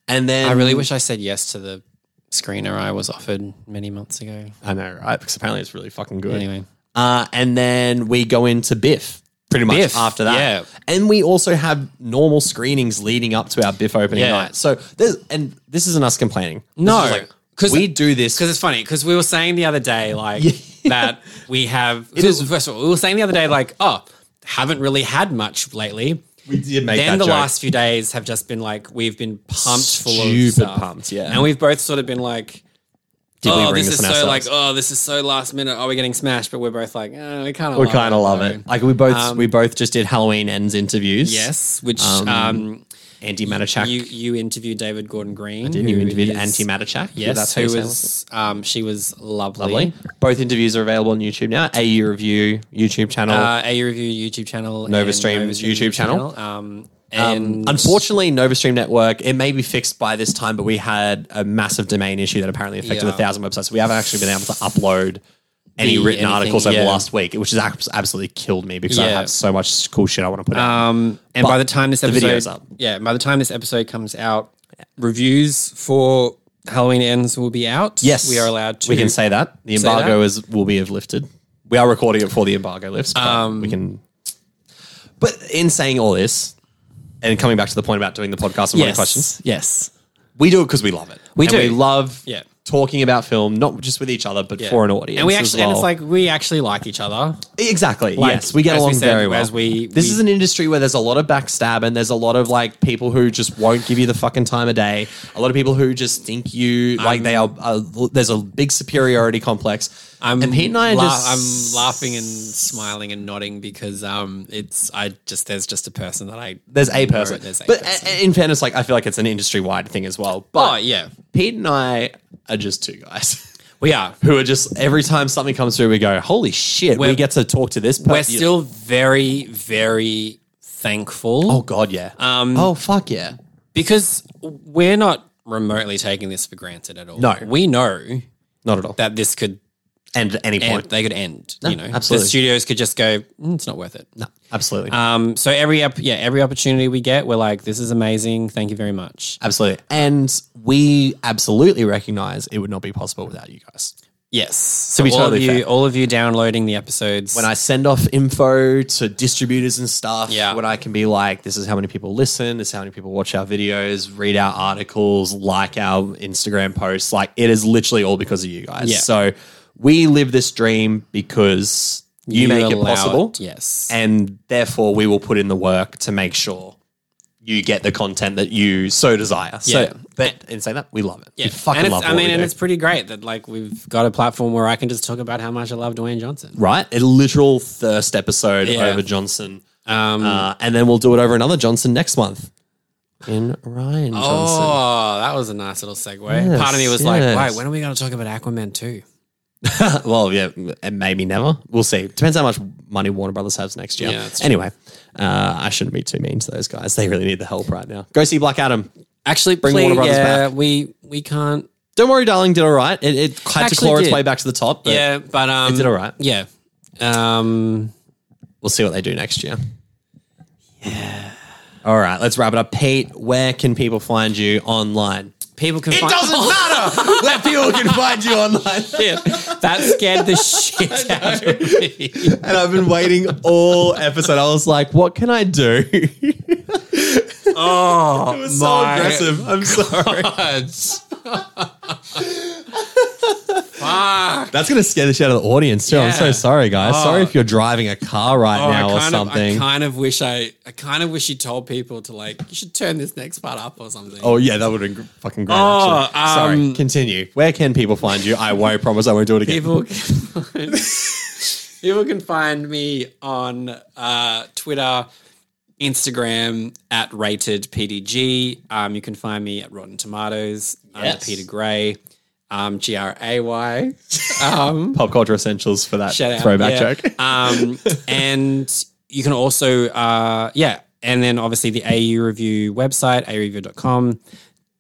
And then
I really wish I said yes to the screener I was offered many months ago.
I know, right? Because apparently it's really fucking good.
Anyway.
uh, and then we go into Biff pretty much
Biff,
after that.
yeah.
and we also have normal screenings leading up to our Biff opening
Yeah.
night. So there's and this isn't us complaining. This
No,
is like,
'cause-
we do this.
Because it's funny, because we were saying the other day, like, that we have. It
is-
is. First of all, we were saying the other day, like, oh, haven't really had much lately.
We did make
Then
that
the
joke.
last few days have just been like, we've been pumped full
Stupid
of stuff.
pumped, yeah.
And we've both sort of been like,
Did we
oh,
bring
this, is
on
so like,
ourselves?
oh, this is so last minute. Are we getting smashed? But we're both like, eh, we kind of
we kind of love it. Like we both
Um,
we both just did Halloween ends interviews.
Yes, which
Um,
um,
Andy Manichak.
you you interviewed David Gordon Green.
Didn't you
who
interview
is-
Anti Matichak?
Yes,
that's
who was um, she was lovely.
lovely. Both interviews are available on YouTube now. AU Review YouTube channel.
Uh, a review YouTube channel,
Nova
and
Stream's YouTube channel.
Um,
um,
and
unfortunately, NovaStream Network. It may be fixed by this time, but we had a massive domain issue that apparently affected
Yeah.
a thousand websites. We haven't actually been able to upload any
The-
written
anything,
articles over the
yeah.
last week, which has abs- absolutely killed me because I
Yeah.
have so much cool shit I want to put out.
um, and
But
by the time this
the
episode,
video's up.
yeah, by the time this episode comes out, reviews for Halloween Ends will be out.
yes,
we are allowed to.
We can say that the
say
embargo is will be have lifted. We are recording it before the embargo lifts. But
Um,
we can. But in saying all this, and coming back to the point about doing the podcast and wanting
yes,
questions,
yes,
We do it because we love it. We
do.
We love
Yeah.
talking about film, not just with each other, but
yeah.
for an audience.
and we
as
actually, and
well.
it's like we actually like each other.
exactly.
like,
yes, we get
as we
along
said,
very well.
as we-
this
we-
is an industry where there's a lot of backstab and there's a lot of like people who just won't give you the fucking time of day. A lot of people who just think you like
Um,
they are. Uh, there's a big superiority complex.
I'm
and Pete and I are
la-
just.
I'm laughing and smiling and nodding because um, it's I just there's just a person that I
there's a person,
There's a
but a-
person.
a- in fairness, like I feel like it's an industry wide thing as well. But
oh yeah,
Pete and I are just two guys.
we are.
who are just every time something comes through, we go, "Holy shit!" we
We're-
get to talk to this. person.
We're still very very thankful.
oh god, yeah.
Um,
oh fuck yeah.
because we're not remotely taking this for granted at all.
No.
we know
Not at all.
that this could
and at any
end.
point,
They could end. you know,
absolutely.
the studios could just go. "Mm, it's not worth it.
no, absolutely,
Um, so every up, yeah, every opportunity we get, we're like, this is amazing. Thank you very much.
absolutely. And we absolutely recognize it would not be possible without you guys.
Yes. So
be
all
totally
of you,
fair.
all of you downloading the episodes.
When I send off info to distributors and stuff,
Yeah.
when I can be like, "This is how many people listen. This is how many people watch our videos, read our articles, like our Instagram posts." Like it is literally all because of you guys.
Yeah.
So we live this dream because. You, make it
allow
possible.
Yes.
and therefore we will put in the work to make sure you get the content that you so desire.
Yeah.
So, but in saying that, we love it. Yeah, we
and
fucking
it's,
love.
I
what
mean,
we
and
do.
it's pretty great that like we've got a platform where I can just talk about how much I love Dwayne Johnson.
right. A literal thirst episode
Yeah.
over Johnson,
Um,
uh, and then we'll do it over another Johnson next month. In Ryan Johnson.
Oh, that was a nice little segue.
Yes,
Part of me was
yes.
like, wait, when are we going to talk about Aquaman 2?
well, yeah, and maybe never. We'll see. Depends how much money Warner Brothers has next year.
Yeah, that's true.
anyway, Uh, I shouldn't be too mean to those guys. They really need the help right now. Go see Black Adam.
Actually,
Bring Warner Brothers
yeah, We we can't.
Don't worry, darling. Did all right. It, it had to
Actually
claw its
did.
way back to the top. But
yeah, but um,
it did all right.
Yeah, um,
We'll see what they do next year. Yeah. All right. Let's wrap it up. Pete, where can people find you online?
people can. find-
matter that people can find you online.
that scared the shit out of me.
And I've been waiting all episode. I was like, what can I do?
Oh,
It's so aggressive. I'm sorry.
Fuck.
That's going to scare the shit out of the audience, too. I'm so
Yeah.
sorry, guys. Sorry if you're driving a car right
Oh,
now
I
or
kind
something.
Of, I kind of wish I, I kind of wish you told people to like, you should turn this next part up or something.
Oh yeah, that would have been gr- fucking great.
Oh,
actually. Sorry,
um,
continue. Where can people find you? I won't promise I won't do it again.
People can find, people can find me on uh, Twitter, Instagram at rated PDG. Um, you can find me at Rotten Tomatoes. I'm
Yes.
Peter Gray. Um, G R A Y. Um,
Pop culture essentials for that
Shout out.
throwback
yeah.
joke.
Um, and you can also, uh, yeah. And then obviously the AU Review website, aureview.com.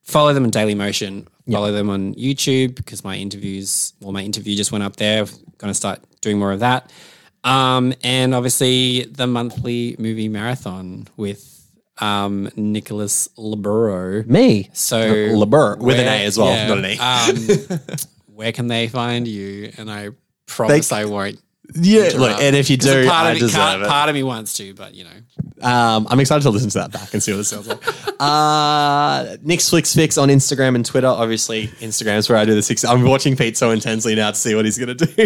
Follow them on Daily Motion. Follow them on YouTube because my interviews, well, my interview just went up there. Going to start doing more of that. Um, and obviously the monthly movie marathon with um, Nicholas Laburo.
Me,
So
Labur with an
where-
A as well,
yeah,
not an E.
Um, where can they find you? And I promise I won't
yeah, look, and if you
so
do,
part,
I
of me,
deserve
part,
it.
part of me wants to, but you know.
Um, I'm excited to listen to that back and see what it sounds like. uh, Nick's Flix Fix on Instagram and Twitter. Obviously, Instagram's where I do the six. I'm watching Pete so intensely now to see what he's going to do.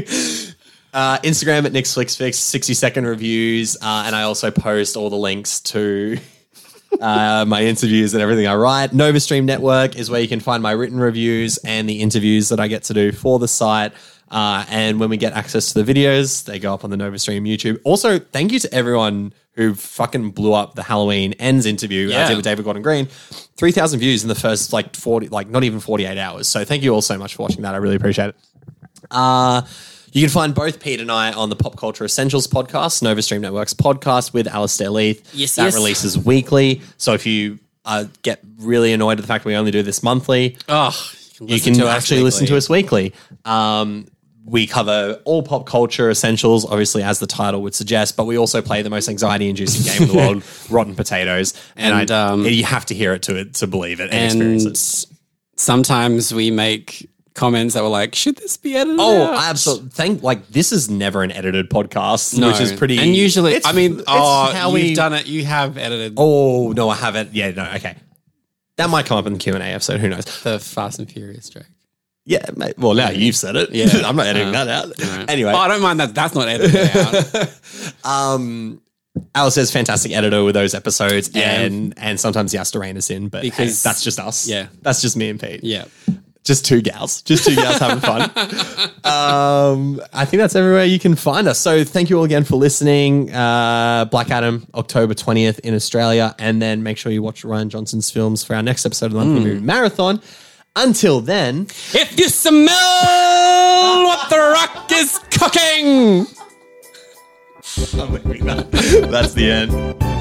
Uh, Instagram at Nick's Flix Fix, 60 second reviews. Uh, and I also post all the links to uh, my interviews and everything I write. Nova Stream Network is where you can find my written reviews and the interviews that I get to do for the site. Uh, and when we get access to the videos, they go up on the Nova Stream YouTube. Also, thank you to everyone who fucking blew up the Halloween Ends interview I
Yeah.
did with David Gordon Green. 3,000 views in the first like 40, like not even 48 hours. So thank you all so much for watching that. I really appreciate it. Uh, you can find both Pete and I on the Pop Culture Essentials podcast, Nova Stream Network's podcast with Alistair Leith.
Yes,
that
yes.
releases weekly. So if you uh, get really annoyed at the fact we only do this monthly,
Oh,
you can actually listen to us weekly. Um, we cover all pop culture essentials, obviously, as the title would suggest, but we also play the most anxiety inducing game in the world, Rotten Potatoes. And,
And,
I,
um,
you have to hear it to, to believe it and, experience
And
it.
sometimes we make comments that were like, "Should this be edited?"
Oh,
out?
I absolutely think like this is never an edited podcast,
No.
which is pretty.
And usually,
It's-
I mean,
it's
oh,
how
you've
we
done it. You have edited
Oh no, I haven't. Yeah, no, okay. That might come up in the Q and A episode. Who knows?
the Fast and Furious joke.
Yeah, mate, well now you've said it. Yeah, I'm not editing that out. Anyway,
Oh, I don't mind that. That's not edited out.
um, Alice is fantastic editor with those episodes, and and sometimes he has to rein us in, but because
Because-
that's just us.
Yeah.
that's just me and Pete.
yeah.
just two gals, just two gals having fun. Um, I think that's everywhere you can find us. So thank you all again for listening. Uh, Black Adam, October 20th in Australia. And then make sure you watch Ryan Johnson's films for our next episode of the Monthly Movie Marathon. Until then,
If you smell what the rock is cooking.
that's the end.